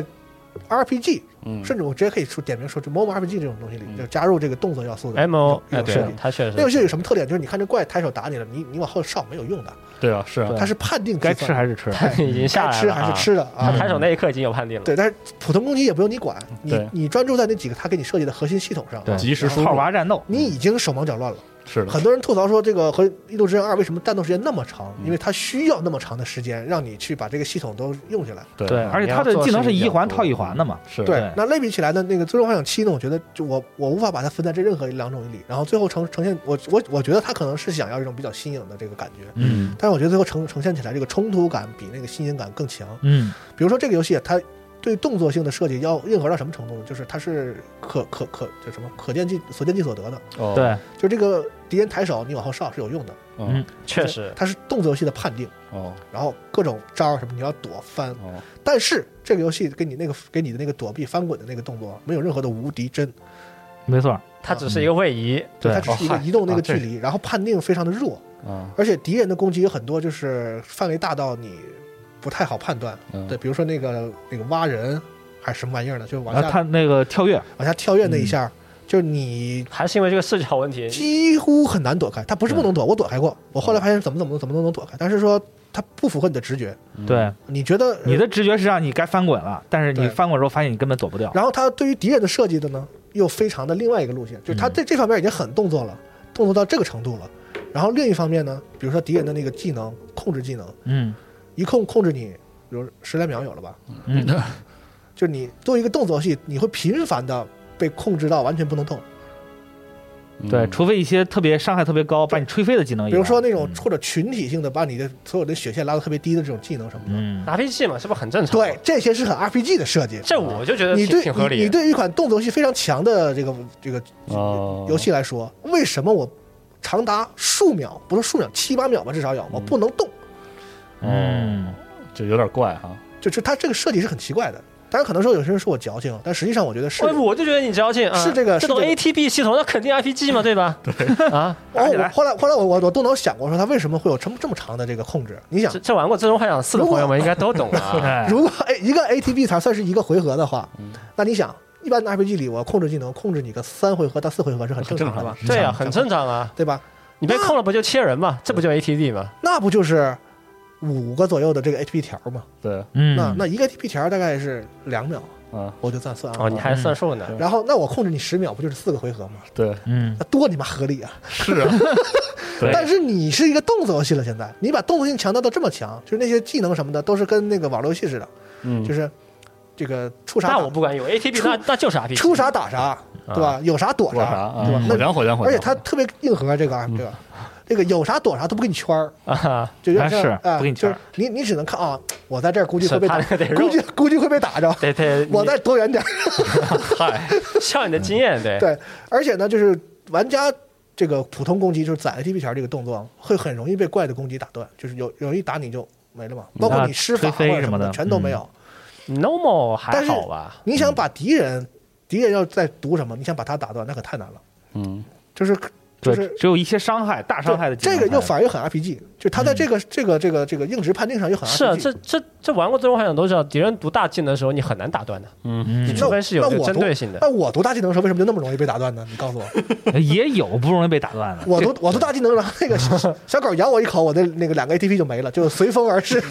RPG，
嗯
甚至我直接可以说点名说，就 MOBA RPG 这种东西里
嗯
就加入这个动作要素的
M O，
一
哎，
种
对
设计。，
他确实
那游戏有什么特点？就是你看这怪抬手打你了，你你往后上没有用的，
对啊，是啊，
对
它是判定
该
计算
吃还是 吃，
已经下
该
来
吃
了
还
啊
是吃的
他
啊。
抬手那一刻已经有判定了。
对，但是普通攻击也不用你管，你
对
你专注在那几个他给你设计的核心系统上，
对
及时输
套
入
娃战斗，
你已经手忙脚乱了。
是的，
很多人吐槽说，这个和《异度之刃二》为什么战斗时间那么长？
嗯
因为它需要那么长的时间让你去把这个系统都用起来。
对啊
对
而且他的技能是一环套一环的嘛，
是啊
对
那类比起来呢，那个《最终幻想七》呢，我觉得就我我无法把它分在这任何两种里，然后最后呈呈现我我我觉得他可能是想要一种比较新颖的这个感觉，
嗯
但是我觉得最后呈呈现起来这个冲突感比那个新颖感更强。
嗯，
比如说这个游戏它对动作性的设计要硬核到什么程度呢？就是它是可可可这什么可见即所见即所得的，
哦，
对，
就这个敌人抬手你往后上是有用的，
嗯
确实，
它是动作游戏的判定，
哦
然后各种招儿什么你要躲翻，
哦，
但是这个游戏给你那个给你的那个躲避翻滚的那个动作没有任何的无敌帧，
没错，
它只是一个位移，
对
它，只
哦
是一个移动那
啊
个距
这
离，然后判定非常的弱，
啊
而且敌人的攻击有很多就是范围大到你不太好判断，
嗯
对，比如说那个那个挖人还是什么玩意儿呢，就往
然
下
呃后他那个跳跃，
往下跳跃那一
嗯
下，就是你
还是因为这个视角问题。
几乎很难躲开。它不是不能躲，我躲开过，我后来发现怎么怎么怎么都能躲开，但是说它不符合你的直觉，
嗯
嗯
对，
你觉得
你
的，
的直觉是让你该翻滚了，但是你
对
翻滚之后发现你根本躲不掉，
呃然后它对于敌人的设计的呢，又非常的另外一个路线，就是它
嗯
在这方面已经很动作了，动作到这个程度了。然后另一方面呢，比如说敌人的那个技能控制技能，
嗯
一控控制你，比如十来秒有了吧，
嗯，
就是你做一个动作游戏，你会频繁的被控制到完全不能动。
嗯
嗯
对，除非一些特别伤害特别高把你吹飞的技能以
比
外，
如
哎
说那种
嗯
或者群体性的把你的所有的血线拉到特别低的这种技能什么的，
嗯，
RPG 嘛，这不很正常？
对，，这些是很 RPG 的设计。
这我就觉得
你
挺
对
挺合
你
理
你
的。
对于一款动作游戏非常强的这个这个
哦
游戏来说，为什么我长达数秒，不是数秒，七八秒吧，至少有，我不能动？
嗯
嗯，这有点怪哈，
就就它这个设计是很奇怪的。当然，可能说有些人说我矫情，但实际上我觉得是。
我哎我就觉得你矫情啊，
是这个
这种
是这个
ATB 系统，那肯定 RPG 嘛，对吧？对啊，
然后
打起
哦我
来
后来后来我我我都能想过说它为什么会有这么这么长的这个控制？你想
这，这玩过《最终幻想四》的朋友们应该都懂了啊。
哎，
如果哎一个 ATB 才算是一个回合的话，那你想，一般的 RPG 里我控制技能控制你个三回合到四回合是很正常的吧？
对啊，很正常啊，
对吧？
你被控了不就切人嘛？这不就 ATB 嘛？
那不就是五个左右的这个 HP 条吗？
对
嗯，
那那一个 HP 条大概是两秒，
啊
我就算算
哦，
啊。
你还算数呢。
然后那我控制你十秒，不就是四个回合吗？
对
嗯
那多你妈合理啊！
是啊，对
但是你是一个动作游戏了，现在你把动作性强调到这么强，就是那些技能什么的都是跟那个网络游戏似的，
嗯
就是这个出啥
那
打
我不管用 ATB，
出
那那就是 RPG。
出啥打啥，对吧？有啥躲
过啥啊？
对吧？
火
那
箭火箭火
而
箭，
且它特别硬核，这个
嗯
啊，这个这个有啥躲啥都不给你圈儿，
啊？
就有点
啊是
像哎
不给你
就
圈
是
儿
你你只能看啊，我在这儿估计会被打
是怕那个，得
估计估计会被打着，
对对，
我再多远点儿。
嗨，像你的经验对。
对，而且呢，就是玩家这个普通攻击，就是攒 ATP 条这个动作，会很容易被怪的攻击打断，就是有容易打你就没了嘛，包括你施法
啊
或
推飞
者什么
什么的嗯
全都没有。
Normal 还
但是
好吧？
你想把敌人。敌人要在读什么，你想把它打断，那可太难了。
嗯，
就是就
对，
是
只有一些伤害，大伤害的技
哦
能
这
才。
个又反而又很 RPG，就它在这个、这个这个这个硬值判定上又很 RPG。
是啊，这这这玩过《最终幻想》都知道，敌人读大技能的时候你很难打断的，
嗯
你除非是有
那
这个
我
针
读
对性的。
那我读大技能的时候为什么就那么容易被打断呢？你告诉我，
也有不容易被打断的。
我读我读大技能，然后那个小小狗咬我一口，我的那个两个 ATP 就没了，就随风而逝。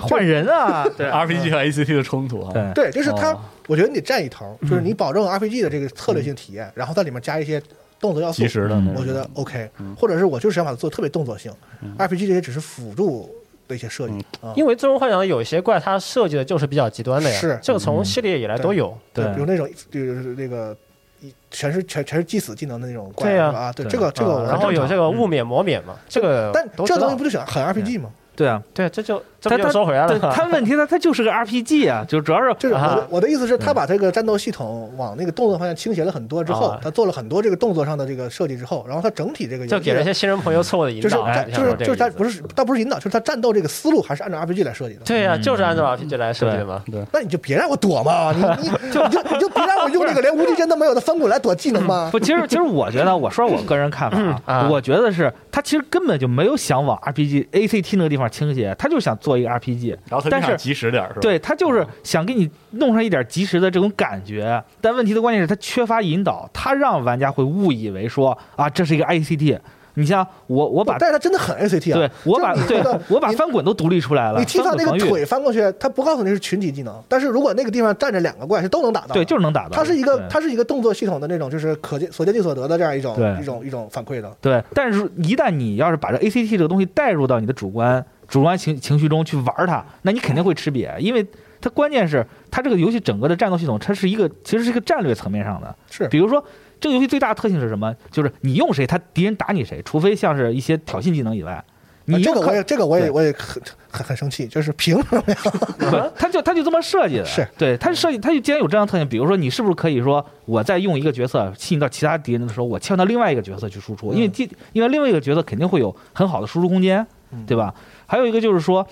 换人啊，对啊
RPG 和 ACT 的冲突啊，
对
对，就是它
哦，
我觉得你得占一头，就是你保证 RPG 的这个策略性体验，然后在里面加一些动作要素
及，时的那
我
种
觉得 OK。或者是我就是想把它做得特别动作性，RPG 这些只是辅助的一些设计啊。
因为《最终幻想》有些怪它设计的就是比较极端的呀，
是
这个从系列以来都有。
对，比如
对
那种就是那个一全是全全是祭死技能的那种怪
对呀
是吧啊，对
对
这个这个我
然后有这个雾免魔免嘛，这个
嗯但
都
这
知道
东西不就想很 RPG 吗？
对啊，
对，这就这
他
不就
他
收回来了
对
吗？
他问题他他就是个 RPG 啊，就主要是
就是我的
啊
我的意思是，他把这个战斗系统往那个动作方向倾斜了很多之后
啊，
他做了很多这个动作上的这个设计之后，然后他整体这个游戏
就给了一些新人朋友错误的引
就是
导，
战
哎
就是就是他不
是
是倒不是引导，就是他战斗这个思路还是按照 RPG 来设计的。
对呀、就是按照 RPG 来设计的嘛。
那你就别让我躲嘛，你 你就你就你就别让我用这个连无敌帧都没有的翻滚来躲技能嘛。
不，其实其实我觉得，我说我个人看法啊，
嗯
啊
我觉得是他其实根本就没有想往 RPG ACT 那个地方倾斜，他就想做一个 RPG，
然后他
但
就想
是
及时点儿是吧？
对他
哦
就是想给你弄上一点及时的这种感觉。但问题的关键是，他缺乏引导，他让玩家会误以为说啊，这是一个 ACT。你像我，我把
但是他真的很 ACT 啊。
对我把
就是你
对
那个
我把
你
翻滚都独立出来了，
你踢
翻
到
滚
那个
防御
腿翻过去，他不告诉你是群体技能，但是如果那个地方站着两个怪是都能打到的。
对就是能打到，
它是一个
对
它是一个动作系统的那种，就是可见所见即所得的这样一种
对
一种一种反馈的。
对，但是一旦你要是把这 ACT 这个东西带入到你的主观主观情情绪中去玩它，那你肯定会吃瘪，因为它关键是它这个游戏整个的战斗系统，它是一个其实是一个战略层面上的。
是
比如说这个游戏最大的特性是什么？就是你用谁，他敌人打你谁，除非像是一些挑衅技能以外，你
啊这
用
个
他
我也这个我也
对
我也很很很生气，就是凭什么呀？
对， 他就他就这么设计的，
是
对，他设计他就既然有这样的特性，比如说你是不是可以说我在用一个角色吸引到其他敌人的时候，我切换到另外一个角色去输出，因为第因为另外一个角色肯定会有很好的输出空间
嗯，
对吧？还有一个就是说，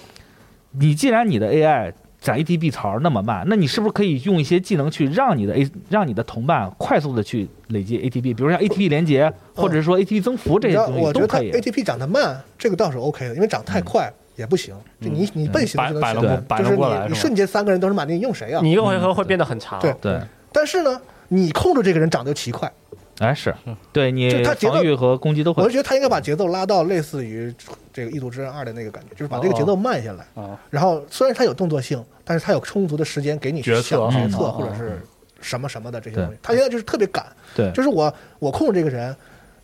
你既然你的 AI 攒 ATB 槽那么慢，那你是不是可以用一些技能去让你的 A 让你的同伴快速的去累积 ATB，比如像 ATB 连接，或者是说 ATB 增幅这
嗯你知
些
道，
东
我
西
觉得哎
都
它
可以。
ATP 长得慢，这个倒是 OK 的，因为长太快也不行。就
嗯
你你笨行
摆
就
摆
能
弄
对
不
行，
摆
就是
弄过
你
来
你
是吧？
瞬间三个人都是满地用谁啊？
你一个回合会变得很长，
对
对，
但是呢，你控制这个人长得又奇怪，
哎是，对你
就它节奏
防御和攻击都
我
会
就觉得他应该把节奏拉到类似于这个《异度之刃二》的那个感觉，就是把这个节奏慢下来。
哦
然后虽然它有动作性，但是它有充足的时间给你去
决
想
策
决
嗯
策
哦
或者
哦
是什么什么的这些
对
东西。他现在就是特别赶，
对。
就是我我控制这个人。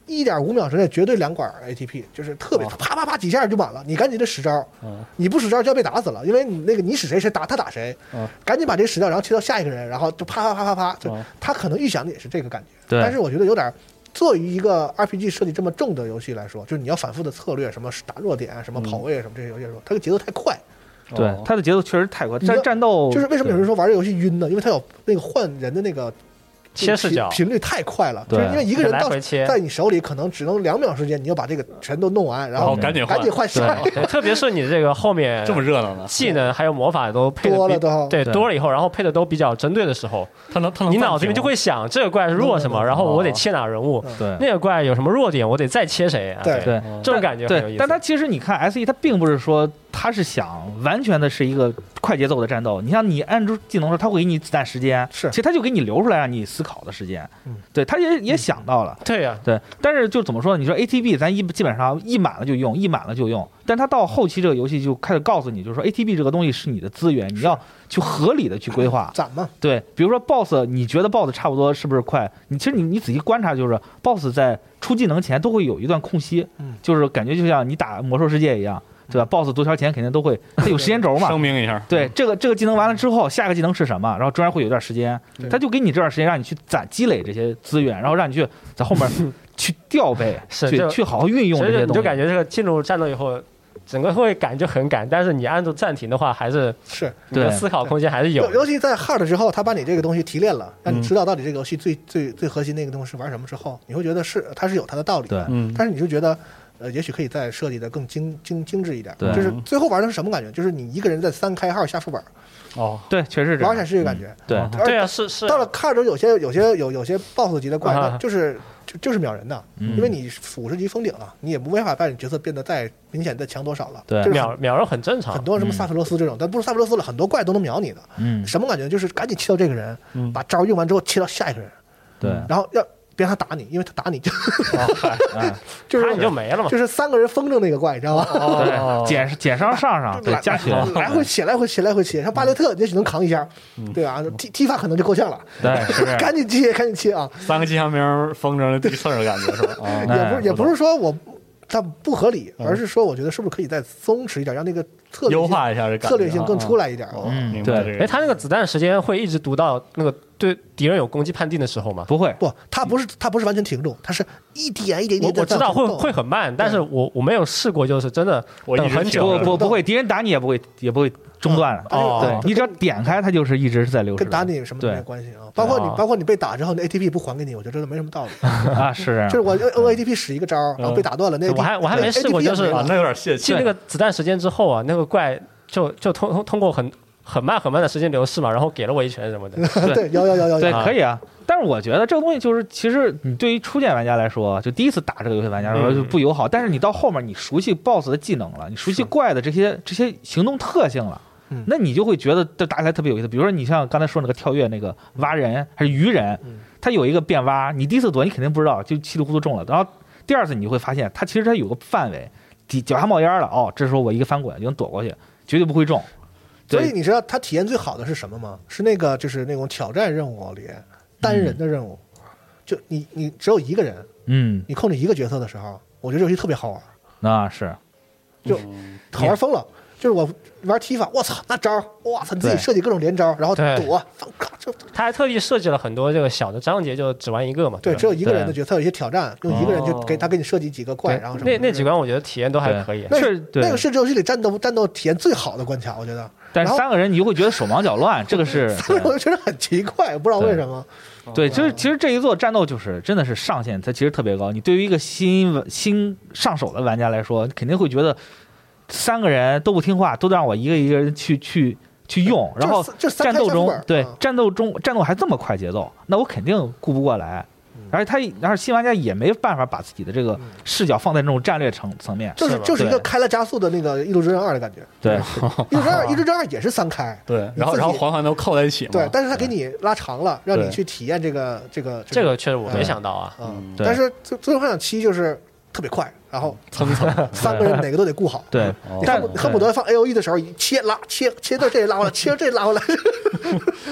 一点五秒之内绝对两管 ATP，就是特
哦
别啪啪啪几下就满了。你赶紧得使招，
嗯
你不使招就要被打死了，因为你那个你使谁谁打他打谁，
嗯
赶紧把这个使掉，然后切到下一个人，然后就啪啪啪啪啪，就他可能预想的也是这个感觉，
对
但是我觉得有点。作于一个 RPG 设计这么重的游戏来说，就是你要反复的策略，什么打弱点啊，
嗯
什么跑位啊，什么这些游戏来说，它的节奏太快。
对
哦，
他的节奏确实太快，
你知道
战战斗
就是为什么有人
人
说玩这游戏晕呢？因为它有那个换人的那个
切视角，
频频率太快了，就
对
是因为一个人
来
到
回切
在你手里可能只能两秒时间，你就把这个全都弄完，然后
哦赶紧换
赶紧换下一个。
对特别是你这个后面
这么热啊闹呢？
技能还有魔法都配的
多了都
对
对
多了以后，然后配的都比较针对的时候，
他能他能
你
哦放
脑子里面
平
就会想这个怪是弱什么，然后我得切哪人物，
对
那个怪有什么弱点，我得再切谁啊？
对
对
这种感觉很有意
对，
思。
但他其实你看 S E，他并不是说他是想完全的是一个快节奏的战斗。你像你按住技能的时候，他会给你子弹时间，
是
其实他就给你留出来让你思考的时间。
嗯
对，他也也想到了。
对啊呀，
对，但是就怎么说呢？你说 ATB，咱一基本上一满了就用，一满了就用。但它到后期这个游戏就开始告诉你，就是说 ATB 这个东西是你的资源，你要去合理的去规划。
攒嘛，
对，比如说 BOSS，你觉得 BOSS 差不多是不是快？你其实你你仔细观察，就是 BOSS 在出技能前都会有一段空隙，
嗯
就是感觉就像你打魔兽世界一样，对吧？BOSS 多条前肯定都会，它有时间轴嘛
声。明一下，
对，这个这个技能完了之后，下个技能是什么？然后中间会有一段时间
对，
它就给你这段时间让你去攒积累这些资源，然后让你去在后面去调配，
是
去
就
去好好运用
所
这
以就
些
你
东西
就。感觉这个进入战斗以后，整个会感觉很赶，但是你按住暂停的话，还是
是
你的
对
思考空间还是有嗯
尤。尤其在 hard 之后，他把你这个东西提炼了，让你知道到底这个游戏最最最核心那个东西是玩什么之后，你会觉得是它是有它的道理的。
对
嗯
但是你就觉得呃，也许可以再设计的更精精精致一点。
对
就是最后玩的是什么感觉？就是你一个人在三开号下副本，
哦，
对，确实
玩起
这样
来。是这个感觉。
对，
而
啊对啊，是是啊，
到了看着有些有些有有些 BOSS 级的怪，
啊
它就是就就是秒人的，
嗯
因为你五十级封顶了，你也没法把你角色变得再明显再强多少了。
对
就是
秒
很
秒人很正常
很，多什么
嗯
萨特罗斯这种，但不是萨特罗斯了，很多怪都能秒你的。
嗯，
什么感觉？就是赶紧切到这个人，
嗯
把招用完之后切到下一个人，
对，
然后要别让他打你，因为他打你就
嗯，
就是
他你就嗯没了嘛。
就是三个人封着那个怪，你知道吗？
对，减减伤上上，对
来，
加血，
来回切，来回切，来回切。像巴雷特，也许能扛一下，对吧？踢踢法可能就够呛了，
嗯对，是这 样
赶紧切，赶紧切啊！
三个吉祥名封着了第四个感觉是吧？ 啊，
也不
哎
是也不是说我它不合理，
嗯
而是说我觉得是不是可以再松弛一点，让那个策略
优
性
化一下这感觉，
策略
啊
性更出
来。
来一点。
哦
嗯
明白
对
这
哎，
个。
他那个子弹时间会一直读到那个对敌人有攻击判定的时候吗？
不会，
不，它不是它不是完全停住，它是一点一点一
我
点。
我知道会会很慢，但是我我没有试过，就是真的
我一
等
直
很
挺
久
不
着
不不会，敌人打你也不会也不会中断的。
但是
哦
对你只要点开，它就是一直是在流
嗯
失
跟
的。
打你什么都没
对
关系啊。包括你
啊
包括你被打之后，那 ATP 不还给你，我觉得真的没什么道理。
啊，是这样
就是我用 ATP 使一个招儿，然后被打断了，那
嗯我还我还没试过就是
对 ATP 也没
啊
了，
那有点泄气
进那个子弹时间之后啊，那个怪就就通通通过很很慢很慢的时间流逝嘛，然后给了我一拳什 么的。
对，有有有有
对，
有。
可以啊。嗯但是我觉得这个东西就是，其实你对于初见玩家来说，啊就第一次打这个游戏玩家来说
嗯
就不友好。但是你到后面，你熟悉 BOSS 的技能了，你熟悉怪的这些这些行动特性了
嗯。
那你就会觉得这打起来特别有意思。比如说，你像刚才说那个跳跃那个挖人还是鱼人
嗯，
它有一个变挖，你第一次躲你肯定不知道，就稀里糊涂中了。然后第二次你就会发现，它其实它有个范围，底脚下冒烟了，哦，这时候我一个翻滚就能躲过去，绝对不会中。
所
对
以你知道它体验最好的是什么吗？是那个就是那种挑战任务里单人的任务，
嗯
就你你只有一个人，
嗯，
你控制一个角色的时候，我觉得这游戏特别好玩，
那是
就好玩疯了。就是我玩踢法，我操，那招儿，我操，你自己
对
设计各种连招儿，然后
对
躲，放咔就
他还特地设计了很多这个小的章节，就只玩一个嘛。
对，
吧
只有一个人
对
的角色，有一些挑战，用一个人就给他给你设计几个怪，
对
然后什么
那那几关我觉得体验都还
对
可以。
那
是对
那个是这游戏里战斗战斗体验最好的关卡，我觉得。
但是
然后
三个人你就会觉得手忙脚乱，这 个 是
但是我就觉得很奇怪，不知道为什么。
对，就是其实这一座战斗就是真的是上限，它其实特别高。你对于一个新新上手的玩家来说，你肯定会觉得三个人都不听话，都让我一个一个人去去去用，然后
就是哎三就是三
战
开
斗
小副
中
本儿
对
嗯
战斗中战斗还这么快节奏，那我肯定顾不过来。
嗯
而且他，然后新玩家也没办法把自己的这个视角放在那种战略层层面，
就是
是吧
就是一个
对
开了加速的那个《异度之刃二》的感觉，《
对，
异度之刃二》《异度之刃二》也是三开，
对，
你
然后
自己
然后环环都扣在一起嘛。
对，但是它给你拉长了，让你
对
去体验这个这个
这个确实我没
嗯
想到啊，
啊。
对
但是《最最终幻想七》就是特别快，然后
层层
三个人哪个都得顾好。
对，
哦
你
但
恨不恨不得放 A O E 的时候，切拉切切到这里拉回来，切到这里拉回来，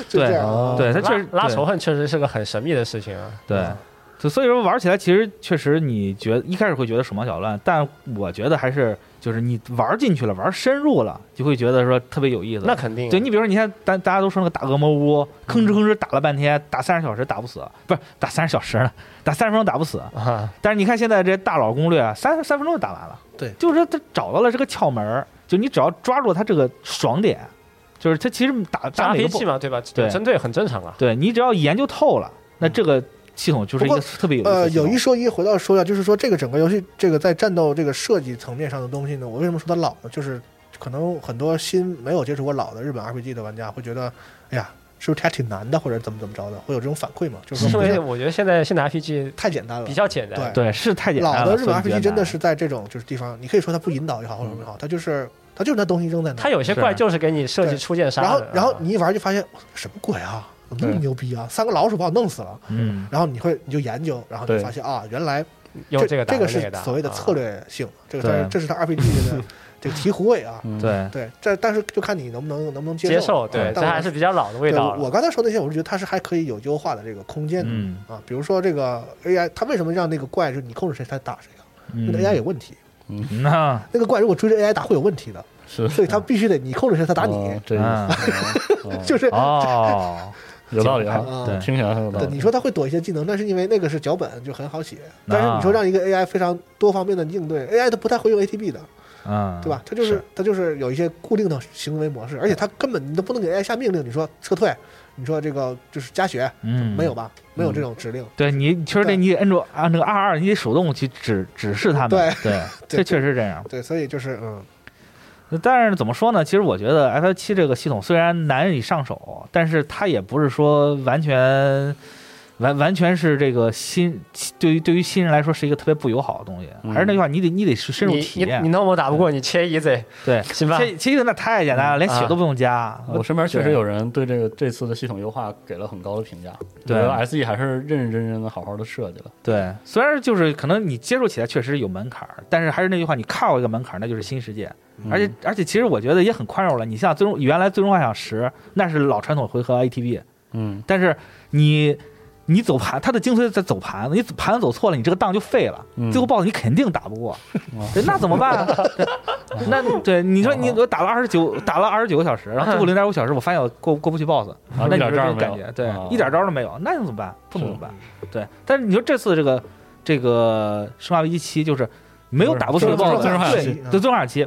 就这样啊。
对，他确实
拉拉
对
仇恨确实是个很神秘的事情啊。
对，
嗯
就所以说玩起来其实确实你觉得一开始会觉得手忙脚乱，但我觉得还是就是你玩进去了，玩深入了，就会觉得说特别有意思。
那肯定啊。
对你比如说你看大大家都说那个打恶魔屋，吭哧吭哧打了半天，打三十小时打不死，不是打三十小时呢，打三十分钟打不死。
啊，
但是你看现在这些大佬攻略啊，三三分钟就打完了。
对
就是说他找到了这个窍门儿，就你只要抓住他这个爽点，就是他其实打
加
打每个
p
部
器嘛，对吧？
对
针对很正常啊。
对你只要研究透了，那这个系统就是一
嗯不
个
过
特别有意思的
呃，
系统。
有一说一，回到说一下，就是说这个整个游戏这个在战斗这个设计层面上的东西呢，我为什么说它老呢？就是可能很多新没有接触过老的日本 RPG 的玩家会觉得，哎呀，是不是它挺难的，或者怎么怎么着的，会有这种反馈嘛？ 就是
因
说
为我觉得现在现在 RPG
太简单了
比。较简单，
对
对，是太简单
啊
老
了。
的日本
所以觉得
RPG 真的
难
是在这种就是地方，你可以说它不引导也好，或者什么也好，它就是它就是那东西扔在那
它
儿，
嗯有些怪
是
就是给你设计
对
出剑杀
然后
的啊
然后你一玩就发现什么鬼啊，怎么那么
对
牛逼啊，三个老鼠把我弄死了，
嗯，
然后你会你就研究，然后你
对
就发现啊，原来
用
这
个打
个
那
是
打
所谓的
啊
策略性，这个
对
但是这是他 RPG 的这个醍醐味啊。
对
对，这但是就看你能不能能不能
嗯接
受
受，
啊。
对，这
但我
还是比较老的味
对
道
我
了。
我刚才说那些，我是觉得它是还可以有优化的这个空间的、
嗯
啊。比如说这个 AI，它为什么让那个怪就是你控制谁才打谁啊？因
嗯
为那 AI 有问题，
嗯那
那个怪如果追着 AI 打会有问题 的，
是
所以它必须得你控制谁才打你，
哦这意
嗯
思
就是。
哦，
有道理啊，
啊
对
听起来很有道
对，
理
你。说它会躲一些技能，但是因为那个是脚本就很好写，但是
啊
你说让一个 AI 非常多方面的应对，AI 它不太会用 ATB 的，
嗯，
对吧？？它就是
是啊
它就是有一些固定的行为模式，而且它根本你都不能给 AI 下命令，你说撤退，你说这个就是加血，
嗯，
没有。吧？没有这种指令，
对你确实得
对
你摁住按那个二二，你得手动去指指示他们。
对
对，这
对
确实是这样。
对，所以就是嗯，
但是怎么说呢？其实我觉得 F 七这个系统虽然难以上手，但是它也不是说完全完完全是这个新对于对于新人来说是一个特别不友好的东西。
嗯
还是那句话，你得你得去深入
你
体
你你
验。
那我打不过你切一嘴，
对，
行吧？
这这个那太简单了，连
啊
血都不用加。
我身边确实有人对这个这次的系统优化给了很高的评价，
对
觉得 SE 还是认认真真的好好的设计了。
对，虽然就是可能你接触起来确实有门槛儿，但是还是那句话，你跨过一个门槛儿，那就是新世界。而且而且，其实我觉得也很宽容了。你像最终原来《最终幻想十》，那是老传统回合 ATB，
嗯，
但是你你走盘，它的精髓在走盘子，你盘子走错了，你这个档就废了，
嗯
最后 BOSS 你肯定打不过，对那怎么办、啊？对那对你说你我打了二十九，打了二十九个小时，然后最后零点五小时，我发现我过过不去 BOSS，、
啊
那
一
你
点
说这
招儿
种
没
感
有
觉，对，
啊
一点招儿都没有，那你怎么办？不能怎么办？对，但是你说这次这个这个生化危机七就是。没有打不出的
最终
BOSS，
最终幻想
对，
七
对，最终幻想七，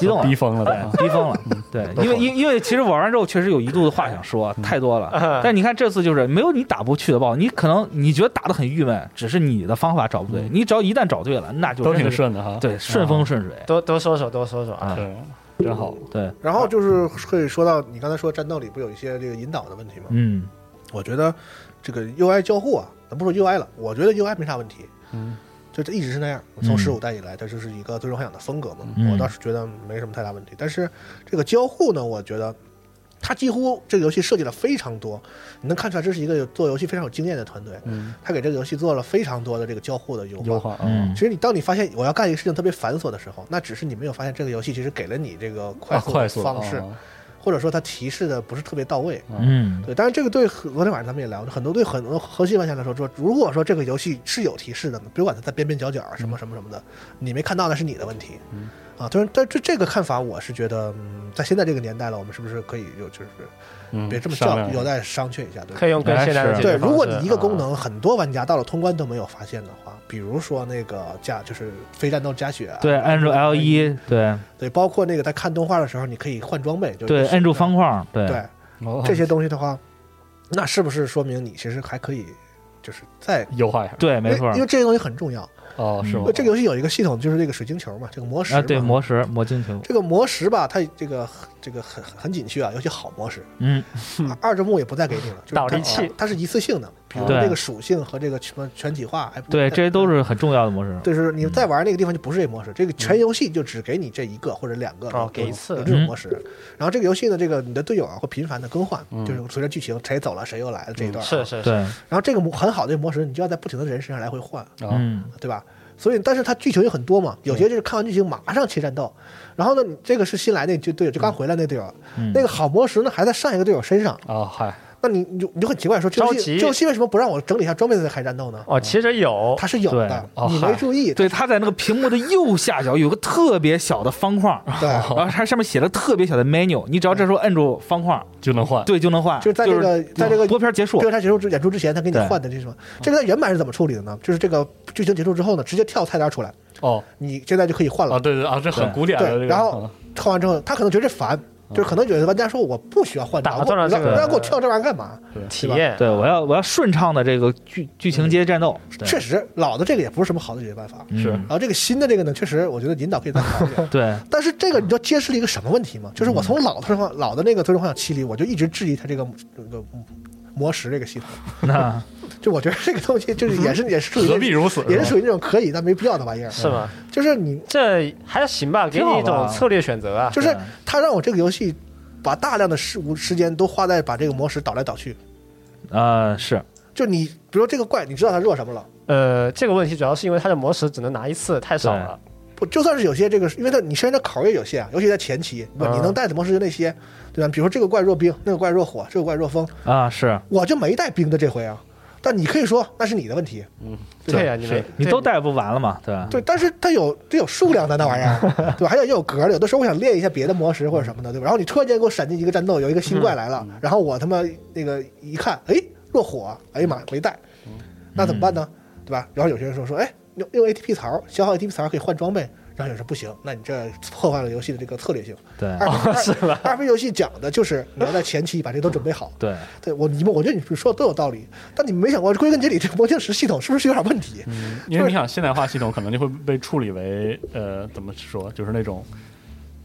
激动了，
逼疯了
对，
都。啊
逼疯了。
嗯
对，因为因因为其实玩完之后，确实有一肚子话想说，太多了。
嗯
但你看这次就是没有你打不去的 BOSS，你可能你觉得打得很郁闷，只是你的方法找不对。你只要一旦找对了，那
嗯
就
都
真
挺
的是
顺的哈，
对顺风顺水。
多多说说多说说啊！
对，真好。
对，
然后就是会说到你刚才说战斗里不有一些这个引导的问题吗？
嗯，
我觉得这个 UI 交互啊，咱不说 UI 了，我觉得 UI 没啥问题，
嗯，
就这一直是那样。
嗯
从十五代以来，它就是一个最终幻想的风格嘛，
嗯
我倒是觉得没什么太大问题。但是这个交互呢，我觉得它几乎这个游戏设计了非常多，你能看出来这是一个有做游戏非常有经验的团队，
嗯，
他给这个游戏做了非常多的这个交互的优化。
优化啊，
嗯
其实你当你发现我要干一个事情特别繁琐的时候，那只是你没有发现这个游戏其实给了你这个快
啊
速
快
的
速
方式，
啊
或者说它提示的不是特别到位。
嗯，
对，当然这个对很昨天晚上咱们也聊，很多对很多核心玩家来说，说如果说这个游戏是有提示的，别管它在边边角角啊什么什么什么的，你没看到那是你的问题。啊，当然，但这这个看法我是觉得，嗯，在现在这个年代了，我们是不是可以有就是
嗯
别这么
商
叫，
量
有待商榷一下，对吧
可以用更现代的
哎是
解
对，
决方式
如果你一个功
啊
能很多玩家到了通关都没有发现的话，比如说那个加就是非战斗加血啊，
对，摁住 L 一，对
对，包括那个在看动画的时候你可以换装备，就
对，摁住方框，对
对
哦
这些东西的话，那是不是说明你其实还可以，就是再
优化一下
对，没
因
错
为因。为这些东西很重要。
哦，是吗？
嗯这个游戏有一个系统就是这个水晶球嘛，这个魔石
啊，
嘛
对魔石魔晶球，
这个魔石吧，它这个这个很很紧缺啊，尤其好魔 石，
嗯，
啊二周目也不再给你了，就是
倒
它
立器
它是一次性的，比如
对
这个属性和这个什么全体化，还不
对，这些都嗯是很重要的模式。
就是你再玩那个地方就不是这模式，这个
嗯
全游戏就只给你这一个或者两个
哦给一次
有这种模式。然后这个游戏呢，这个你的队友啊会频繁的更换，就是随着剧情谁走了谁又来了这一段啊。
嗯是是是，
对，
然后这个模很好的模式，你就要在不停的人身上来回换，
啊，
嗯，
对吧？所以，但是它剧情又很多嘛，有些就是看完剧情马上切战斗，然后呢，你这个是新来那就队友，就刚回来那队友，
嗯
那个好魔石呢还在上一个队友身上，
啊，嗨，
那你你就你就很奇怪说，这游
着急
戏这游戏为什么不让我整理一下装备再开战斗呢？
哦，其实有
它是有的，
哦
你
嗨
没注意，
对，它在那个屏幕的右下角有个特别小的方框，
对
然后它上面写了特别小的 menu，你只要这时候摁住方框，
就能换。
对，就能换。
嗯就是在这个
是
在这个
播片结束
这，个它结束之演出之前，他给你
对
换的这什么？这个在原版是怎么处理的呢？就是这个剧情结束之后呢，直接跳菜单出来，
哦，
你现在就可以换
啊，
了。
对对啊，这很
嗯
对
古典的这
对，
个。嗯
然后换完之后，他可能觉得这烦，就是可能有的玩家说我不需要换
打
我
断了这
让
个
让给我跳这玩意儿干嘛？
体验，
对我要我要顺畅的这个剧剧
嗯
情接战斗，对
确实，老的这个也不是什么好的解决办法。
嗯。
是
然后这个新的这个呢，确实我觉得引导可以再好一点
对
但是这个你知道揭示了一个什么问题吗？就是我从老的话老的那个《最终幻想七》里，我就一直质疑它这个这个魔石这个系统。
那
就我觉得这个东西就是也是也是属于
何必如此？
也是
吧
属于那种可以但没必要的玩意儿。
是吗？
就是你
这还行吧，给你一
嗯挺好
种
吧
策略选择啊。
就是他让我这个游戏把大量的时无时间都花在把这个魔石倒来倒去。
呃是
就你比如说这个怪，你知道它弱什么了？
呃，这个问题主要是因为它的魔石只能拿一次，太少了。
不，就算是有些这个，因为它你身上的口儿也有限啊，尤其在前期，不，
嗯
你能带的魔石就那些，对吧？比如说这个怪弱冰，那个怪弱火，这个怪弱风，
啊是
我就没带冰的这回啊。但你可以说那是你的问题，对
对呀，你们
你都带不完了嘛，对吧？
对，但是它有它有数量的那玩意儿，对吧？还有也有格儿的，有的时候我想练一下别的魔石或者什么的，对吧？然后你突然间给我闪进一个战斗，有一个新怪来了，然后我他妈那个一看，哎，落火，哎呀妈，没带，那怎么办呢？对吧？然后有些人说说，哎，用用 ATP 槽，消耗 ATP 槽可以换装备，然后也说不行，那你这破坏了游戏的这个策略性。
对
二是吧？二 P 游戏讲的就是你要在前期把这都准备好。
对，
对我你们，我觉得你们说的都有道理，但你们没想过，归根结底，这魔晶石系统是不是有点问题？
因为你想现代化系统可能就会被处理为呃怎么说，就是那种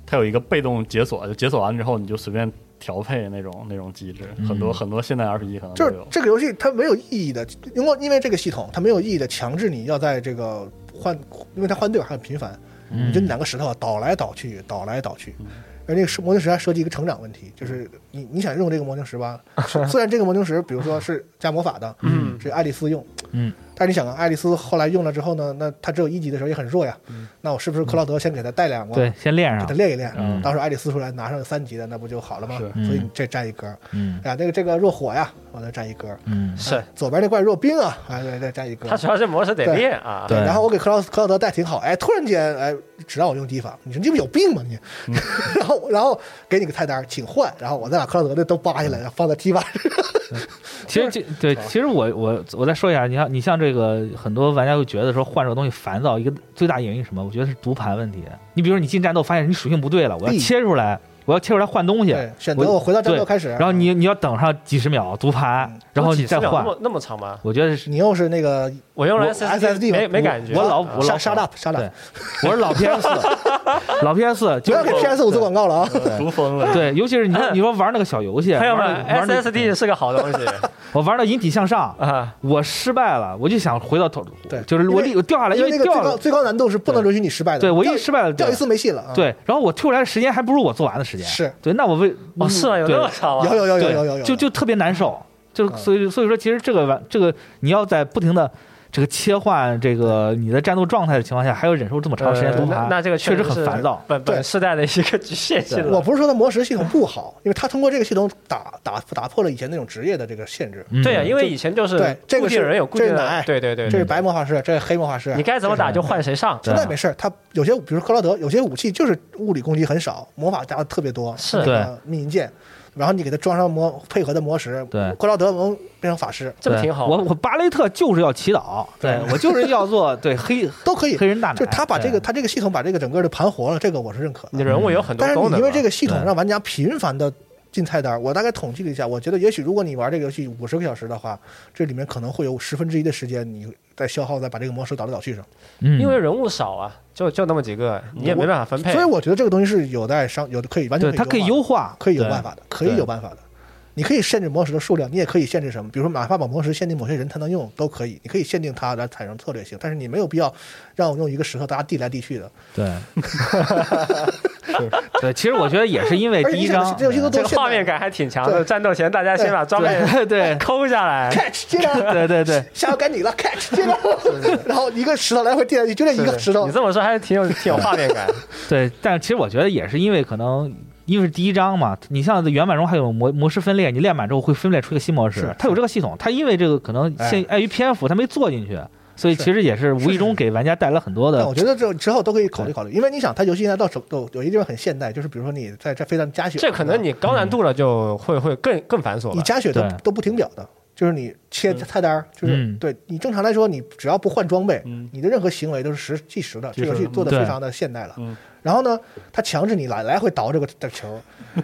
它有一个被动解锁，就解锁完之后你就随便调配那种那种机制，很
嗯
多很多现代 RPG 可能都
就是
啊有。
这个游戏它没有意义的，因为因为这个系统它没有意义的强制你要在这个换，因为它换队友很频繁，你就两个石头啊倒来倒去，倒来倒去。而那个是魔晶石还涉及一个成长问题，就是你你想用这个魔晶石吧，虽然这个魔晶石比如说是加魔法的，嗯，是爱丽丝用，
嗯，
但是你想啊，爱丽丝后来用了之后呢，那她只有一级的时候也很弱呀，那我是不是克劳德先给她带两个，
对，先练
给他
上，
练一练，
嗯
到时候爱丽丝出来拿上三级的，那不就好了吗？
是
所以你这占一格，
嗯
哎呀，那个这个弱火呀，往那占一格，
嗯
是
左边那怪弱冰啊，哎，对，再占一格
他。主要是模式得
对
练啊，
对
然后我给克劳克劳德带挺好，哎，突然间，哎，只让我用敌法，你说你不有病吗你？
嗯
然后然后给你个菜单，请换，然后我再把克劳德的都扒下来，然后放在 T 法。
其实这对，其实我我我再说一下，你像你像这个很多玩家会觉得说换这个东西烦躁，一个最大原因是什么？我觉得是读盘问题。你比如说你进战斗发现你属性不对了，我要
地
切出来，我要切出来换东西，
对，选择我回到战斗开始，
然后你你要等上几十秒读盘
嗯，
然后
几
你
十
再
秒
换
那。么那么长吗？
我觉得是，
你又是那个
我用
我
了
SSD
没
嘛
没感觉，
我老
啊
我老
杀杀 up 杀 up，
对我是老 PS，老 PS
不
就
要给 PS 五做广告了啊！
毒 疯了，
对，尤其是你说你说玩那个小游戏，
朋友
玩
们
那个玩那个
，SSD 是个好东西
我玩到引体向上，
啊，
我失败了，我就想回到头，
对
就是我
因为
立我掉下来，
因为那个最
掉
高
了，
最高难度是不能允许你失败的。
对我
掉
一失败了，
掉
对
一次没戏了啊！
对，然后我退回来的时间还不如我做完的时间，
是
对，那我为
哦是吗？有那么
对
长吗
嗯有？有有有
对
有有有，嗯
就就特别难受，就是所以所以说，其实这个玩这个你要在不停的这个切换这个你的战斗状态的情况下，还要忍受这么长时间
呃
读
那
盘，
那这个
确实
实
很烦躁。
本
对
本世代的一个局限性
我
了。
不是说它魔石系统不好，因为它通过这个系统打打打破了以前那种职业的这个限制。
嗯
对啊呀，因为以前就是
对这个
固定
是
人有固定
这是奶
的，对对对，
这是
对
白魔法师，这是黑魔法师，
你该怎么打就换谁上。
现在没事儿。它有些，比如克劳德，有些武器就是物理攻击很少，魔法加的特别多，
是
那个密银剑，然后你给它装上魔配合的魔石，
对
克劳德能变成法师
这么
对
挺好。
我我巴雷特就是要祈祷，对我 就是要做对黑
都可以。
黑人大奶，
就是它把这个
对
它这个系统把这个整个的盘活了，这个我是认可
你的
的。
人物有很多
但是
功
你
能，
因为这个系统
对
让玩家频繁的进菜单，我大概统计了一下，我觉得也许如果你玩这个游戏五十个小时的话，这里面可能会有十分之一的时间你在消耗在把这个魔石倒来倒去上。
嗯
因为人物少啊，就就那么几个，你也没办法分配。
所以我觉得这个东西是有待商，有的可以完全
对它可以
化
优化，
可以有
对
办法的，可以有办法的。你可以限制魔石的数量，你也可以限制什么，比如说哪怕把魔石限定某些人才能用，都可以。你可以限定它来产生策略性，但是你没有必要让我用一个石头大家递来递去的。
对， 对， 其实我觉得也是因为
而且
第
你
一
想
章
这游戏都
这
多
个
现代
画面感还挺强的，
对
战斗前大家先把装备
对对
抠下来，
catch 接着，
对对对，
下游该你了 catch 接着，然后一个石头来回递来递，就这一个石头
你，这么说还是挺有挺有画面感。
对，但是其实我觉得也是因为可能因为是第一章嘛，你像原版中还有模模式分裂，你练满之后会分裂出一个新模式
是，
它有这个系统，它因为这个可能
哎
限碍于篇幅，它没做进去，所以
是
其实也是无意中给玩家带来很多
但
的
我觉得这之后都可以考虑考虑，因为你想，它游戏现在到手有有一地方很现代，就是比如说你在这非常加血，
这可能你高难度了就会会更更繁琐
你
吧。
加血都
对
都不停表的，就是你切菜单儿，就是、
嗯
对你正常来说，你只要不换装备，
嗯
你的任何行为都是实计时的。
计
这
时
游
的
戏做的
嗯
非
对
常的现代了。
嗯
然后呢，它强制你来来回倒这个这个球儿，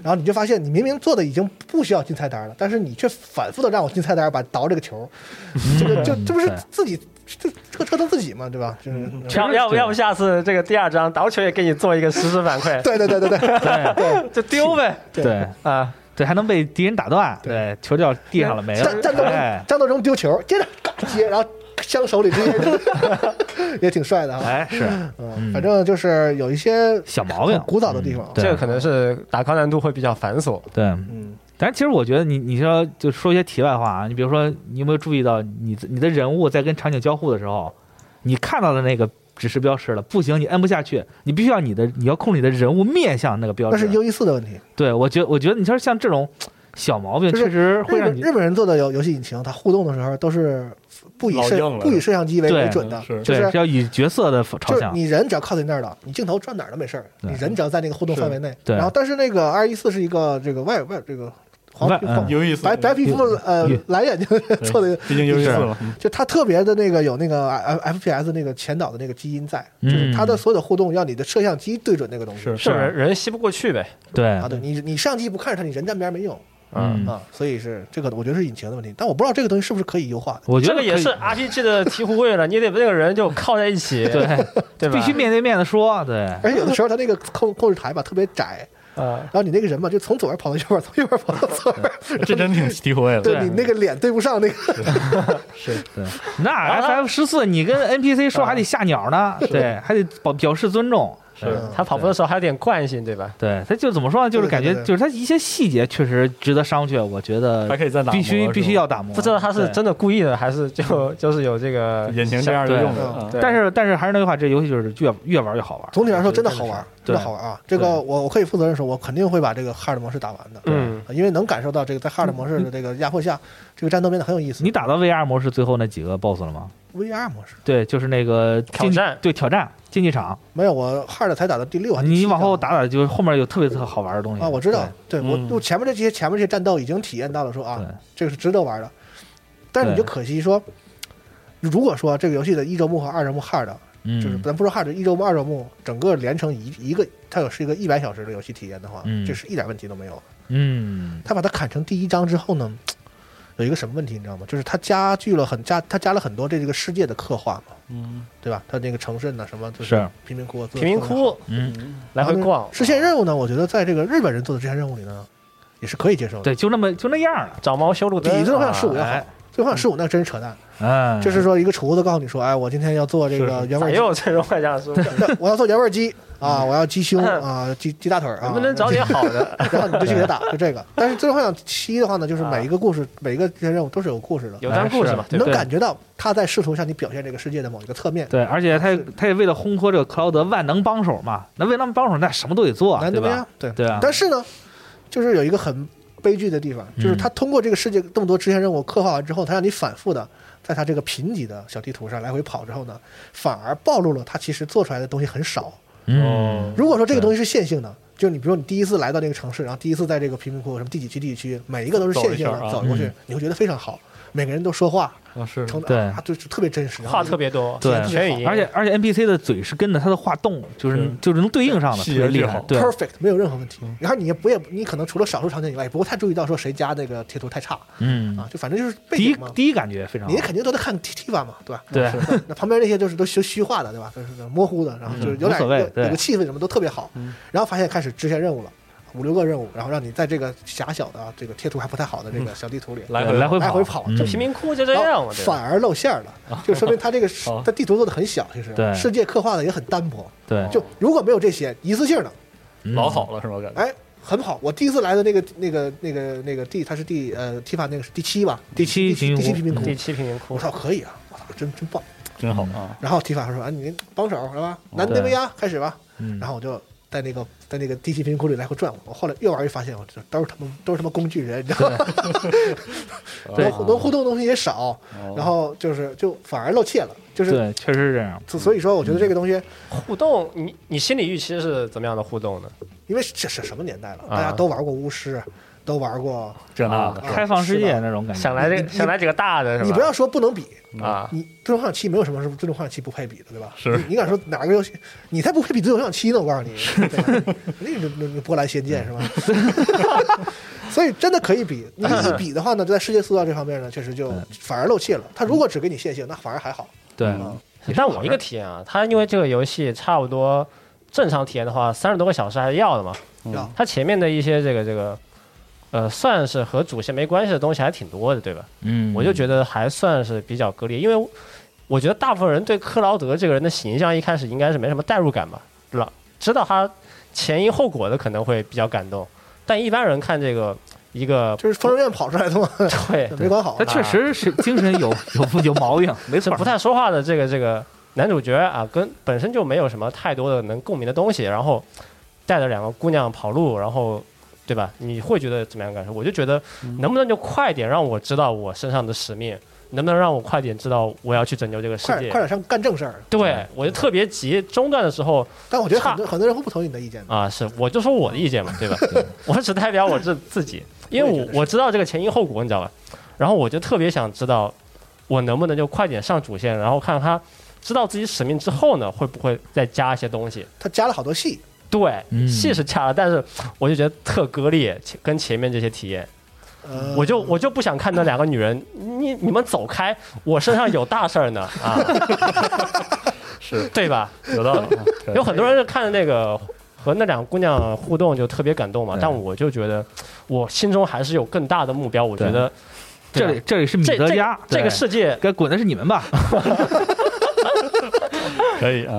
然后你就发现你明明做的已经不需要进菜单了，但是你却反复的让我进菜单，把倒这个 球儿，这个就这不是
嗯对
自己这这个折腾自己嘛，对吧？
嗯
就是。
要要不
对
要不下次这个第二章导球也给你做一个实时反 馈，
对对对对对，
就丢呗
对哎
啊！
对，还能被敌人打断，
对
对，球掉地上了没了
战，战斗中
哎
战斗中丢球，接着嘎接，然后镶手里直接， 也挺帅的哈。
哎是
嗯，反正就是有一些
小毛病
很，古早的地方啊
嗯对
这个可能是打高难度会比较繁琐。
对。
嗯，
但是其实我觉得你你说就说一些题外话啊，你比如说你有没有注意到你你的人物在跟场景交互的时候，你看到的那个指示标识了，不行你摁不下去，你必须要你的你要控制你的人物面向那个标
那是
志。
U E 四的问题。
对，我觉得我觉得你说像这种小毛病，
就是
确实
日
会让
本
你
日本人做的游游戏引擎，它互动的时候都是不以
老
摄
硬了
不以摄像机为
对
为准的，
是
就
对
是
要以角色的朝
就是
向。
你人只要靠在那儿了，你镜头转哪儿都没事儿，
对
你人只要在那个互动范围内。
对
E 然后但是那个二一四是一个这个外外这个黄皮
嗯
黄
鱿鱼丝
白白皮肤呃
也
蓝 眼睛做的，
毕竟鱿鱼
是
丝嘛，
就他特别的那个有那个呃 F P S 那个前导的那个基因在，
嗯
就是他的所有的互动要你的摄像机对准那个东西
是
是人人吸不过去呗，
对
啊，，对你你摄像机不看着它，你人站边没用
嗯，
啊，所以是这个我觉得是引擎的问题，但我不知道这个东西是不是可以优化的。
我觉
这
得
个也
可以
是 RPG 的醍醐味了，你得把这个人就靠在一起， 对对吧？
必须面对面的说，对，
而且有的时候它那个控控制台吧特别窄，
啊，
然后你那个人吧就从左边跑到右边，从右边跑到左边，
这真挺诋毁的。
啊对你那个脸对不上那个。
那 F F 十四你跟 N P C 说还得下鸟呢，对，还得表表示尊重，
是
嗯
他跑步的时候还有点惯性，对吧？
对，他就怎么说呢？就
对
是
对
感觉
对对
就是他一些细节确实值得商榷，我觉得
还可以再打磨
必须
是吧
必须要打磨，
不知道他是
对
真的故意的，还是就就是有这个
引擎这样的用的，
对
嗯
对
但是但是还是那句话，这游戏就是越越玩越好玩。
总体来说真的
我觉
好
得
玩，
这
真
个
的
事
好
儿
玩啊！这个我我可以负责任说，我肯定会把这个 hard 模式打完的。啊
嗯，
因为能感受到这个在 hard 模式的这个压迫下，这个战斗变得很有意思。
对。你打到 VR 模式最后那几个 BOSS 了吗？
VR 模式
对，就是那个
挑
竞
战
对挑战竞技场。
没有，我 hard 才打到第六，还是第七啊
你往后
章
打打，就是后面有特别特好玩的东西
啊，我知道，对我
嗯
我前面这些前面这些战斗已经体验到了，说
对
啊，这个是值得玩的。但是你就
对
可惜说，如果说这个游戏的一周目和二周目 hard，
对，
就是
嗯
咱不说 hard，一周目、二周目整个连成一一个，它有是一个一百小时的游戏体验的话
嗯，
这是一点问题都没有。
嗯
他把它砍成第一章之后呢，有一个什么问题你知道吗？就是他加剧了很加他加了很多对这个世界的刻画嘛，
嗯，
对吧？他那个城市呢，什么就是贫民窟，啊
贫民窟
嗯，
来回逛，
支线任务呢，我觉得在这个日本人做的支线任务里呢，也是可以接受的。
对，就那么就那样了。
找猫修路啊
比
灯，
最后幻想十五要
哎
好，最后幻想十五那真是扯淡，
嗯，
就是说一个厨子告诉你说，哎，我今天要做这个原
咋
味鸡，
又有这种幻想书？
对 我要做原味鸡啊，我要鸡胸啊，鸡鸡大腿啊，
嗯能不能找点好的？ 啊
然后你就去给他打，就这个。但是最后幻想七的话呢，就是每一个故事，每一个支线任务都是有故事的，
有段故事
啊
嘛，
你
对
能
不对？
感觉到他在试图向你表现这个世界的某一个侧面，
对，而且他也他也为了烘托这个克劳德万能帮手嘛，那万能帮手那什么都得做，
难得
对吧
呀？，对
对啊
但是呢，就是有一个很悲剧的地方，
嗯
就是他通过这个世界这么多支线任务刻画完之后，他让你反复的在他这个贫瘠的小地图上来回跑之后呢，反而暴露了他其实做出来的东西很少。
嗯，
如果说这个东西是线性的，就你比如你第一次来到这个城市，然后第一次在这个贫民窟什么第几区第几区，每一个都是线性的
走一圈啊
走过去，你会觉得非常好，每个人都说话，
啊是
成
嗯对
啊，就是特别真实，
话特别多，
对
全语音，
而且而且 NPC 的嘴是跟着他的话动，就是
是
就是能对应上的，特
细
别
节
厉
最
害
好。
对，
perfect，没有任何问题。然后你也不也你可能除了少数场景以外，也不会太注意到说谁家那个贴图太差
嗯，
啊，就反正就是背
第一
景嘛。
第一感觉非常好
你。肯定都在看 T T 吧嘛，对吧？
对，
那旁边那些就是都虚虚化的，对吧？就是模糊的，然后就是有
嗯无
点
所谓
有
对嗯
有个气氛什么都特别好。然后发现开始支线任务了，五六个任务，然后让你在这个狭小的这个贴图还不太好的这个小地图里
来
嗯对来回
来
跑
回跑，
嗯
这贫民窟就这
然后
样嘛，对吧？
反而露馅儿了，就说明它这个
好
它地图做的很小，其实
哦对
世界刻画的也很单薄。
对，嗯
就如果没有这些一次性的，
老好了是吧？感觉
哎，很好。我第一次来的那个那个那个那个第，它是第呃 T 法那个是第七吧？
第七贫民
第七
窟
贫民窟
第。七贫民窟
我，操，可以啊！我操，真真棒。
真好
嗯
啊！
然后提法说啊，你帮手是吧？男
对
对呀，开始吧。
嗯
然后我就在那个在那个地气贫窟里来回转，我后来越玩越发现，我这都是他们都是他妈工具人，你知道吗？
对哦
能能互动的东西也少，然后就是就反而露怯了，就是
对，嗯确实是这样。
所所以说，我觉得这个东西，
互动，你你心理预期是怎么样的互动呢？
因为这是什么年代了，
啊
大家都玩过巫师，都玩过，呃
这那的，
开放世界那种感觉，
想来这
你
想来几个大的是吧？
你不要说不能比。
啊，
你最终幻想七没有什么是最终幻想七不配比的，对吧？
是
你你敢说哪个游戏你才不配比最终幻想七呢？我告 诉你，对吧那个那那波兰仙剑是吧？
嗯
所以真的可以比，你一比的话呢，在世界塑造这方面呢，确实就
嗯
反而露怯了。他如果只给你线性，那反而还好。
对，
嗯
但我一个体验啊，它因为这个游戏差不多正常体验的话，三十多个小时还是要的嘛。
要
它前面的一些这个这个，呃，算是和主线没关系的东西还挺多的，对吧？
嗯，
我就觉得还算是比较割裂，因为我觉得大部分人对克劳德这个人的形象一开始应该是没什么代入感吧，老知道他前因后果的可能会比较感动，但一般人看这个一个
就是疯人院跑出来的嘛，
对
没管好
他。确实是精神有有有毛病，没
是
错，
不太说话的这个这个男主角啊，跟本身就没有什么太多的能共鸣的东西，然后带着两个姑娘跑路，然后对吧？你会觉得怎么样感受？我就觉得
嗯
能不能就快点让我知道我身上的使命，能不能让我快点知道我要去拯救这个世
快
界
点快？点上干正事儿！
对，我就特别急。中断的时候啊
但我觉得很多很多人会不同意你的意见的。
啊，是我就说我的意见嘛，对吧？我只代表我自自己，因为
我也觉得
我
是
我知道这个前因后果，你知道吧？然后我就特别想知道，我能不能就快点上主线，然后看他知道自己使命之后呢，会不会再加一些东西？
他加了好多戏，
对，
嗯
戏是掐了，但是我就觉得特割裂，前跟前面这些体验，
呃，
我就我就不想看那两个女人，你你们走开，我身上有大事儿呢啊，
是
对吧？
有 道理。啊可以
有很多人就看着那个和那两个姑娘互动就特别感动嘛，
对
但我就觉得我心中还是有更大的目标，我觉得
这里这里是米
这
德
这
加，
这
对
个世界嗯
该滚的是你们 吧？
可以啊，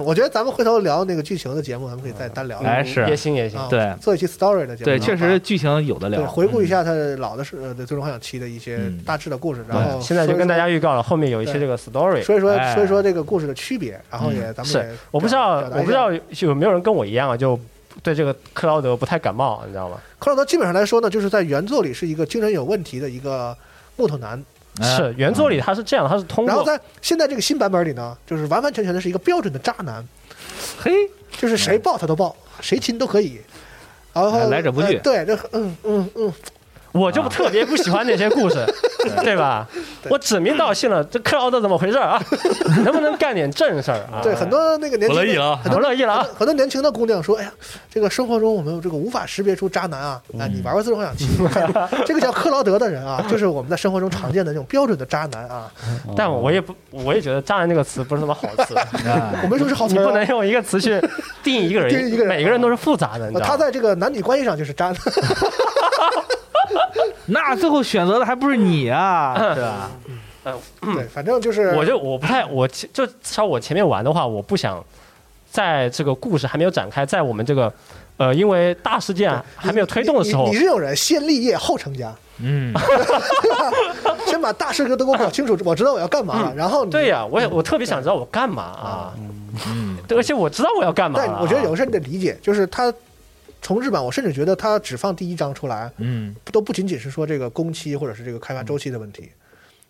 我觉得咱们回头聊那个剧情的节目，咱们可以再单
嗯
聊。
哎是
也行也行
啊，
对
做一期 story 的节目。
对，
好吧
确实剧情有的
啊对，
聊。
回
嗯
顾一下他老的是呃对最终幻想七的一些
嗯
大致的故事，然后
现在就跟大家预告了，后面有一些
对
这个 story。
说一说
哎
说一说这个故事的区别，然后也咱们也
嗯是，我不知道
表，达
我
一
不知
下
道有没有人跟我一样啊，就对这个克劳德不太感冒，你知道吗？
克劳德基本上来说呢，就是在原作里是一个精神有问题的一个木头男，
哎
是原作里他是这样，他是通
然后
过
在现在这个新版本里呢，就是完完全全的是一个标准的渣男，
嘿，
就是
嗯
谁抱他都抱，谁亲都可以。然
哎
后
来者不拒
呃对，这嗯嗯嗯，
我就特别不喜欢那些故 事，对吧？我指名道姓了，这克劳德怎么回事 儿啊？能不能干点正事儿啊？
对，很多那个年
我
轻
乐意
的
了啊。
我乐意了 啊！
很多年轻的姑娘说：“哎呀，这个生活中我们这个无法识别出渣男啊！
嗯
啊，你玩过《自由幻 想七》这个叫克劳德的人啊，就是我们在生活中常见的那种标准的渣男啊。
但我也不，我也觉得“渣男”这个词不是什么好词，
我没说是好词
你
儿啊
不能用一个词去定义一个人，
定义一个人哦
每个人都是复杂的，你知道吗
他在这个男女关系上就是 渣男。
那最后选择的还不是你啊？是吧？
对，反正就是
我就我不太我其就至少我前面玩的话，我不想在这个故事还没有展开，在我们这个呃因为大事件啊还没有推动的时
你
候
你，你这种人先立业后成家，
嗯，
先把大事都给我搞清楚，我知道我要干嘛了，然后你
嗯对。呀、我也我特别想知道我干嘛啊， 对，而且我知道我要干嘛了啊、
嗯但我觉得有个事儿你得理解，就是他重置版，我甚至觉得他只放第一章出来，
嗯，
都不仅仅是说这个工期或者是这个开发周期的问题，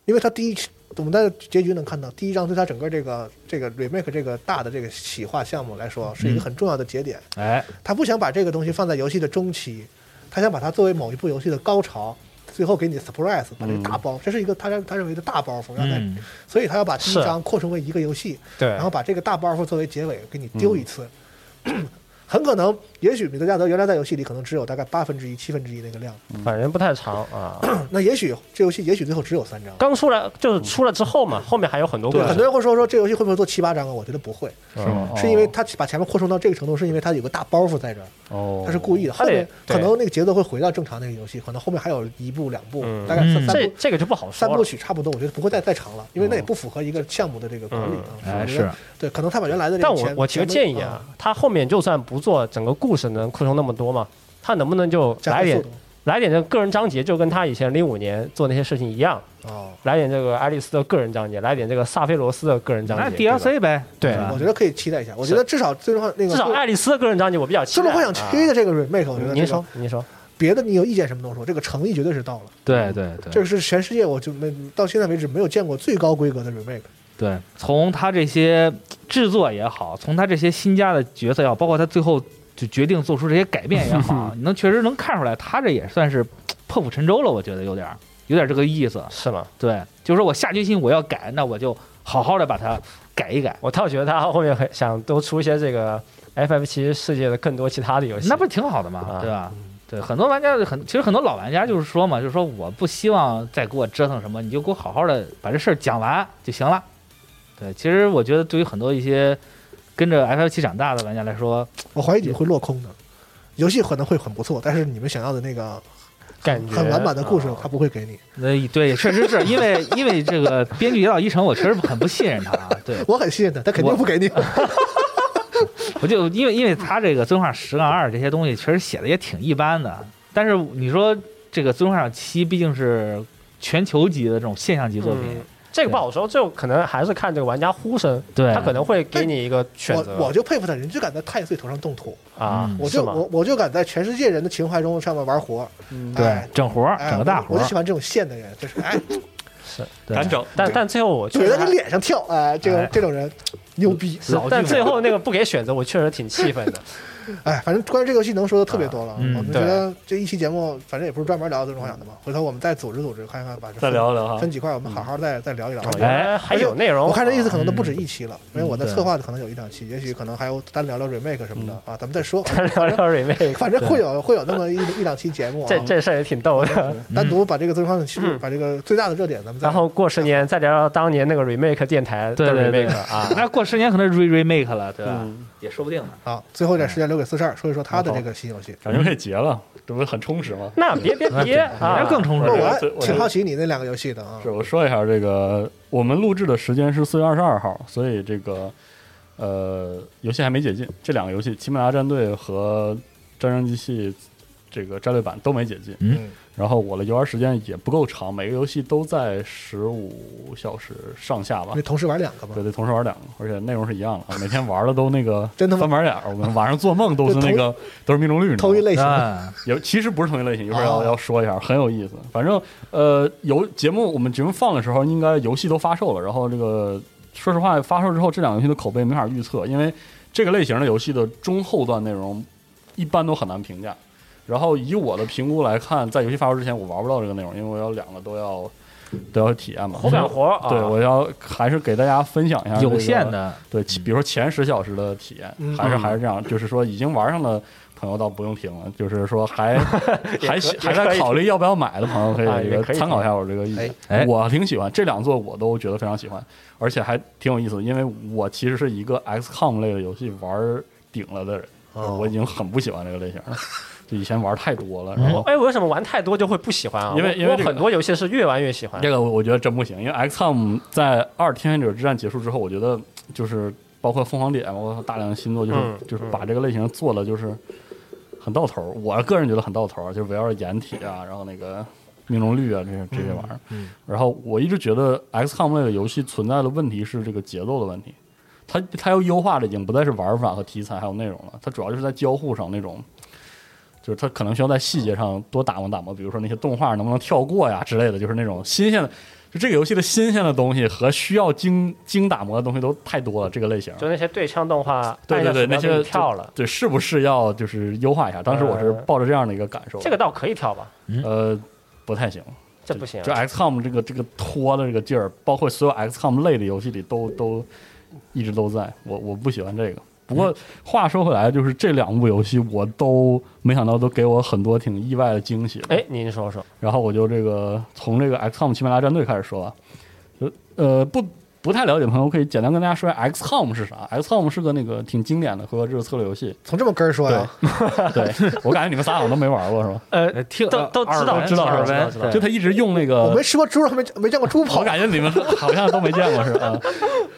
因为它第一期我们在结局能看到，第一章对它整个这个这个 remake 这个大的这个企划项目来说是一个很重要的节点。
哎，
他不想把这个东西放在游戏的中期，他想把它作为某一部游戏的高潮，最后给你 surprise 把这个大包，这是一个他认他认为的大包袱，让他，
嗯，
所以他要把第一
是
章扩充为一个游戏，
对，
然后把这个大包袱作为结尾给你丢一次。 很可能，也许米德加德原来在游戏里可能只有大概八分之一、七分之一那个量，
反正不太长啊。
那也许这游戏也许最后只有三张。
刚出来就是出了之后嘛，后面还有很多故
对，很多
事，嗯
人会说说这游戏会不会做七八张啊？我觉得不会，
是吗？
哦
是因为他把前面扩充到这个程度，是因为他有个大包袱在这儿，
哦，
他是故意的。后
他得
面
哎对
可能那个节奏会回到正常那个游戏，可能后面还有一部、两部，
嗯
大概三
嗯
三
这
部
这个就不好说
三
了
部。曲差不多，我觉得不会再再长了，因为那也
哦
不符合一个项目的这个管理啊。
哎
我觉得
是，
对，可能他把原来的这
嗯但
个
我
前
我提个建议啊，，他后面就算不做整个故事能扩充那么多嘛，他能不能就
前面嗯加
来
快速
点
度
来点这个个人章节，就跟他以前零五年做那些事情一样，
哦，
来点这个爱丽丝的个人章节，来点这个萨菲罗斯的个人章
那
节。对吧
DLC 呗，
对
吧
我觉得可以期待一下。我觉得至少最终那个
至少爱丽丝的个人章节我比较期
最
待。
终幻想七
啊
的这个 remake，我觉得
您
这个
说，您说，
别的你有意见什么都说，这个诚意绝对是到了。
对对对
这个是全世界我就没到现在为止没有见过最高规格的 remake。
对，从他这些制作也好，从他这些新加的角色也好，包括他最后就决定做出这些改变也好，你能确实能看出来，他这也算是破釜沉舟了，我觉得有点儿有点儿这个意思。
是吗？
对，就是说我下决心我要改，那我就好好的把它改一改，
我倒觉得他后面很想多出一些这个 FF 七世界的更多其他的游戏。
那不是挺好的嘛
啊，
对吧？对，很多玩家很，其实很多老玩家就是说嘛，就是说我不希望再给我折腾什么，你就给我好好的把这事儿讲完就行了。对，其实我觉得对于很多一些跟着 F F 七长大的玩家来说，
我怀疑你会落空的。游戏可能会很不错，但是你们想要的那个
感觉
很完满的故事
啊，
它不会给你。
那对，确实是因为因为这个编剧野岛一成，我确实很不信任他啊。对，
我很信任他，他肯定不给你。
我就因为因为他这个《尊上十杠二》这些东西，确实写的也挺一般的。但是你说这个《尊上七》毕竟是全球级的这种现象级作品，
嗯这个不好说，就可能还是看这个玩家呼声，
对
他可能会给你一个选择。
我我就佩服他，人就敢在太岁头上动土，
啊
嗯，
我
是
就
吗
我我就敢在全世界人的情怀中上面玩活。
对
哎，
整活儿，
哎
整个嗯大
我
活
我
儿
就喜，欢这种线的人，就是哎，
对
敢整
哦但但最后我觉
怼
得
在你脸上跳，哎，这种
哎
这种人，牛逼，
是
老
但
技术
最后那个不给选择，我确实挺气 愤的。
哎，反正关于这个游戏能说的特别多了。啊
嗯
我们觉得这一期节目，反正也不是专门聊最终幻想的嘛，回头我们再组织组织，看看把这
再
分
聊一聊哈
分。几块，我们好好再再聊一聊。
哎，还有内容，
我看这意思可能都
嗯
不止一期了，因为我在策划的可能有一两期，也许可能还有单聊聊 remake 什么的啊，咱们再说。
咱聊聊 remake，
反正会有会有那么一一两期节目啊
这，这事儿也挺逗的。
嗯
单独把这个最终幻想七把这个最大的热点咱们再
然后过十年再聊聊当年那个 remake 电台的
对对对
remake 啊，
那过十年可能 re remake 了，对吧？也说不定呢。
啊，最后一点时间留给四十二说一说他的这个新游戏。
感觉可以结了，这不是很充实吗？
那别别别
反
啊
正，更充
不是，
实。
我还
我
挺好奇你那两个游戏的啊
是，我说一下这个，我们录制的时间是四月二十二号，所以这个呃，游戏还没解禁。这两个游戏《奇美拉战队》和《战争机器》这个战略版都没解禁。
嗯。
然后我的游玩时间也不够长，每个游戏都在十五小时上下吧
你。同时玩两个吗
对？对，同时玩两个，而且内容是一样的，每天玩的都那个
真他妈
翻白眼儿。我们晚上做梦都是那个都是命中率，你知道吗
同一类型的，
啊，
也其实不是同一类型，一会儿要、
哦
要说一下，很有意思。反正呃，游节目我们节目放的时候，应该游戏都发售了。然后这个说实话，发售之后这两个游戏的口碑没法预测，因为这个类型的游戏的中后段内容一般都很难评价。然后以我的评估来看，在游戏发售之前，我玩不到这个内容，因为我要两个都要都要体验嘛。
活 干活啊，
对，我要还是给大家分享一
啊
下、
有限的，
对，其比如说前十小时的体验，
嗯
还是还是这样，就是说已经玩上的朋友倒不用听了，就是说 还还
可
还
也可
在
以
考虑要不要买的朋友
啊
可以
也
这
可
个
以
参考一下我这个意见。
哎
我挺喜欢这两座，我都觉得非常喜欢，而且还挺有意思的，因为我其实是一个 XCOM 类的游戏玩顶了的人，
哦
我已经很不喜欢这个类型 了，就以前玩太多了，然后
哎，我为什么玩太多就会不喜欢啊？
因为
我
因为
我
这个
很多游戏是越玩越喜欢
这。个我我觉得真不行，因为 XCOM 在二天选者之战结束之后，我觉得就是包括凤凰点，包括大量的新作，就是、
嗯
就是把这个类型做的就是很到头儿。我个人觉得很到头儿，就是围绕着掩体啊，然后那个命中率啊这些这些玩意儿。
嗯
然后我一直觉得 XCOM 类的游戏存在的问题是这个节奏的问题，它它要优化的已经不再是玩法和题材还有内容了，它主要就是在交互上那种。就是它可能需要在细节上多打磨打磨，比如说那些动画能不能跳过呀之类的，就是那种新鲜的，就这个游戏的新鲜的东西和需要精精打磨的东西都太多了。这个类型，
就那些对枪动画，
对对对，
按下
那
鼠标就
些
跳了，呃
对，是不是要就是优化一下？当时我是抱着这样的一个感受，
这个倒可以跳吧？
呃不太行，
这不行啊，
就 XCOM 这个这个拖的这个劲儿，包括所有 XCOM 类的游戏里都都一直都在。我我不喜欢这个。不过话说回来，就是这两部游戏我都没想到，都给我很多挺意外的惊喜。
哎，您说说，
然后我就这个从这个 XCOM 奇美拉战队开始说吧。啊就呃不不太了解的朋友可以简单跟大家说一下 XCOM 是啥。XCOM 是个那个挺经典的回合制的策略游戏。
从这么根儿说呀，
对 我感觉你们仨好像都没玩过是吧？
呃听
都都知道
耳闻
知道
耳
知道
闻
知道
就
对
他一直用那
我
个
没，吃过猪肉，还没没见过猪
呃我
跑。
感觉你们好像都没见过是吧？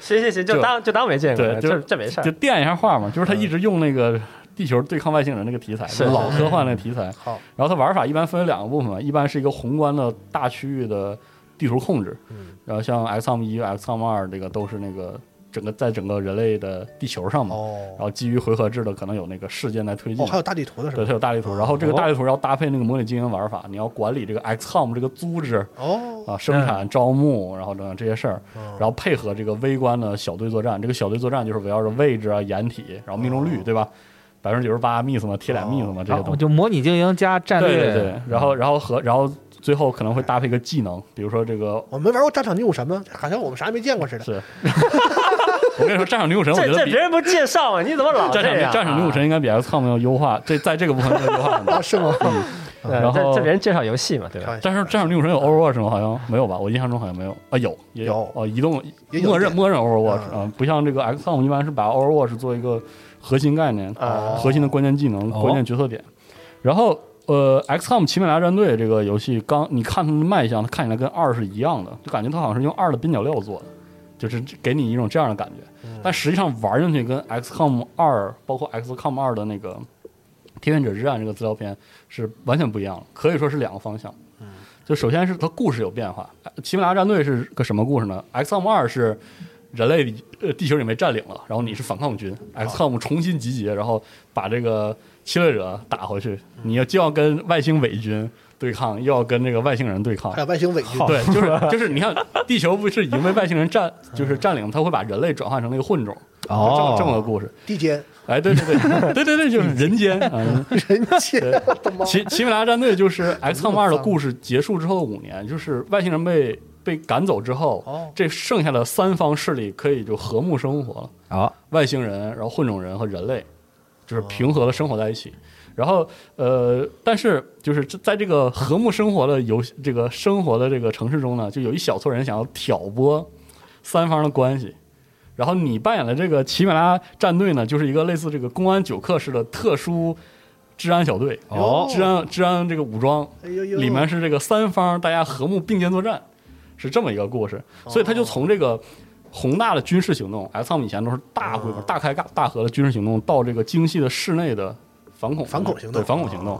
行行行，就
就
当就当没见过，
对就
这这没事儿
就。垫一下话嘛，
嗯
就是他一直用那个地球对抗外星人那个题材，
是
老科幻那个题材。
嗯好，
然后它玩法一般分为两个部分嘛，一般是一个宏观的大区域的地图控制，
嗯
然后像 XCOM 一、XCOM 二这个都是那个整个在整个人类的地球上嘛，然
哦
后基于回合制的可能有那个事件来推进
哦，。还有嗯大地图的是
对，
吧？
它有大地图，然后这个
哦
大地图要搭配那个模拟经营玩法，你要管理这个 XCOM 这个组织
哦，
啊，生
嗯
产、招募，然后等等这些事儿，然后配合这个微观的小队作战，这个小队作战就是围绕着位置啊、掩体，然后命中率，对吧？百分之九十八 miss 嘛，贴脸 miss 嘛，这些
哦
东
然后
西。
就模拟经营加战略，嗯
对对对，然后然后和然后最后可能会搭配一个技能，比如说这 个
我没玩过战场女武神吗？好像我们啥也没见过似的。
是，我跟你说，战场女武神，我
这
觉
这
得哦比
别人不介绍吗？你怎么老这
战场
样啊？
战场女武神应该比 XCOM 要优化，这在这个部分要优化很多
啊，。是吗？
对，
然后
这这别人介绍游戏嘛，对吧？
但是战场女武神有 Overwatch 吗？好像没有吧？我印象中好像没有啊，有也
有
哦，移动
也有
默认
点
默认 Overwatch
嗯
啊，不像这个 XCOM 一般是把 Overwatch 做一个核心概念，
嗯
啊
核心的关键技能、关键决策点。然后呃，XCOM 奇美拉战队这个游戏刚你看它的卖相，它看起来跟二是一样的，就感觉它好像是用二的边角料做的，就是给你一种这样的感觉。
嗯
但实际上玩进去跟 XCOM 二，包括 XCOM 二的那个《天选者之战》这个资料片是完全不一样的，可以说是两个方向。就首先是它故事有变化，《奇美拉战队》是个什么故事呢？XCOM 二是人类呃地球已经被占领了，然后你是反抗军，XCOM 重新集结，然后把这个侵略者打回去，你要就要跟外星伪军对抗，又要跟这个外星人对抗
还。有外星伪军，
对，就是就是，你看地球不是已经被外星人占，就是占领，他会把人类转化成那个混种，
哦
这么这么个故事。
地间
哎，对对对对对对，就是人间啊。
人间，我的妈！
奇奇美拉战队就是 XCOM 二的故事结束之后的五年，就是外星人被被赶走之后，
哦
这剩下的三方势力可以就和睦生活了。
啊，
外星人，然后混种人和人类，就是平和的生活在一起。然后呃，但是就是这在这个和睦生活的游戏这个生活的这个城市中呢，就有一小撮人想要挑拨三方的关系。然后你扮演的这个奇美拉战队呢，就是一个类似这个公安九课式的特殊治安小队，
哦
治安治安这个武装，
哎呦呦，
里面是这个三方大家和睦并肩作战，是这么一个故事。所以他就
哦
从这个宏大的军事行动，XCOM 以前都是大
哦
规模、大开大合的军事行动，到这个精细的室内的反恐
反恐行动哦
对反恐行动。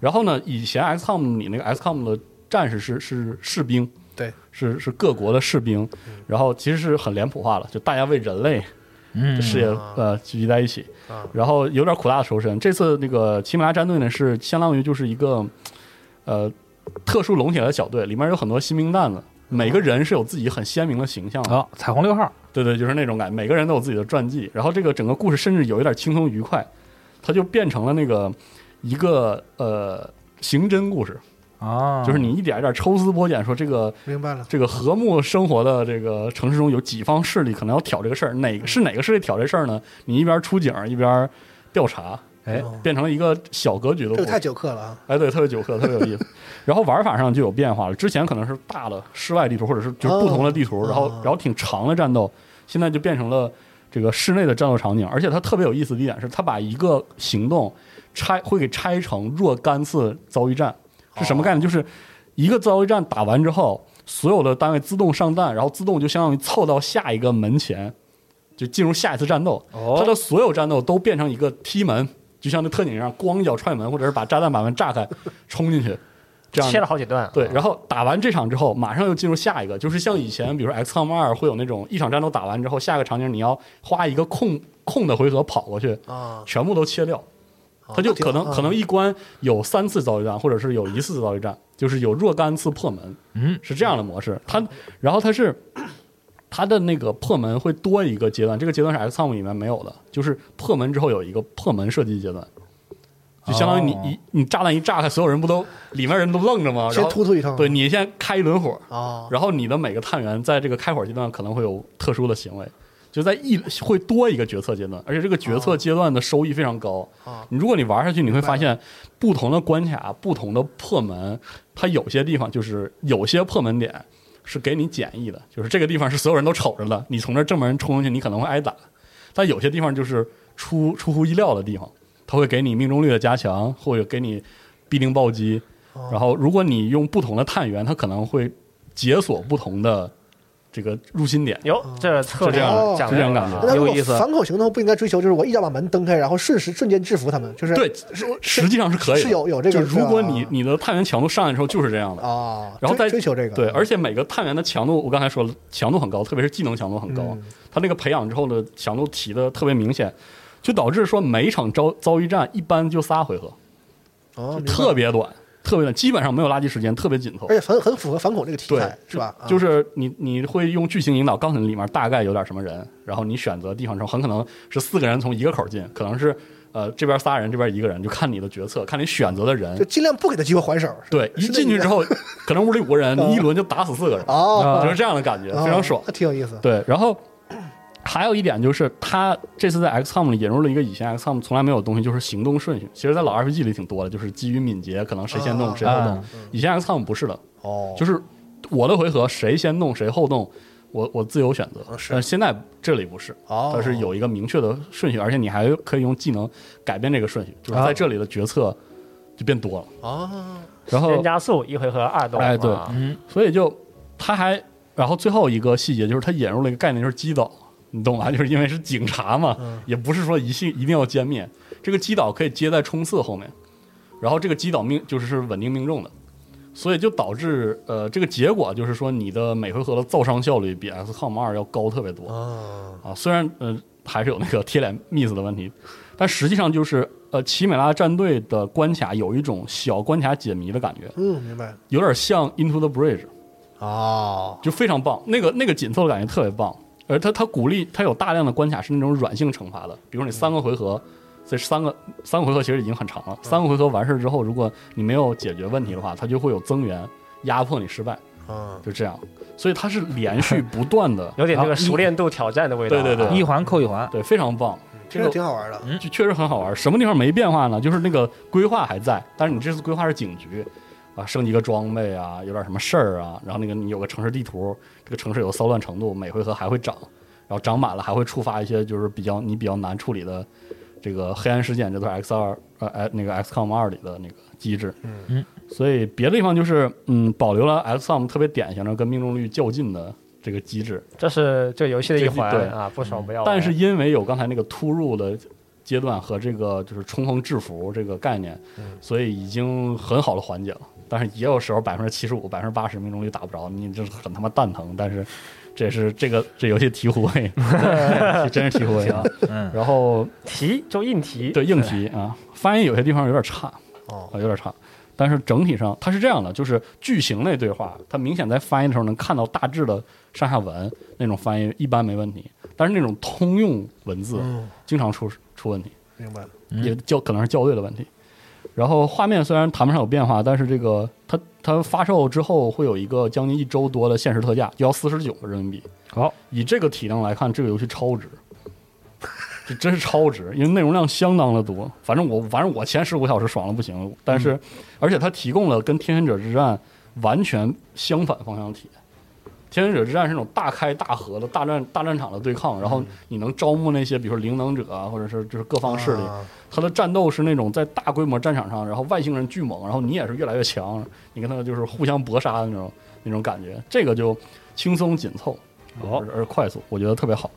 然后呢，以前 XCOM 你那个 XCOM 的战士是是士兵，
对，
是是各国的士兵，
嗯
然后其实是很脸谱化了，就大家为人类
嗯
这事业
啊
呃聚集在一起
啊，
然后有点苦大仇深。这次那个奇美拉战队呢，是相当于就是一个呃特殊笼起来的小队，里面有很多新兵蛋子，每
啊
个人是有自己很鲜明的形象的。
啊，彩虹六号，
对对，就是那种感觉，每个人都有自己的传记。然后这个整个故事甚至有一点轻松愉快，它就变成了那个一个呃刑侦故事，
啊，
就是你一点一点抽丝剥茧，说这个
明白了，
这个和睦生活的这个城市中有几方势力可能要挑这个事儿，哪
嗯
个是哪个势力挑这事儿呢？你一边出警一边调查，
哎
哦
变成了一个小格局的
这
故
个
事
太。久客了啊，
哎，对，特别久客，特别有 意思。然后玩法上就有变化了，之前可能是大的室外地图，或者是就是不同的地图，
哦
然后
哦
然后挺长的战斗，现在就变成了这个室内的战斗场景。而且它特别有意思的一点是，它把一个行动拆会给拆成若干次遭遇战，是什么
哦
概念？就是一个遭遇战打完之后，所有的单位自动上弹，然后自动就相当于凑到下一个门前，就进入下一次战斗。
哦
它的所有战斗都变成一个踢门，就像那特警一样，咣一脚踹门，或者是把炸弹把门炸开，冲进去， 这样
切了好几段。啊
对，然后打完这场之后，马上又进入下一个，就是像以前，比如说 XCOM 二会有那种一场战斗打完之后，下一个场景你要花一个空空的回合跑过去，
啊，
全部都切掉，
哦
它就
那挺
可能
好
可能一关有三次遭遇战，或者是有一次遭遇战，就是有若干次破门，
嗯，
是这样的模式。它然后它是它的那个破门会多一个阶段，这个阶段是 XCOM 里面没有的，就是破门之后有一个破门射击阶段。就相当于你
哦
一你炸弹一炸开，所有人不都里面人都愣着吗？然
先
后
突突一通，
对你先开一轮火，
啊，
然后你的每个探员在这个开火阶段可能会有特殊的行为，就在一会多一个决策阶段，而且这个决策阶段的收益非常高。
哦
你如果你玩下去，你会发现不同的关卡、不同的破门，它有些地方就是有些破门点是给你简易的，就是这个地方是所有人都瞅着的，你从这正门冲进去，你可能会挨打。但有些地方就是出出乎意料的地方，它会给你命中率的加强，或者给你必定暴击。
哦
然后，如果你用不同的探员，它可能会解锁不同的这个入侵点。
哟，
嗯
这策
是这
略
样
的
讲
是这样感觉
啊
那如
有
果
意思
反恐行动不应该追求，就是我一脚把门蹬开，然后瞬时瞬间制服他们，就是
对，实际上是可以的
是有有啊这个
就如果
是吧
你你的探员强度上来的时候就是这样的。
啊，
然后
追
再
追求这个，
对，而且每个探员的强度，我刚才说了，强度很高，特别是技能强度很高。
嗯
他那个培养之后的强度提的特别明显，就导致说每一场遭遭遇战一般就仨回合，
哦，
特
别，
别短，特别短，基本上没有垃圾时间，特别紧凑
而。且很很符合反恐这个题
对
材，，哎是吧？啊
就是你你会用剧情引导，告诉你里面大概有点什么人，然后你选择地方之后，很可能是四个人从一个口进，可能是呃这边仨人，这边一个人，就看你的决策，看你选择的
就
人。
尽量不给他机会还手，是吧
对，一进去之，后，可能屋里五个人， 你一轮就打死四个人，
嗯哦，
就是这样的感觉，
哦
非常爽。
那挺有意思，
对，然后还有一点就是，他这次在 XCOM 里引入了一个以前 XCOM 从来没有的东西，就是行动顺序。其实，在老 RPG 里挺多的，就是基于敏捷，可能谁先动谁后动
啊。
以前 XCOM 不是的，
哦，
就是我的回合谁先动谁后动，我我自由选择。
啊是
但现在这里不是，
哦
它是有一个明确的顺序，而且你还可以用技能改变这个顺序，就是
啊
在这里的决策就变多了。
哦，
然后
人加速一回合二动嘛，，
哎对
嗯，
所以就他还，然后最后一个细节就是他引入了一个概念，就是击倒，你懂吧？就是因为是警察嘛，也不是说一性一定要歼灭，这个击倒可以接在冲刺后面，然后这个击倒命就是是稳定命中的，所以就导致呃这个结果就是说你的每回合的造伤效率比 XCOM 二要高特别多啊，虽然呃还是有那个贴脸 miss 的问题，但实际上就是呃，奇美拉战队的关卡有一种小关卡解谜的感觉，
嗯，明白。
有点像 Into the Bridge，
哦，
就非常棒。那个那个紧凑的感觉特别棒，而它它鼓励它有大量的关卡是那种软性惩罚的，比如你三个回合，这三个三个回合其实已经很长了，三个回合完事之后，如果你没有解决问题的话，它就会有增援压迫你失败，
嗯，
就这样。所以它是连续不断的
有点这个
然后一
熟练度挑战的味道啊。
对对对
一环扣一环，
对，非常棒。这
听
个
着
嗯
挺好玩的。
就确实很好玩。什么地方没变化呢？就是那个规划还在，但是你这次规划是警局，啊，升级个装备啊，有点什么事儿啊，然后那个你有个城市地图，这个城市有骚乱程度，每回合还会涨，然后涨满了还会触发一些就是比较你比较难处理的这个黑暗事件，这都是 X 二呃哎那个 XCOM 二里的那个机制。
嗯，
所以别的地方就是嗯保留了 XCOM 特别典型的跟命中率较劲的这个机制，
这是这游戏的一环
这对嗯
啊，不爽不要玩。
但是因为有刚才那个突入的阶段和这个就是冲锋制服这个概念，所以已经很好的缓解了。但是也有时候百分之七十五、百分之八十命中率打不着，你就是很他妈蛋疼。但是这也是这个这游戏醍醐味，真是醍醐味啊！
嗯，
然后
题就硬题，
对硬题啊，翻译有些地方有点差，
哦
啊，有点差。但是整体上它是这样的，就是句型类对话，它明显在翻译的时候能看到大致的上下文，那种翻译一般没问题。但是那种通用文字
嗯，
经常出出问题，
明
啊
白。
嗯
也校可能是校对的问题。然后画面虽然谈不上有变化，但是这个它它发售之后会有一个将近一周多的限时特价，要四十九个人民币。
好，
以这个体量来看，这个游戏超值，这真是超值，因为内容量相当的多。反正我反正我前十五小时爽了不行，但是、而且它提供了跟《天选者之战》完全相反方向的体验。《天选者之战》是那种大开大合的大战大战场的对抗，然后你能招募那些比如说灵能者啊，或者是就是各方势力，
啊
他的战斗是那种在大规模战场上，然后外星人巨猛，然后你也是越来越强，你跟他就是互相搏杀的那种那种感觉，这个就轻松紧凑，
哦
而而快速，我觉得特别好。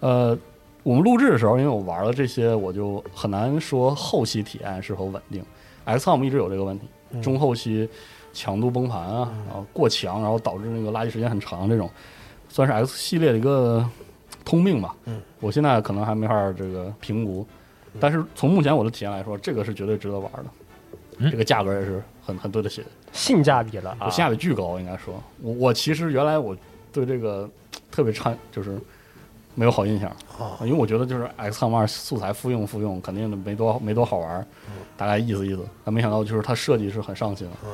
呃，我们录制的时候，因为我玩了这些，我就很难说后期体验是否稳定。XCOM 一直有这个问题，中后期强度崩盘啊，然后过强，然后导致那个垃圾时间很长，这种算是 X 系列的一个通病吧。
嗯，
我现在可能还没法儿这个评估，但是从目前我的体验来说，这个是绝对值得玩的。
嗯
这个价格也是很很对得起的，
性价比了啊
我。性价比巨高，应该说，我我其实原来我对这个特别差，就是没有好印象，
哦
啊因为我觉得就是 XCOM 二素材复用复用，肯定没多没多好玩儿，大概意思意思。但没想到就是它设计是很上心，
嗯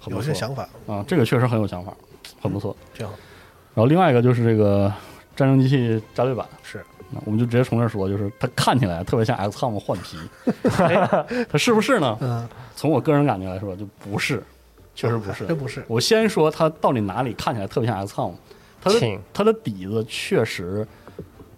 很
有
不错
些想法
啊，这个确实很有想法，很不错。
挺好。
然后另外一个就是这个战争机器战略版，
是，
那我们就直接从这儿说，就是它看起来特别像 XCOM 换 皮，哎它是不是呢？
嗯，
从我个人感觉来说，就不是，确实不是
真。不是。
我先说它到底哪里看起来特别像 XCOM，它的
请
它的底子确实，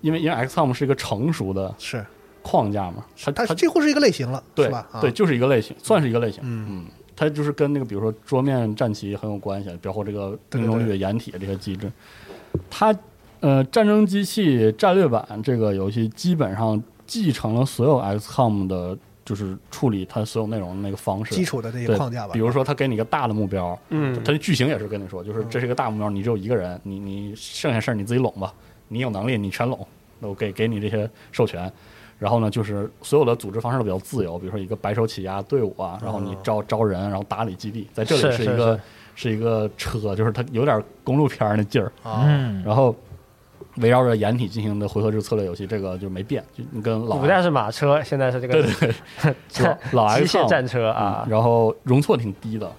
因为因为 XCOM 是一个成熟的
是，
框架嘛，它
它
它
几乎是一个类型了，
对
是吧？啊
对，，就是一个类型，算是一个类型。
嗯
它就是跟那个比如说桌面战棋很有关系，包括这个
对对
命中率的掩体这些机制。它呃，战争机器战略版这个游戏基本上继承了所有 XCOM 的，就是处理它所有内容的那个方式。
基础的那些
对
框架吧。
比如说，他给你一个大的目标，
嗯
他的剧情也是跟你说，就是这是一个大目标，你只有一个人，你你剩下事儿你自己拢吧，你有能力你全拢，那我给给你这些授权。然后呢，就是所有的组织方式都比较自由，比如说一个白手起家队伍啊，然后你招招人，然后打理基地，在这里
嗯是
是一
是
个是一个车，就是它有点公路片儿那劲儿，
啊，
嗯，
然后围绕着掩体进行的回合制策略游戏，这个就没变，就你跟老
古代是马车，现在是这个
对对对，
战
老
机
X
械
战
战车啊
啊，，然后容错挺低的。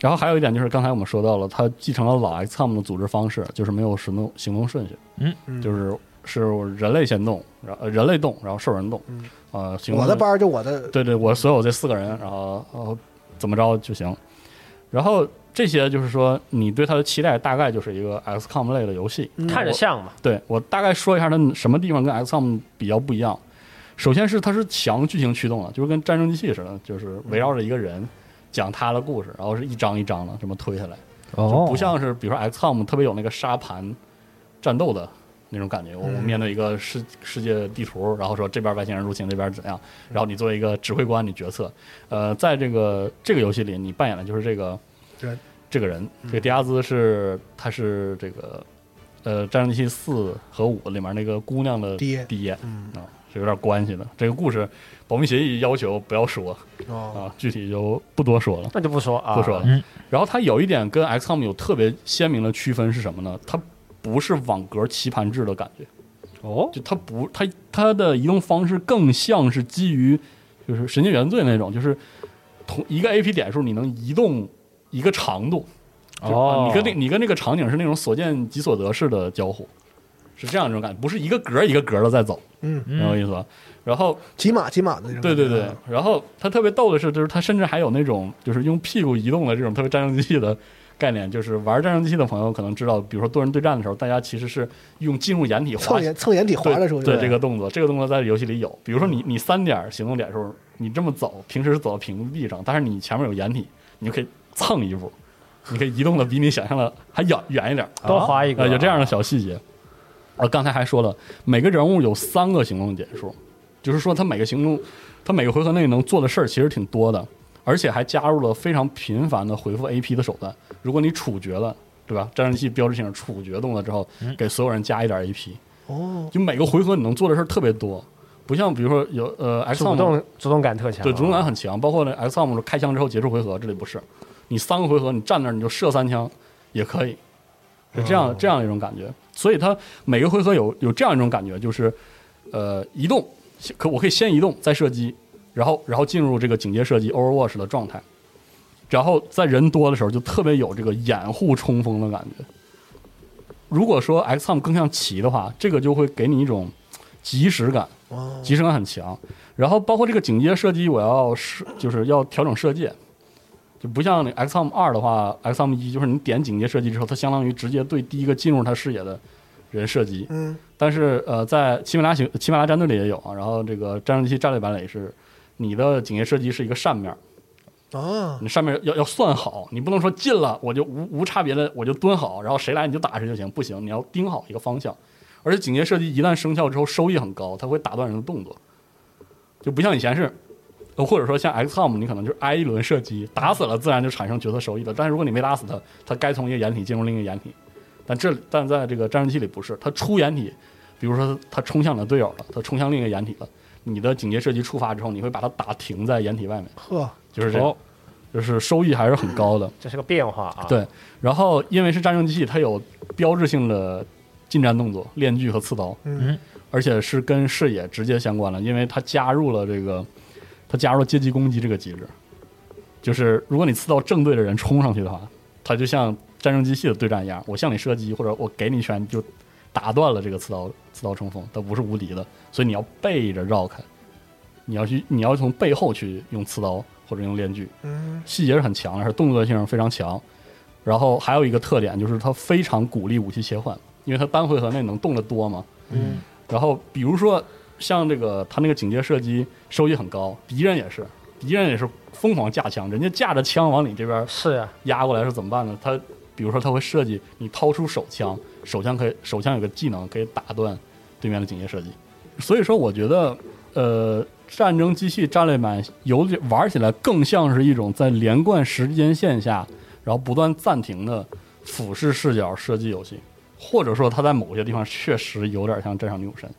然后还有一点就是，刚才我们说到了，它继承了老 XCOM 的组织方式，就是没有行动行动顺序，
嗯
就是是人类先动，然后呃人类动，然后兽人动，呃，行动
嗯我的
顺
班儿就我的，
对对，我所有这四个人，然后呃怎么着就行。然后这些就是说，你对它的期待大概就是一个 XCOM 类的游戏，
嗯
看着像嘛，
对嗯我大概说一下它什么地方跟 XCOM 比较不一样。首先是它是强剧情驱动的，就是跟战争机器似的，就是围绕着一个人讲他的故事，然后是一张一张的这么推下来，
哦，
不像是比如说 XCOM 特别有那个沙盘战斗的那种感觉。我我
嗯
面对一个世世界地图，然后说这边外星人入侵，这边怎样，
嗯
然后你作为一个指挥官，你决策。呃，在这个这个游戏里，你扮演的就是这个
人
这个人，
嗯
这个迪亚兹是他是这个呃《战争机器四》和五里面那个姑娘的
爹
爹，
嗯
啊，是有点关系的。这个故事保密协议要求不要说
哦，
啊，具体就不多说了。
那就不说啊，
不说了
嗯。
然后它有一点跟 XCOM 有特别鲜明的区分是什么呢？它不是网格棋盘制的感觉，
哦，
就它不它它的移动方式更像是基于就是神经元罪那种，就是同一个 AP 点数你能移动一个长度。就是啊
哦，
你跟那你跟那个场景是那种所见即所得式的交互，是这样一种感觉，不是一个格儿一个格儿的在走，
嗯，
明白我
嗯
意思吧？然后
几码几码的那种。啊
对对对，然后它特别逗的是，就是它甚至还有那种就是用屁股移动的这种特别战争机器的概念，就是玩战争机器的朋友可能知道，比如说多人对战的时候，大家其实是用进入掩体滑
蹭眼蹭眼底滑的时候，嗯
对这个动作，这个动作在游戏里有。比如说你你三点行动点的时候，你这么走，平时是走到平地上，但是你前面有掩体，你就可以蹭一步，你可以移动的比你想象的还远远一点。
多划一个，
呃，有这样的小细节。呃，刚才还说了，每个人物有三个行动点数，就是说他每个行动，他每个回合内能做的事儿其实挺多的，而且还加入了非常频繁的回复 AP 的手段。如果你处决了，对吧？战争器标志性处决动了之后，给所有人加一点 AP。
哦，
就每个回合你能做的事儿特别多，不像比如说有呃 X
主动主动感特强，
对主动感很强，包括那 X o m 开枪之后结束回合，这里不是，你三个回合你站那儿你就射三枪也可以，是这样、这样一种感觉。所以它每个回合有有这样一种感觉，就是呃移动，可我可以先移动再射击，然后然后进入这个警戒射击 Overwatch 的状态，然后在人多的时候就特别有这个掩护冲锋的感觉。如果说 XCOM 更像棋的话，这个就会给你一种即时感，
哦
即时感很强。然后包括这个警戒射击，我要是就是要调整射界，就不像那 XCOM 二的话，XCOM 一就是你点警戒射击之后，它相当于直接对第一个进入他视野的人射击。
嗯，
但是呃，在奇美拉行奇美拉战队里也有啊，然后这个战争机战略版里也是，你的警戒射击是一个扇面，
啊，
你上面要要算好，你不能说进了我就无无差别的我就蹲好，然后谁来你就打谁就行，不行，你要盯好一个方向。而且警戒射击一旦生效之后，收益很高，它会打断人的动作，就不像以前是，呃或者说像 XCOM 你可能就是挨一轮射击，打死了自然就产生角色收益了。但是如果你没打死它，它该从一个掩体进入另一个掩体。但这但在这个战争机里不是，它出掩体，比如说它冲向了队友了，它冲向另一个掩体了，你的警戒射击触发之后，你会把它打停在掩体外面，
呵，
就是这样。就是收益还是很高的。
这是个变化啊，
对然后因为是战争机器，它有标志性的近战动作，链锯和刺刀，
嗯，
而且是跟视野直接相关的，因为它加入了这个，它加入了阶级攻击这个机制，就是如果你刺到正对的人冲上去的话，它就像战争机器的对战一样，我向你射击或者我给你一拳就打断了这个刺刀刺刀冲锋，它不是无敌的，所以你要背着绕开，你要去你要从背后去用刺刀或者用链锯，
嗯，
细节是很强的，而且动作性非常强。然后还有一个特点就是它非常鼓励武器切换，因为它单回合内能动得多嘛。
嗯。
然后比如说像这个它那个警戒射击收益很高，敌人也是，敌人也是疯狂架枪，人家架着枪往你这边
是啊，
压过来是怎么办呢？它比如说它会设计你掏出手枪，手枪可以手枪有个技能可以打断对面的警戒射击。所以说，我觉得呃，战争机器战略版有点玩起来更像是一种在连贯时间线下，然后不断暂停的俯视视角射击游戏。或者说，它在某些地方确实有点像《战场女武神》，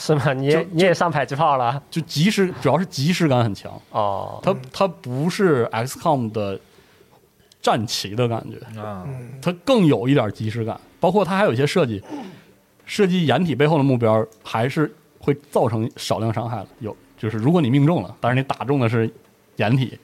是吗？你也
就
你也上迫击炮了
就即时，主要是即时感很强。
哦，
它它不是 XCOM 的战旗的感觉，
啊，
它更有一点即视感。包括它还有一些设计，设计掩体背后的目标还是会造成少量伤害的。有就是如果你命中了，但是你打中的是掩体，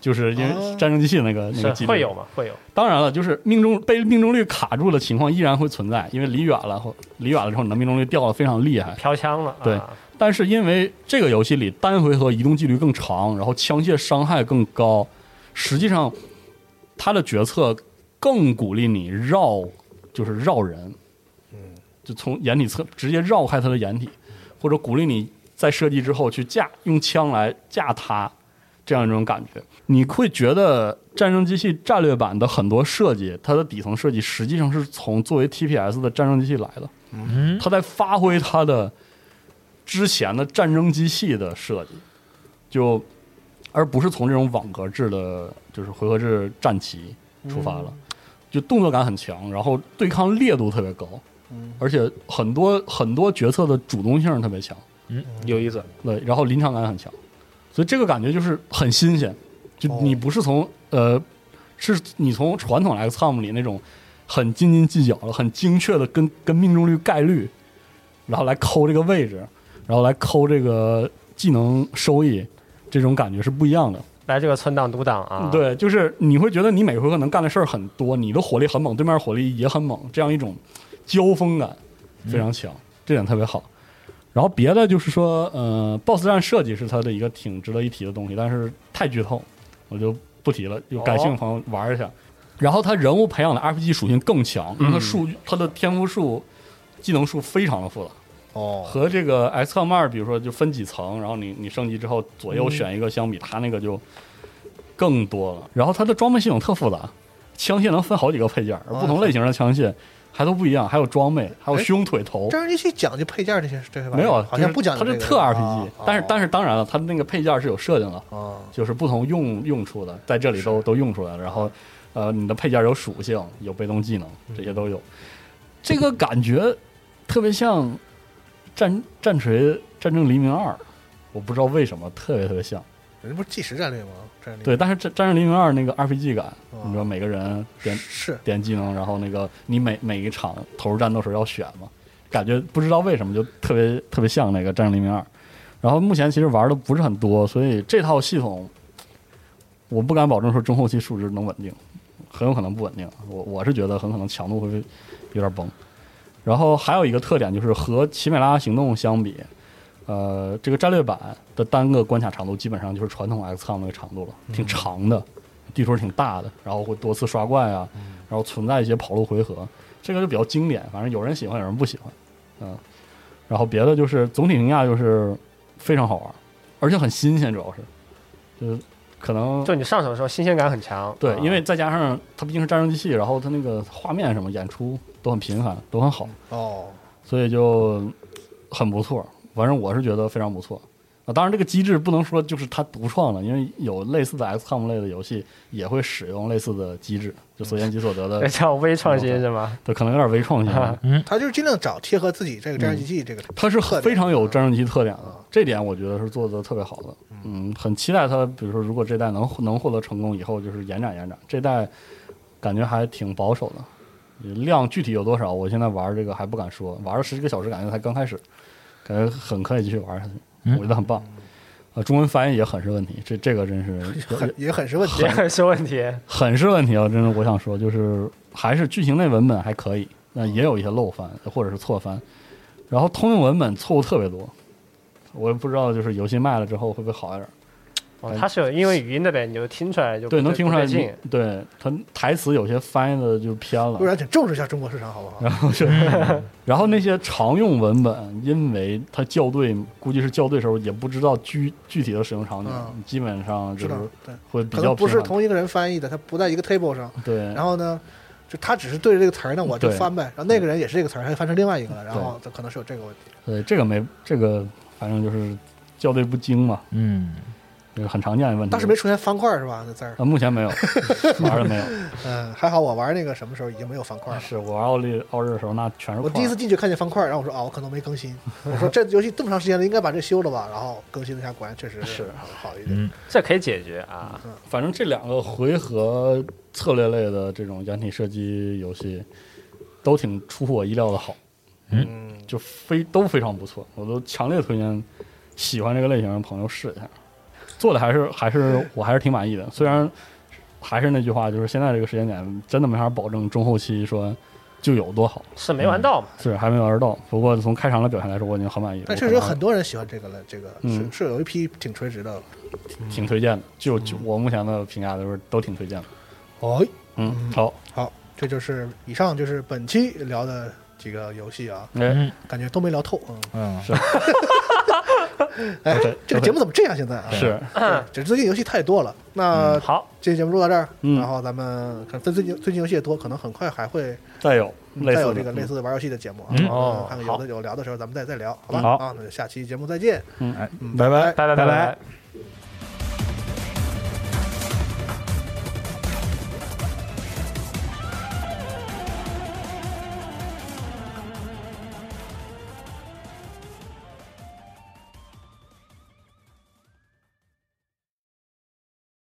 就是因为
哦
战争机器那个、那个机
是
制
会有吗？会有
当然了，就是命中被命中率卡住的情况依然会存在，因为离远了或离远了之后，你的命中率掉的非常厉害。
飘枪了，
对
啊
但是因为这个游戏里单回合移动距离更长，然后枪械伤害更高，实际上他的决策更鼓励你绕，就是绕人，嗯，就从掩体侧直接绕开他的掩体，或者鼓励你在射击之后去架用枪来架他，这样一种感觉。你会觉得战争机器战略版的很多设计，它的底层设计实际上是从作为 TPS 的战争机器来的。
嗯，
他在发挥他的之前的战争机器的设计，就而不是从这种网格制的，就是回合制战棋出发了，就动作感很强，然后对抗烈度特别高，而且很多很多决策的主动性特别强，
嗯，有意思。
对，然后临场感很强，所以这个感觉就是很新鲜。就
哦
你不是从、呃，是你从传统 XCOM 里那种很斤斤计较的、很精确的跟跟命中率概率，然后来抠这个位置，然后来抠这个技能收益，这种感觉是不一样的。
来这个存档读档啊，，
对，就是你会觉得你每回合能干的事儿很多，你的火力很猛，对面火力也很猛，这样一种交锋感非常强，这点特别好。然后别的就是说，呃，BOSS 战设计是它的一个挺值得一提的东西，但是太剧透，我就不提了。有感兴趣的朋友玩一下。然后它人物培养的 RPG 属性更强，因为它数据、它的天赋树、技能树非常的复杂。
哦，
和这个 XCOM 二，比如说就分几层，然后你你升级之后左
嗯
右选一个相比，它那个就更多了。然后它的装备系统特复杂，枪械能分好几个配件，而不同类型的枪械还都不一样，还有装备，还有
哎
胸、腿、头。
战争机器讲究配件这些这些玩意儿
没有，啊
好
就
像
是
不讲究这
它是
个啊哦
特 RPG，但是但
是
是当然了，它那个配件是有设定的，
哦
就是不同用用处的，在这里都都用出来了。然后，呃，你的配件有属性，有被动技能，这些都有。这个感觉特别像《战战锤战争黎明二》，我不知道为什么特别特别像。
人家不是计时战略吗？战略
对，但是《战战争黎明二》那个 RPG 感，
哦
你知道每个人点
是
点技能，然后那个你每每一场投入战斗时候要选嘛，感觉不知道为什么就特别特别像那个《战争黎明二》。然后目前其实玩的不是很多，所以这套系统我不敢保证说中后期数值能稳定，很有可能不稳定。啊我我是觉得很可能强度会有点崩。然后还有一个特点就是和《奇美拉行动》相比，呃，这个战略版的单个关卡长度基本上就是传统 XCOM 那个长度了，挺长的，地图挺大的，然后会多次刷怪啊，然后存在一些跑路回合，这个就比较经典。反正有人喜欢，有人不喜欢，嗯。然后别的就是总体评价就是非常好玩，而且很新鲜，主要是，就是可能
就你上手的时候新鲜感很强，
对
啊，
因为再加上它毕竟是战争机器，然后它那个画面什么演出都很频繁，都很好，
哦，
所以就很不错。反正我是觉得非常不错。啊，当然这个机制不能说就是它独创了，因为有类似的 XCOM 类的游戏也会使用类似的机制，就所见即所得的
这， 叫微创新是吗？
它可能有点微创新。啊
他就是尽量找贴合自己
嗯
这个战争机器这个
它是
特点
非常有
啊
战争机特点的，这点我觉得是做的特别好的。嗯，很期待它，比如说如果这代能能获得成功，以后就是延展延展。这代感觉还挺保守的，量具体有多少，我现在玩这个还不敢说。玩了十几个小时，感觉才刚开始，感觉很可以继续玩下去，我觉得很棒。呃，中文翻译也很是问题，这这个 真是
很也很是问题
这。个是问题，
很是问题啊！真的，我想说，就是还是剧情类文本还可以，那也有一些漏翻或者是错翻，然后通用文本错误特别多，我也不知道就是游戏卖了之后会不会好一点儿。
哦它是有因为语音那边你就听出来就
对，
不
能
对
听
不
出来
对劲，
你，对它台词有些翻译的就偏了
不。然，请重视一下中国市场，好不
嗯
好？
然后那些常用文本，因为它校对，估计是校对时候也不知道具具体的使用场景，
嗯
基本上就
知道，
是
对，
会比
可
较
能不
偏
是
袒
同一个人翻译的，他不在一个 table 上。
对
然后呢，就他只是对着这个词儿呢，我就
对
翻呗。然后那个人也是这个词儿，他就翻成另外一个了。然后他可能是有这个问题。
对这个没这个，反正就是校对不精嘛，
嗯，
这个很常见的问题。
当时没出现方块是吧？那字儿，
啊，目前没 有，玩儿的没有。
嗯，还好我玩那个什么时候已经没有方块了。
是我玩奥利奥日的时候，那全是
我
块儿。
第一次进去看见方块，然后我说啊，我可能没更 新。我说这游戏这么长时间了，应该把这修了吧？然后更新了一下，果然确 实是好一
嗯
点。
这可以解决啊。
反正这两个回合策略类的这种掩体射击游戏，都挺出乎我意料的好，
嗯，
就非都非常不错，我都强烈推荐喜欢这个类型的朋友试一下。做的还是还是我还是挺满意的，虽然还是那句话，就是现在这个时间点真的没法保证中后期说就有多好，
是没玩到嘛？
是还没玩到。不过从开场的表现来说，我已经很满意了。
但
我
确
可
实有
能
很多人喜欢这个了，这个是
嗯
是有一批挺垂直的。
挺推荐的，
嗯
就就我目前的评价都是都挺推荐的。
哦，
嗯，好，
好，这就是以上就是本期聊的几个游戏啊，
哎，
感觉都没聊透。嗯，
嗯，
哎
对，
这个节目怎么这样？现在啊，
是，
这最近游戏太多了。那
嗯好，
这期节目录到这儿，
嗯
然后咱们看最近最近游戏也多，可能很快还会
再有类
再
似
有
的
这个类
嗯
似玩游戏的节目啊。
嗯
哦
看看有的有聊的时候咱们再再聊，好吧？
好
啊，那就下期节目再见。
哎，
嗯，
拜拜
拜拜
拜
拜。